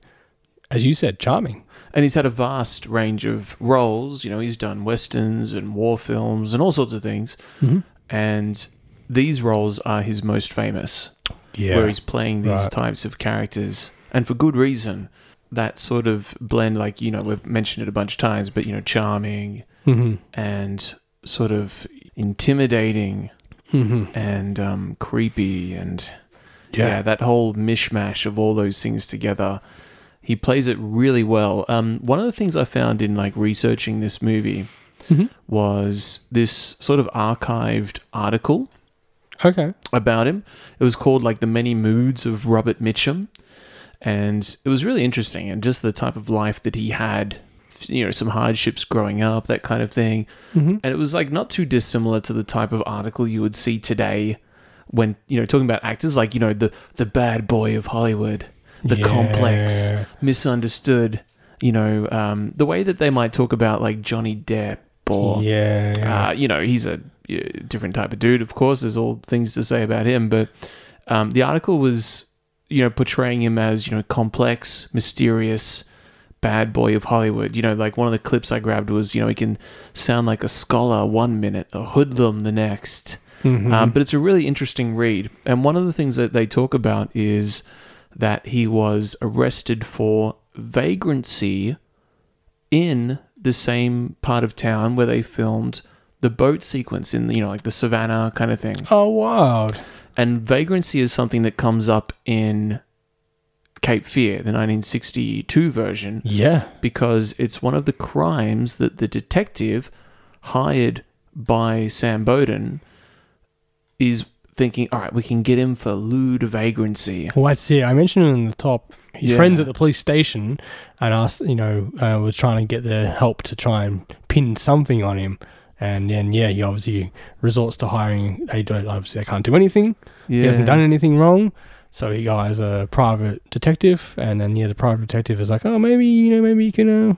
S3: as you said, charming.
S2: and he's had a vast range of roles. You know, he's done westerns and war films and all sorts of things.
S3: Mm-hmm.
S2: And these roles are his most famous,
S3: Yeah.
S2: where he's playing these
S3: Right.
S2: types of characters, and for good reason. That sort of blend, like you know, we've mentioned it a bunch of times, but you know, charming
S3: Mm-hmm.
S2: and sort of intimidating
S3: Mm-hmm.
S2: and um, creepy and yeah. that whole mishmash of all those things together. He plays it really well. Um, one of the things I found in like researching this movie was this sort of archived article
S3: Okay.
S2: about him. It was called like the many moods of Robert Mitchum, and it was really interesting and just the type of life that he had. You know, some hardships growing up, that kind of thing, and it was like not too dissimilar to the type of article you would see today when you know talking about actors like you know the the bad boy of Hollywood, the complex,
S3: Yeah.
S2: misunderstood. You know, um, the way that they might talk about like Johnny Depp or
S3: Yeah.
S2: uh, you know, he's a uh, different type of dude, of course. There's all things to say about him, but um, the article was, you know, portraying him as, you know, complex, mysterious, bad boy of Hollywood. You know, like one of the clips I grabbed was, you know, he can sound like a scholar one minute, a hoodlum the next. Um, but it's a really interesting read. And one of the things that they talk about is that he was arrested for vagrancy in the same part of town where they filmed the boat sequence in you know like the savannah kind of thing
S3: oh, wild.
S2: and vagrancy is something that comes up in cape fear the 1962 version
S3: Yeah.
S2: because it's one of the crimes that the detective hired by Sam Bowden is thinking, all right, we can get him for lewd vagrancy.
S3: Well, that's it. I mentioned it in the top. His
S2: Yeah.
S3: friends at the police station and us, you know, uh, were trying to get their help to try and pin something on him. And then, yeah, he obviously resorts to hiring. They don't, obviously, they can't do anything. He hasn't
S2: Yeah.
S3: done anything wrong. So he hires a private detective. And then, yeah, the private detective is like, oh, maybe, you know, maybe you can uh,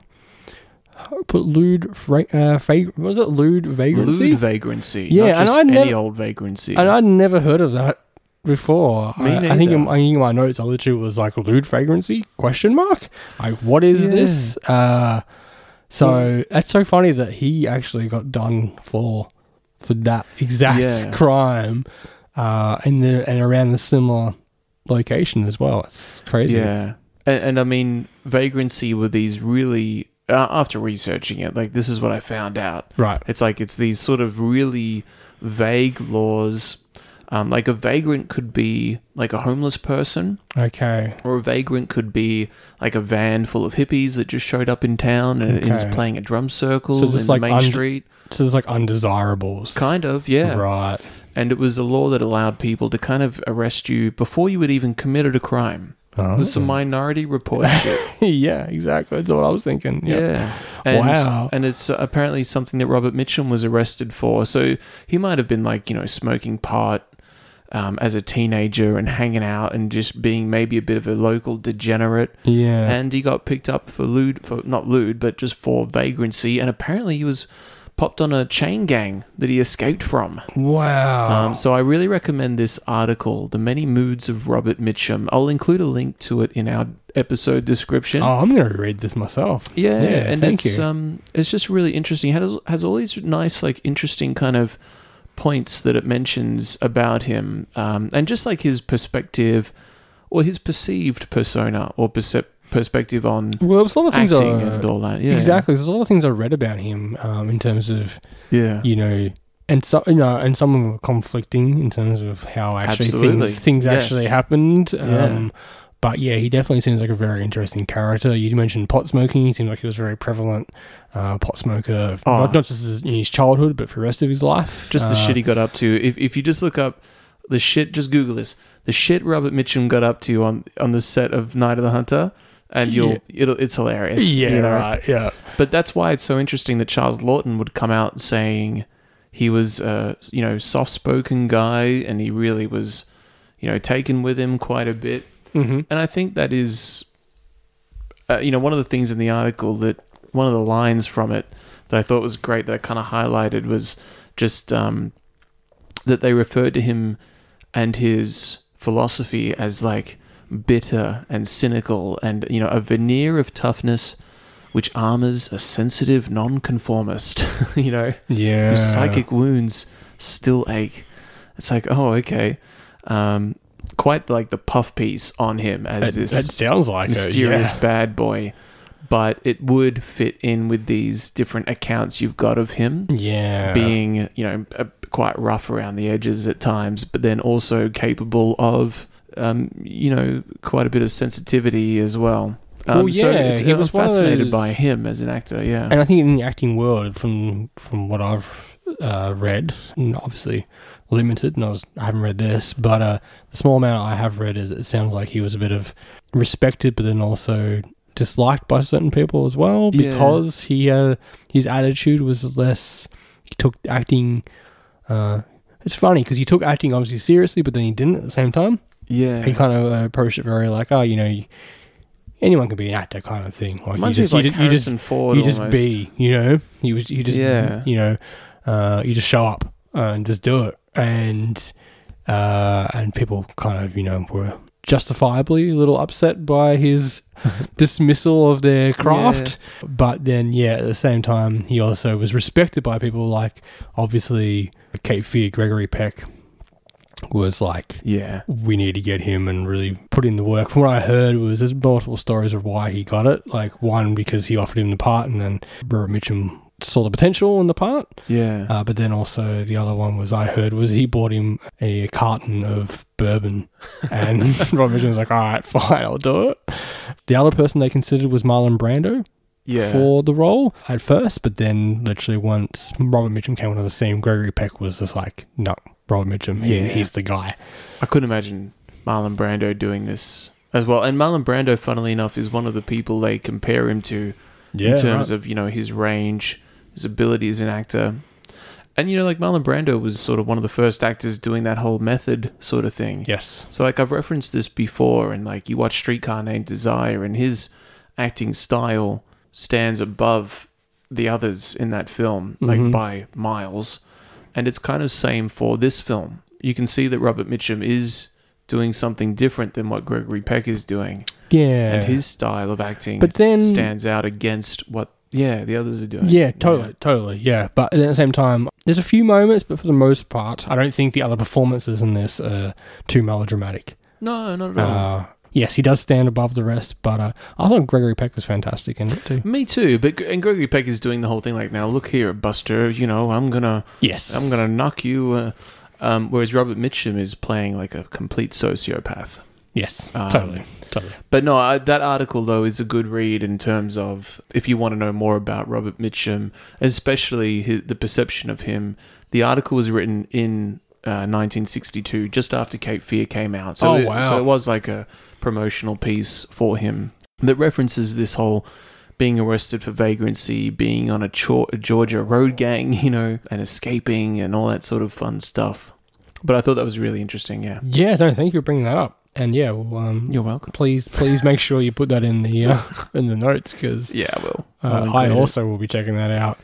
S3: put lewd, fra- uh, fag- what was it? Lewd vagrancy?
S2: Lewd vagrancy.
S3: Yeah,
S2: not
S3: and
S2: just
S3: I
S2: any
S3: never-
S2: old vagrancy.
S3: And I'd never heard of that before.
S2: Me
S3: I, I think in,
S2: neither.
S3: I think in my notes, I literally was like, "Lewd fragrancy?" Question mark. Like, what is
S2: Yeah.
S3: this? Uh, so that's so funny that he actually got done for for that exact
S2: Yeah.
S3: crime, uh, and the, and around the similar location as well. It's crazy.
S2: Yeah. And, and I mean, vagrancy were these really, uh, after researching it, like this is what I found out.
S3: Right.
S2: It's like it's these sort of really vague laws. Um, like a vagrant could be like a homeless person.
S3: Okay.
S2: or a vagrant could be like a van full of hippies that just showed up in town and is
S3: Okay.
S2: playing a drum circle
S3: So
S2: in
S3: just
S2: the
S3: like
S2: main
S3: und-
S2: street.
S3: So it's like undesirables.
S2: Kind of, yeah.
S3: Right.
S2: And it was a law that allowed people to kind of arrest you before you had even committed a crime. It was some
S3: Hmm.
S2: minority report shit.
S3: yeah. Exactly. That's what I was thinking. Yeah.
S2: Yeah. And,
S3: Wow.
S2: And it's uh, apparently something that Robert Mitchum was arrested for. So he might have been like, you know, smoking pot um, as a teenager and hanging out and just being maybe a bit of a local degenerate.
S3: Yeah.
S2: And he got picked up for lewd, for not lewd, but just for vagrancy. And apparently he was popped on a chain gang that he escaped from.
S3: wow.
S2: Um, so I really recommend this article, The Many Moods of Robert Mitchum. I'll include a link to it in our episode description.
S3: Oh, I'm gonna read this myself.
S2: Yeah, and
S3: thank
S2: it's
S3: you.
S2: um, it's just really interesting. It has has all these nice, like, interesting kind of points that it mentions about him, um, and just like his perspective or his perceived persona or percep- perspective on
S3: well, there's a lot of things.
S2: acting
S3: I-
S2: and all that. Yeah,
S3: Exactly, there's a lot of things I read about him um, in terms of
S2: Yeah,
S3: you know, and so you know, and some of them were conflicting in terms of how actually
S2: Absolutely.
S3: things things actually
S2: Yes.
S3: happened.
S2: Yeah.
S3: Um, but yeah, he definitely seems like a very interesting character. You mentioned pot smoking; he seemed like he was a very prevalent uh, pot smoker,
S2: Oh.
S3: not, not just his- in his childhood, but for the rest of his life.
S2: just the
S3: Uh,
S2: shit he got up to. If if you just look up the shit, just Google this. The shit Robert Mitchum got up to on on the set of Night of the Hunter, and you'll it'll it's hilarious.
S3: Yeah,
S2: you know?
S3: right. Yeah,
S2: But that's why it's so interesting that Charles Lawton would come out saying he was a you know soft-spoken guy and he really was you know taken with him quite a bit. Mm-hmm. And I think that is uh, you know one of the things in the article that one of the lines from it that I thought was great that I kind of highlighted was just um, that they referred to him and his philosophy as like bitter and cynical and, you know, a veneer of toughness which armors a sensitive nonconformist, you know,
S3: Yeah.
S2: whose psychic wounds still ache. It's like, oh, okay. Um, quite like the puff piece on him as
S3: That,
S2: this
S3: that sounds like
S2: mysterious
S3: It, yeah.
S2: bad boy, but it would fit in with these different accounts you've got of him
S3: Yeah.
S2: being, you know, uh, quite rough around the edges at times, but then also capable of, um, you know, quite a bit of sensitivity as well. Um,
S3: Well,
S2: so
S3: yeah,
S2: it's,
S3: he
S2: I'm
S3: was one of
S2: fascinated by
S3: those-
S2: him as an actor. Yeah,
S3: And I think in the acting world, from from what I've uh, read, and obviously limited, and I, was, I haven't read this, but uh, the small amount I have read is it sounds like he was a bit of respected, but then also disliked by certain people as well
S2: Yeah.
S3: because he uh, his attitude was less. He took acting. Uh, it's funny because he took acting obviously seriously, but then he didn't at the same time
S2: yeah.
S3: he kind of uh, approached it very like, oh, you know, you, anyone can be an actor kind of thing. Like
S2: Reminds
S3: you
S2: me of
S3: just,
S2: like
S3: you, just- you just,
S2: Harrison Ford
S3: you just
S2: almost.
S3: be, you know, you was- you just,
S2: Yeah.
S3: you know, uh, you just show up uh, and just do it, and uh, and people kind of, you know, were justifiably a little upset by his dismissal of their craft but then yeah at the same time he also was respected by people like obviously Kate Fear Gregory Peck was like
S2: yeah.
S3: we need to get him and really put in the work. From what I heard was there's multiple stories of why he got it. Like one because he offered him the part, and then Robert Mitchum saw the potential in the part.
S2: Yeah.
S3: Uh, but then also the other one was I heard was he bought him a carton of bourbon, and Robert Mitchum was like, "All right, fine, I'll do it." The other person they considered was Marlon Brando
S2: yeah.
S3: for the role at first, but then literally once Robert Mitchum came onto the scene, Gregory Peck was just like, "No, Robert Mitchum, he-
S2: Yeah.
S3: he's the guy."
S2: I couldn't imagine Marlon Brando doing this as well. And Marlon Brando, funnily enough, is one of the people they compare him to
S3: Yeah,
S2: in terms of you know his range, his ability as an actor, and you know like Marlon Brando was sort of one of the first actors doing that whole method sort of thing.
S3: yes.
S2: So like I've referenced this before, and like you watch Streetcar Named Desire, and his acting style stands above the others in that film,
S3: Mm-hmm.
S2: like by miles. And it's kind of same for this film. You can see that Robert Mitchum is doing something different than what Gregory Peck is doing,
S3: Yeah.
S2: and his style of acting
S3: But then-
S2: stands out against what yeah the others are doing.
S3: Yeah, totally, totally. Yeah, but at the same time, there's a few moments, but for the most part, I don't think the other performances in this are too melodramatic.
S2: No, not at all.
S3: Uh, yes, he does stand above the rest, but uh, I thought Gregory Peck was fantastic in it too.
S2: me too, but and Gregory Peck is doing the whole thing like now. Look here, Buster. You know I'm gonna
S3: Yes,
S2: I'm gonna knock you. Uh, um, whereas Robert Mitchum is playing like a complete sociopath.
S3: yes,
S2: Um,
S3: totally, totally.
S2: But no, I, that article though is a good read in terms of if you want to know more about Robert Mitchum, especially hi the perception of him. The article was written in uh, 1962, just after Cape Fear came out. So
S3: Oh,
S2: it-
S3: wow.
S2: so it was like a promotional piece for him that references this whole being arrested for vagrancy, being on a, Cho- a Georgia road gang, you know, and escaping and all that sort of fun stuff. But I thought that was really interesting. Yeah,
S3: Yeah, no, thank you for bringing that up. And yeah, well, um,
S2: you're welcome.
S3: please, please make sure you put that in the uh, in the notes because
S2: Yeah, I will.
S3: uh,
S2: I'll
S3: I
S2: include it.
S3: also will be checking that out.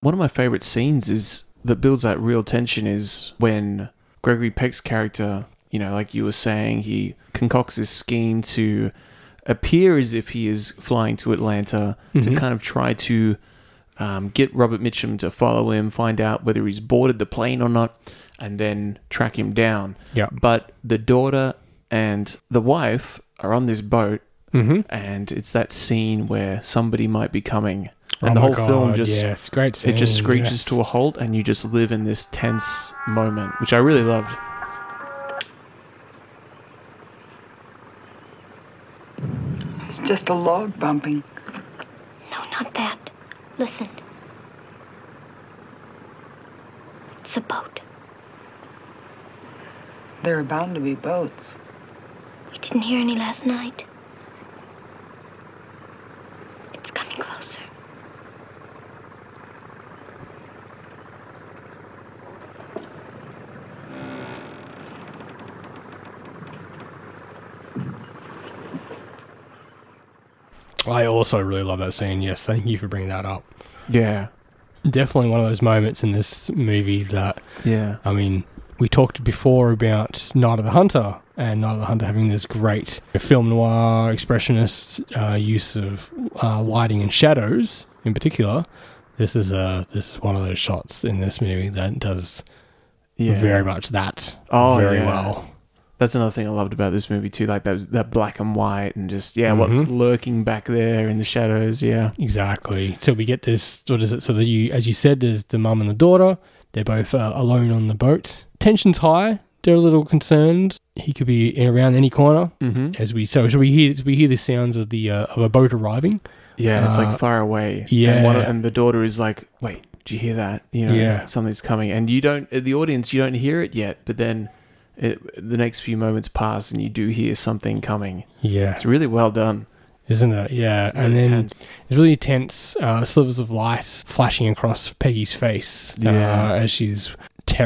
S2: One of my favorite scenes is that builds that real tension is when Gregory Peck's character, you know, like you were saying, he concocts this scheme to appear as if he is flying to Atlanta
S3: Mm-hmm.
S2: to kind of try to um, get Robert Mitchum to follow him, find out whether he's boarded the plane or not, and then track him down.
S3: Yeah.
S2: But the daughter and the wife are on this boat,
S3: Mhm.
S2: and it's that scene where somebody might be coming, and
S3: Oh
S2: the
S3: my
S2: whole film
S3: God,
S2: just
S3: yes, great
S2: it just
S3: scene,
S2: screeches
S3: yes.
S2: to a halt, and you just live in this tense moment, which I really loved.
S4: It's just a log bumping.
S5: No, not that. Listen. It's a boat.
S4: There are bound to be boats.
S5: We didn't hear any last night. It's coming closer.
S3: I also really love that scene. Yes, thank you for bringing that up.
S2: Yeah,
S3: definitely one of those moments in this movie that
S2: yeah,
S3: I mean, we talked before about Night of the Hunter and Night of the Hunter having this great film noir expressionist uh, use of uh, lighting and shadows in particular. This is a this is one of those shots in this movie that does
S2: Yeah.
S3: very much that
S2: Oh,
S3: very
S2: yeah.
S3: well.
S2: That's another thing I loved about this movie too, like that that black and white and just yeah,
S3: Mm-hmm.
S2: what's lurking back there in the shadows. Yeah,
S3: Exactly. So we get this. What is it? So that you, as you said, there's the mum and the daughter. They're both uh, alone on the boat. Tensions high. They're a little concerned. He could be in around any corner. Mm-hmm. As we so, so we hear we hear the sounds of the uh, of a boat arriving.
S2: yeah, it's like far away.
S3: Uh, yeah.
S2: and, one, and the daughter is like, wait, do you hear that? You know,
S3: Yeah.
S2: something's coming, and you don't. uh, The audience, you don't hear it yet, but then it, the next few moments pass, and you do hear something coming.
S3: Yeah,
S2: It's really well done.
S3: isn't it? Yeah, and
S2: Really
S3: then
S2: tense.
S3: it's really tense. Uh, slivers of light flashing across Peggy's face. uh,
S2: Yeah.
S3: as she's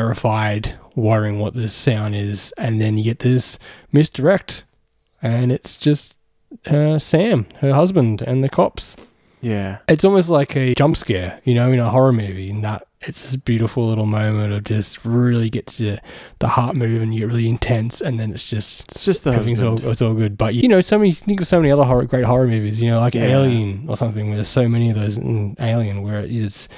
S3: terrified, worrying what this sound is, and then you get this misdirect, and it's just uh, Sam, her husband, and the cops.
S2: Yeah,
S3: It's almost like a jump scare, you know, in a horror movie, and that it's this beautiful little moment of just really gets you, the heart moving, you get really intense, and then it's just
S2: it's just the
S3: Everything's
S2: husband.
S3: all, it's all good, but you know, so many think of so many other horror, great horror movies. You know, like
S2: Yeah.
S3: Alien or something, where there's so many of those in Alien, where it's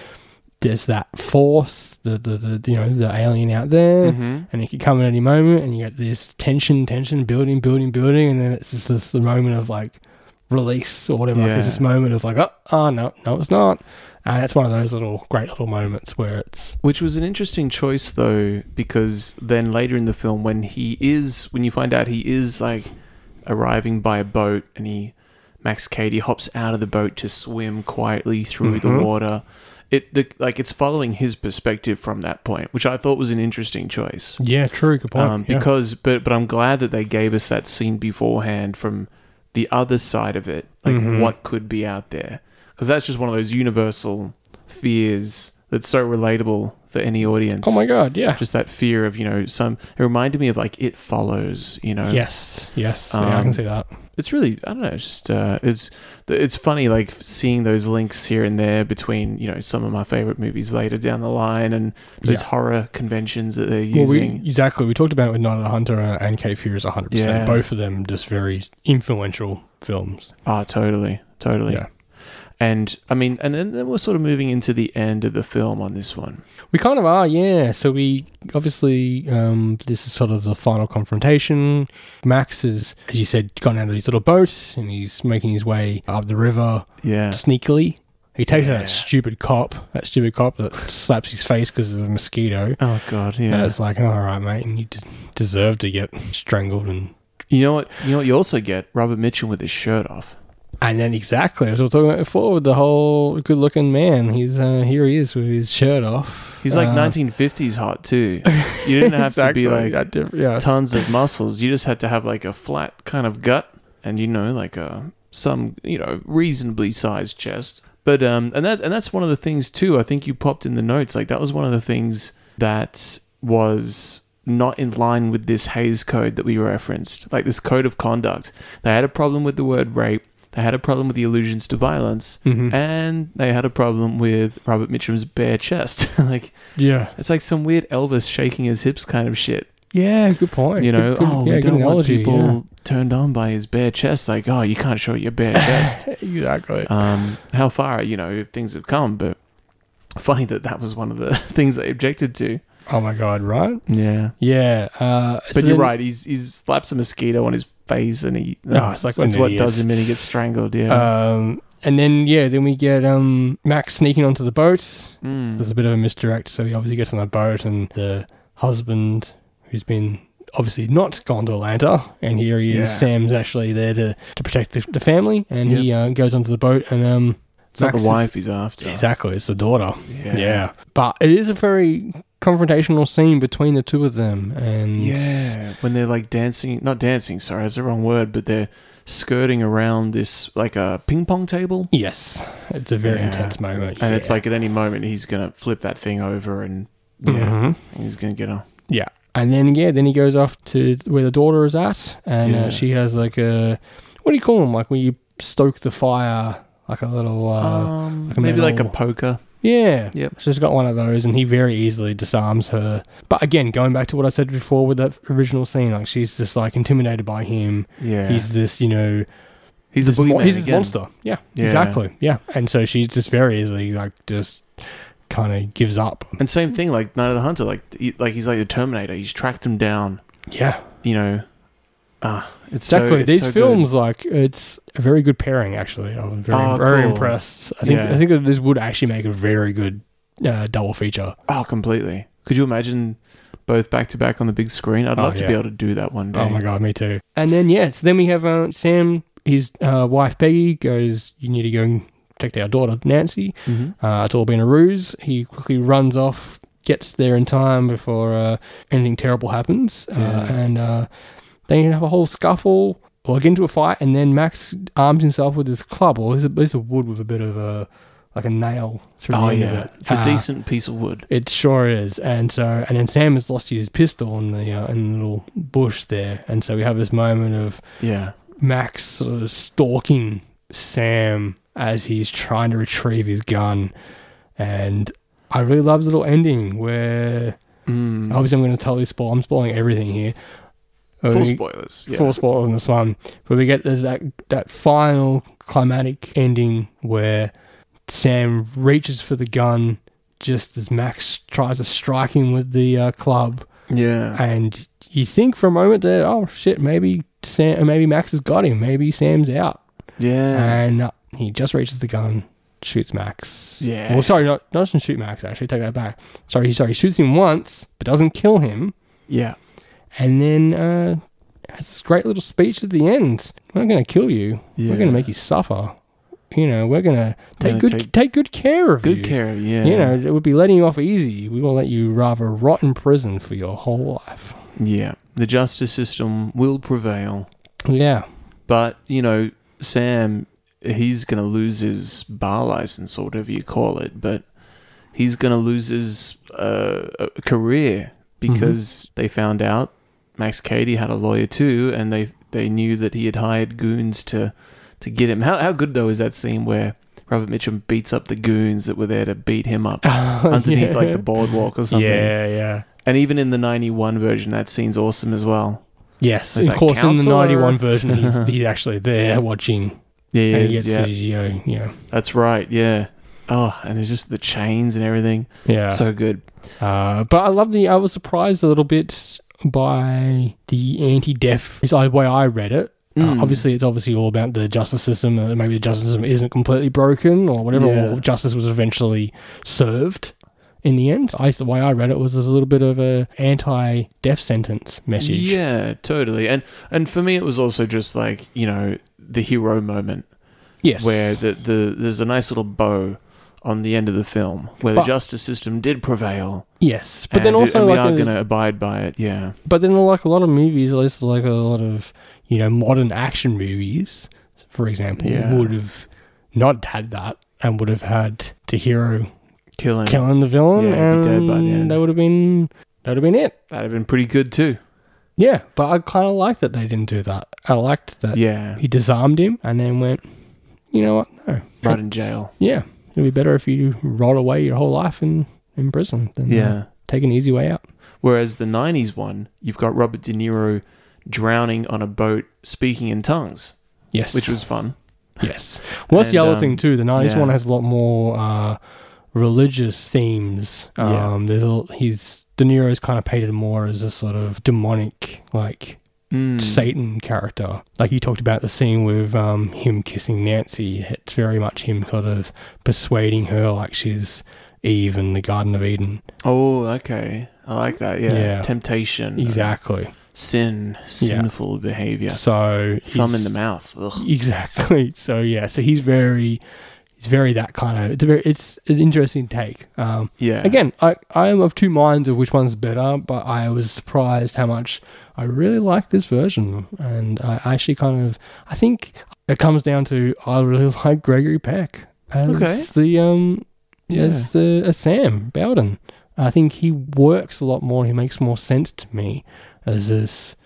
S3: there's that force, the the, the you know the alien out there,
S2: Mm-hmm.
S3: and it could come at any moment, and you get this tension, tension building, building, building, and then it's just this the moment of like release or whatever. Like,
S2: Yeah.
S3: It's this moment of like, oh, oh no, no, it's not. And it's one of those little great little moments where it's
S2: Which was an interesting choice, though, because then later in the film, when he is, when you find out he is like arriving by a boat, and he, Max Cady hops out of the boat to swim quietly through the water. It the, like it's following his perspective from that point, which I thought was an interesting choice.
S3: yeah, true, good point.
S2: Um, because, but but I'm glad that they gave us that scene beforehand from the other side of it, like
S3: Mm-hmm.
S2: what could be out there, because that's just one of those universal fears that's so relatable for any audience.
S3: oh my god, yeah,
S2: Just that fear of you know some. It reminded me of like it follows. You know,
S3: yes, yes, yeah, I
S2: uh, Um,
S3: can see that.
S2: it's really I don't know. It's just uh, it's it's funny like seeing those links here and there between you know some of my favorite movies later down the line and those
S3: Yeah.
S2: horror conventions that they're
S3: Well,
S2: using.
S3: we, exactly. We talked about it with Night of the Hunter and Cape Fear is 100%.
S2: Yeah.
S3: Both of them just very influential films.
S2: Oh, totally, totally.
S3: Yeah.
S2: And I mean, and then, then we're sort of moving into the end of the film on this one.
S3: We kind of are, yeah. So we obviously, um, this is sort of the final confrontation. Max is, as you said, gone out of his little boat and he's making his way up the river
S2: Yeah.
S3: sneakily. He takes out
S2: Yeah.
S3: that stupid cop, that stupid cop that slaps his face because of a mosquito.
S2: Oh God,
S3: And
S2: yeah.
S3: it's like, all right, mate, and you d- deserve to get strangled and
S2: You know what? You know what? You also get Robert Mitchum with his shirt off.
S3: And then exactly, as we were talking about before, with the whole good-looking man, he's uh, here. He is with his shirt off.
S2: He's like
S3: Uh,
S2: 1950s hot too. You didn't have
S3: exactly,
S2: to be like
S3: that diff- yeah.
S2: tons of muscles. You just had to have like a flat kind of gut, and you know, like a some you know reasonably sized chest. But um, and that and that's one of the things too. I think you popped in the notes like that was one of the things that was not in line with this Hayes Code that we referenced, like this code of conduct. They had a problem with the word rape. They had a problem with the allusions to violence, and they had a problem with Robert Mitchum's bare chest. like
S3: yeah,
S2: it's like some weird Elvis shaking his hips kind of shit
S3: yeah. Good point.
S2: you
S3: Good-
S2: know,
S3: good-
S2: oh,
S3: yeah,
S2: we
S3: good
S2: don't want
S3: analogy,
S2: people turned on by his bare chest. Like, oh, you can't show your bare chest.
S3: yeah. Uh, Exactly.
S2: um, how far, you know, things have come. But funny that that was one of the things they objected to.
S3: oh my god, right?
S2: Yeah,
S3: Yeah. Uh, so
S2: but you're
S3: then-
S2: right. He's he slaps a mosquito on his face, and he
S3: Oh, it's like
S2: that's
S3: an
S2: what
S3: idiot.
S2: does him in. He gets strangled. Yeah,
S3: Um, and then yeah, then we get um Max sneaking onto the boat.
S2: Hmm.
S3: There's a bit of a misdirect, so he obviously gets on the boat, and the husband who's been obviously not gone to Atlanta, and here he is.
S6: Yeah.
S3: Sam's actually there to, to protect the, the family, and he uh, goes onto the boat, and um,
S2: it's not
S3: Max
S2: the
S3: is-
S2: wife he's after.
S3: Exactly, it's the daughter. Yeah. but it is a very confrontational scene between the two of them, and
S2: Yeah, when they're like dancing, not dancing. Sorry, that's the wrong word. But they're skirting around this like a ping pong table.
S3: yes, it's a very
S2: Yeah.
S3: intense moment,
S2: And it's
S3: yeah.
S2: like at any moment he's gonna flip that thing over and yeah,
S3: Mm-hmm.
S2: he's gonna get a
S3: Yeah. And then yeah, then he goes off to where the daughter is at, and
S2: Yeah.
S3: uh, she has like a what do you call them? Like when you stoke the fire, like a little uh,
S2: um,
S3: like a
S2: maybe like a
S3: metal-
S2: poker.
S3: Yeah.
S2: Yep.
S3: She's got one of those, and he very easily disarms her. But again, going back to what I said before with that original scene, like she's just like intimidated by him.
S2: Yeah.
S3: He's this, you know,
S2: He's
S3: this
S2: a
S3: mo-
S2: boogeyman
S3: he's this
S2: again.
S3: monster. Yeah,
S2: Yeah.
S3: Exactly. Yeah. And so she just very easily like just kind of gives up.
S2: And same thing, like Night of the Hunter, like he, like he's like the Terminator. He's tracked him down.
S3: Yeah.
S2: You know, ah, it's so-
S3: Exactly.
S2: it's
S3: These
S2: so good.
S3: films, like, it's a very good pairing. Actually, I was very,
S2: Oh,
S3: very
S2: cool.
S3: impressed. I think
S2: Yeah.
S3: I think that this would actually make a very good uh, double feature.
S2: Oh, completely. Could you imagine both back to back on the big screen? I'd
S3: Oh,
S2: love to be
S3: yeah.
S2: able to do that one day.
S3: Oh my god, me too. And then yeah, so then we have uh, Sam. His uh, wife Peggy goes, "You need to go and protect our daughter Nancy."
S2: Mm-hmm.
S3: Uh, it's all been a ruse. He quickly runs off, gets there in time before uh, anything terrible happens, uh, and uh, they have a whole scuffle. Well, get into a fight, and then Max arms himself with his club, or is it, is it wood with a bit of a like a nail through
S2: Oh
S3: the end
S2: yeah,
S3: of it.
S2: it's a
S3: Uh,
S2: decent piece of wood.
S3: it sure is, and so and then Sam has lost his pistol in the uh, in the little bush there, and so we have this moment of
S2: Yeah,
S3: Max sort of stalking Sam as he's trying to retrieve his gun, and I really love the little ending where
S2: Mm.
S3: obviously I'm going to totally spoil. I'm spoiling everything here.
S2: full
S3: We-
S2: spoilers. Yeah.
S3: full spoilers in this one, but we get there's that that final climatic ending where Sam reaches for the gun just as Max tries to strike him with the uh, club,
S2: yeah,
S3: and you think for a moment that oh shit maybe Sam maybe Max has got him, maybe Sam's out,
S2: yeah.
S3: and uh, he just reaches the gun. Shoots Max.
S2: Yeah.
S3: Well, sorry, not not doesn't shoot Max. Actually, take that back. Sorry, he- sorry, he shoots him once, but doesn't kill him
S2: yeah.
S3: and then uh, has this great little speech at the end. We're not going to kill you. We're going
S2: Yeah.
S3: to make you suffer. You know, we're going to take
S2: gonna
S3: good
S2: take
S3: take, good care of you.
S2: Good care of yeah.
S3: You know, it would be letting you off easy. We will let you rather rot in prison for your whole life.
S2: yeah. The justice system will prevail,
S3: Yeah.
S2: but you know Sam, he's gonna lose his bar license or whatever you call it, but he's gonna lose his uh, uh, career
S3: Mm-hmm.
S2: because they found out Max Cady had a lawyer too, and they they knew that he had hired goons to to get him. How how good though is that scene where Robert Mitchum beats up the goons that were there to beat him up underneath
S3: Oh, yeah.
S2: like the boardwalk or something.
S3: yeah.
S2: And even in the 91 version, that scene's awesome as well.
S3: Yes,
S2: It's
S3: of
S2: like
S3: course. In the
S2: counselor.
S3: ninety-one version, he's, he's actually there watching,
S2: Yeah,
S3: and
S2: he
S3: he
S2: is,
S3: gets
S2: yeah.
S3: CGO. Yeah,
S2: That's right. Yeah. Oh, and it's just the chains and everything.
S3: yeah.
S2: So good.
S3: Uh, but I love the. I was surprised a little bit by the anti-death is the way I read it. Uh,
S2: Hmm.
S3: obviously, it's obviously all about the justice system. Uh, maybe the justice system isn't completely broken or whatever.
S2: Yeah.
S3: Or justice was eventually served in the end. I, the way I read it was as a little bit of a anti-death sentence message.
S2: Yeah, totally. And and for me, it was also just like you know the hero moment
S3: Yes.
S2: where the, the there's a nice little bow on the end of the film where
S3: But-
S2: the justice system did prevail.
S3: yes. But
S2: and
S3: then
S2: it-
S3: also
S2: and we
S3: like uh,
S2: are
S3: a-
S2: going to abide by it. Yeah.
S3: But then, like a lot of movies, at least like a lot of you know modern action movies, for example,
S2: Yeah.
S3: would have not had that and would have had the hero
S2: Killing.
S3: killing the villain,
S2: Yeah, he'd
S3: and
S2: be dead by the end.
S3: that would have been that would have been it.
S2: That'd have been pretty good too.
S3: Yeah, but I kind of liked that they didn't do that. I liked that
S2: Yeah.
S3: he disarmed him and then went, you know what? No,
S2: Right in jail.
S3: yeah, it'd be better if you rolled away your whole life in in prison than uh,
S2: Yeah.
S3: take an easy way out.
S2: Whereas the 90s one, you've got Robert De Niro drowning on a boat speaking in tongues,
S3: Yes,
S2: which was fun.
S3: Yes. Well, that's the
S2: And,
S3: other
S2: um,
S3: thing too. The '90s
S2: yeah.
S3: one has a lot more uh, religious themes.
S2: Yeah.
S3: Um, there's a, he's De Niro's kind of painted more as a sort of demonic, like
S2: Hmm. Mm.
S3: Satan character. Like you talked about the scene with um, him kissing Nancy. It's very much him kind of persuading her, like she's Eve in the Garden of Eden.
S2: Oh, okay. I like that. Yeah.
S3: Yeah.
S2: Temptation.
S3: Exactly.
S2: Sin. Sinful behavior.
S3: So
S2: Thumb in
S3: he's-
S2: the mouth. Ugh.
S3: Exactly. So yeah. So he's very, he's very that kind of. It's a very. It's an interesting take. Um,
S2: Yeah.
S3: Again, I I am of two minds of which one's better, but I was surprised how much I really like this version, and I actually kind of I think it comes down to I really like Gregory Peck as
S2: Okay.
S3: the um
S2: Yeah.
S3: as, uh, as Sam Bowden. I think he works a lot more. He makes more sense to me as this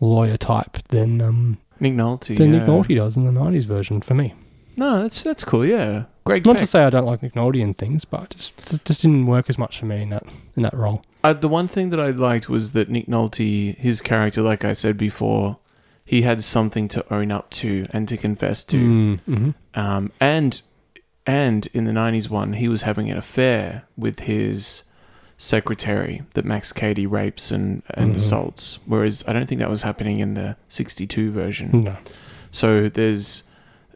S3: lawyer type than um
S2: Nick Nolte.
S3: than
S2: yeah.
S3: Nick Nolte does in the '90s version for me.
S2: No, that's that's cool. Yeah. Greg
S3: Not
S2: Peck.
S3: to say I don't like McNulty and things, but just just- just didn't work as much for me in that in that role.
S2: Uh, the one thing that I liked was that Nick Nolte, his character, like I said before, he had something to own up to and to confess to.
S3: Mm-hmm.
S2: Um, and and in the '90s one, he was having an affair with his secretary that Max Cady rapes and,
S3: Mm-hmm.
S2: and assaults. Whereas I don't think that was happening in the '62 version.
S3: No.
S2: So there's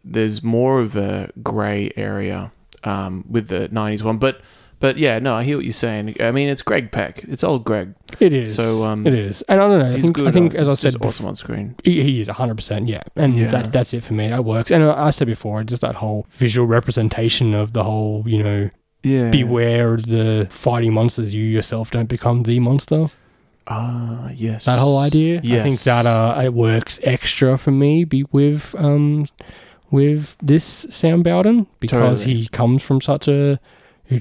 S2: there's more of a grey area um, with the '90s one, but but yeah, no, I hear what you're saying. I mean, it's Greg Peck. It's old Greg.
S3: It is.
S2: So, um,
S3: it is, and I don't know. I
S2: He's
S3: think,
S2: good.
S3: I think
S2: on-
S3: as I
S2: he's just
S3: said, before,
S2: awesome on screen.
S3: he he is hundred percent. Yeah, and
S2: Yeah.
S3: That, that's it for me. That works. And I I said before, just that whole visual representation of the whole, you know,
S2: Yeah.
S3: beware of the fighting monsters. You yourself don't become the monster.
S2: Ah, yes.
S3: That whole idea. I think
S2: Yes.
S3: that uh, it works extra for me. Be with um with this Sam Bowden because
S2: Totally.
S3: he comes from such a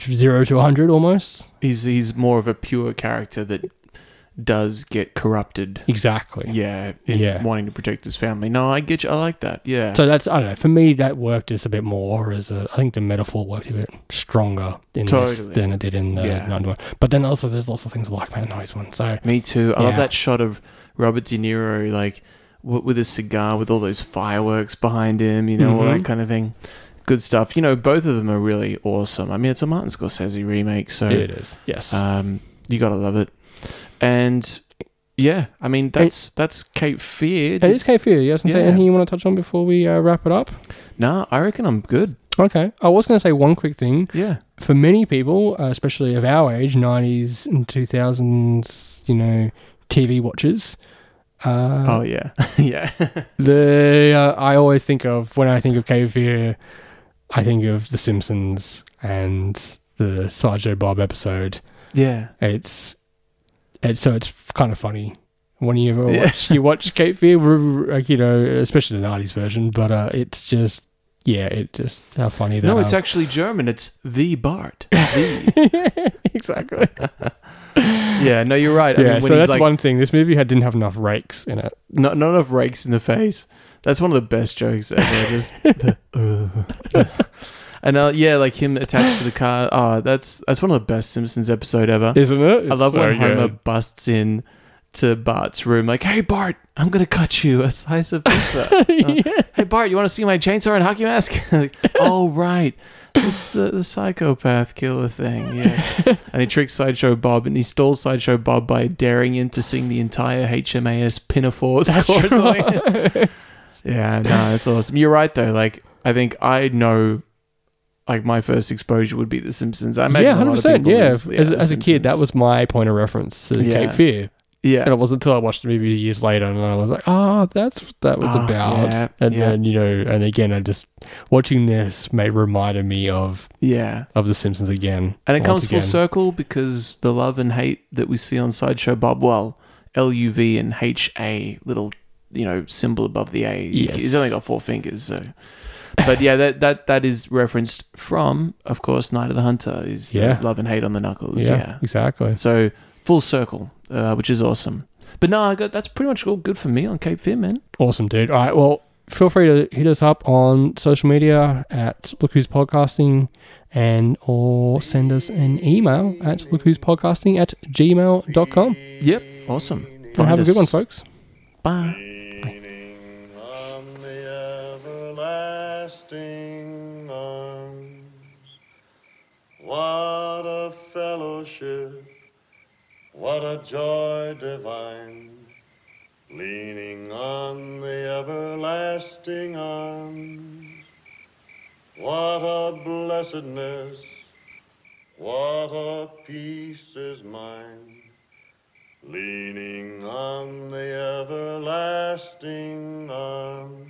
S3: zero to hundred almost.
S2: He's he's more of a pure character that does get corrupted.
S3: Exactly.
S2: Yeah. In
S3: Yeah.
S2: Wanting to protect his family. No, I get you. I like that. Yeah.
S3: So that's I don't know. For me, that worked just a bit more as a. I think the metaphor worked a bit stronger in
S2: Totally.
S3: this than it did in the
S2: Yeah.
S3: 91. But then also, there's lots of things I like about the 90s one. So
S2: Me too. I love
S3: Yeah.
S2: that shot of Robert De Niro, like w- with a cigar with all those fireworks behind him, you know, all that
S3: Mhm.
S2: kind of thing. Good stuff. You know, both of them are really awesome. I mean, it's a Martin Scorsese remake, so
S3: it is. Yes.
S2: um, you gotta love it. And yeah, I mean, that's that's Cape Fear.
S3: it is K for you. Yes. Yeah.
S2: Yeah.
S3: Anything you want to touch on before we uh, wrap it up?
S2: Nah, I reckon I'm good.
S3: Okay. I was going to say one quick thing.
S2: Yeah.
S3: For many people, uh, especially of our age, 90s and 2000s, you know, TV watchers. Uh,
S2: oh yeah, yeah.
S3: The uh, I always think of when I think of Cave Fear, I think of The Simpsons and the Sideshow Bob episode.
S2: yeah.
S3: It's, it's so it's kind of funny when you ever
S2: Yeah.
S3: watch you watch Cape Fear, r- r- like you know, especially the '90s version. But uh, it's just yeah, it just how funny that.
S2: No, it's
S3: um,
S2: actually German. It's the Bart. The.
S3: exactly
S2: yeah. No, you're right. I
S3: yeah.
S2: mean, when
S3: so
S2: he's
S3: that's
S2: like,
S3: one thing. This movie had didn't have enough rakes in it.
S2: not not enough rakes in the face. That's one of the best jokes ever. Just the, uh, and uh, yeah, like him attached to the car. Oh, that's that's one of the best Simpsons episode ever.
S3: Isn't it?
S2: I
S3: It's
S2: love
S3: so
S2: when Homer
S3: good.
S2: busts in to Bart's room, like, "Hey Bart, I'm gonna cut you a slice of pizza." Uh, Hey Bart, you want to see my chainsaw and hockey mask? like, oh right, this the, the psychopath killer thing. Yes, and he tricks Sideshow Bob, and he stalls Sideshow Bob by daring him to sing the entire HMAS Pinafore score. or something. yeah, no, that's awesome. You're right though. Like, I think I know. Like my first exposure would be The Simpsons. I imagine
S3: yeah,
S2: a lot
S3: hundred
S2: of
S3: percent.
S2: people
S3: Yeah,
S2: is-
S3: as,
S2: The
S3: as a kid, that
S2: Simpsons.
S3: was my point of reference to
S2: Yeah.
S3: Cape Fear,
S2: yeah.
S3: and it wasn't until I watched the movie years later and I was like, "Oh, that's what that was
S2: Ah,
S3: about."
S2: yeah,
S3: and
S2: yeah.
S3: then you know, and again, I just watching this may reminded me of
S2: Yeah.
S3: of The Simpsons again,
S2: And it comes
S3: once again.
S2: full circle because the love and hate that we see on Sideshow Bob, well, L U V and H A, little, you know, symbol above the A.
S3: Yes.
S2: He's only got four fingers, so. But yeah, that, that that is referenced from, of course, Night of the Hunter is the
S3: Yeah.
S2: love and hate on the knuckles.
S3: Yeah,
S2: Yeah.
S3: exactly.
S2: So full circle, uh, which is awesome. But no, I got, that's pretty much all good for me on Cape Fear, man.
S3: Awesome, dude. All right, well, feel free to hit us up on social media at Look Who's Podcasting and or send us an email at Look Who's Podcasting at gmail.com.
S2: Yep. Awesome.
S3: So
S2: Find
S3: have a good
S2: us.
S3: one, folks.
S2: Bye.
S7: leaning on the everlasting arms. What a fellowship, what a joy divine, leaning on the everlasting arms. What a blessedness, what a peace is mine leaning on the everlasting arm.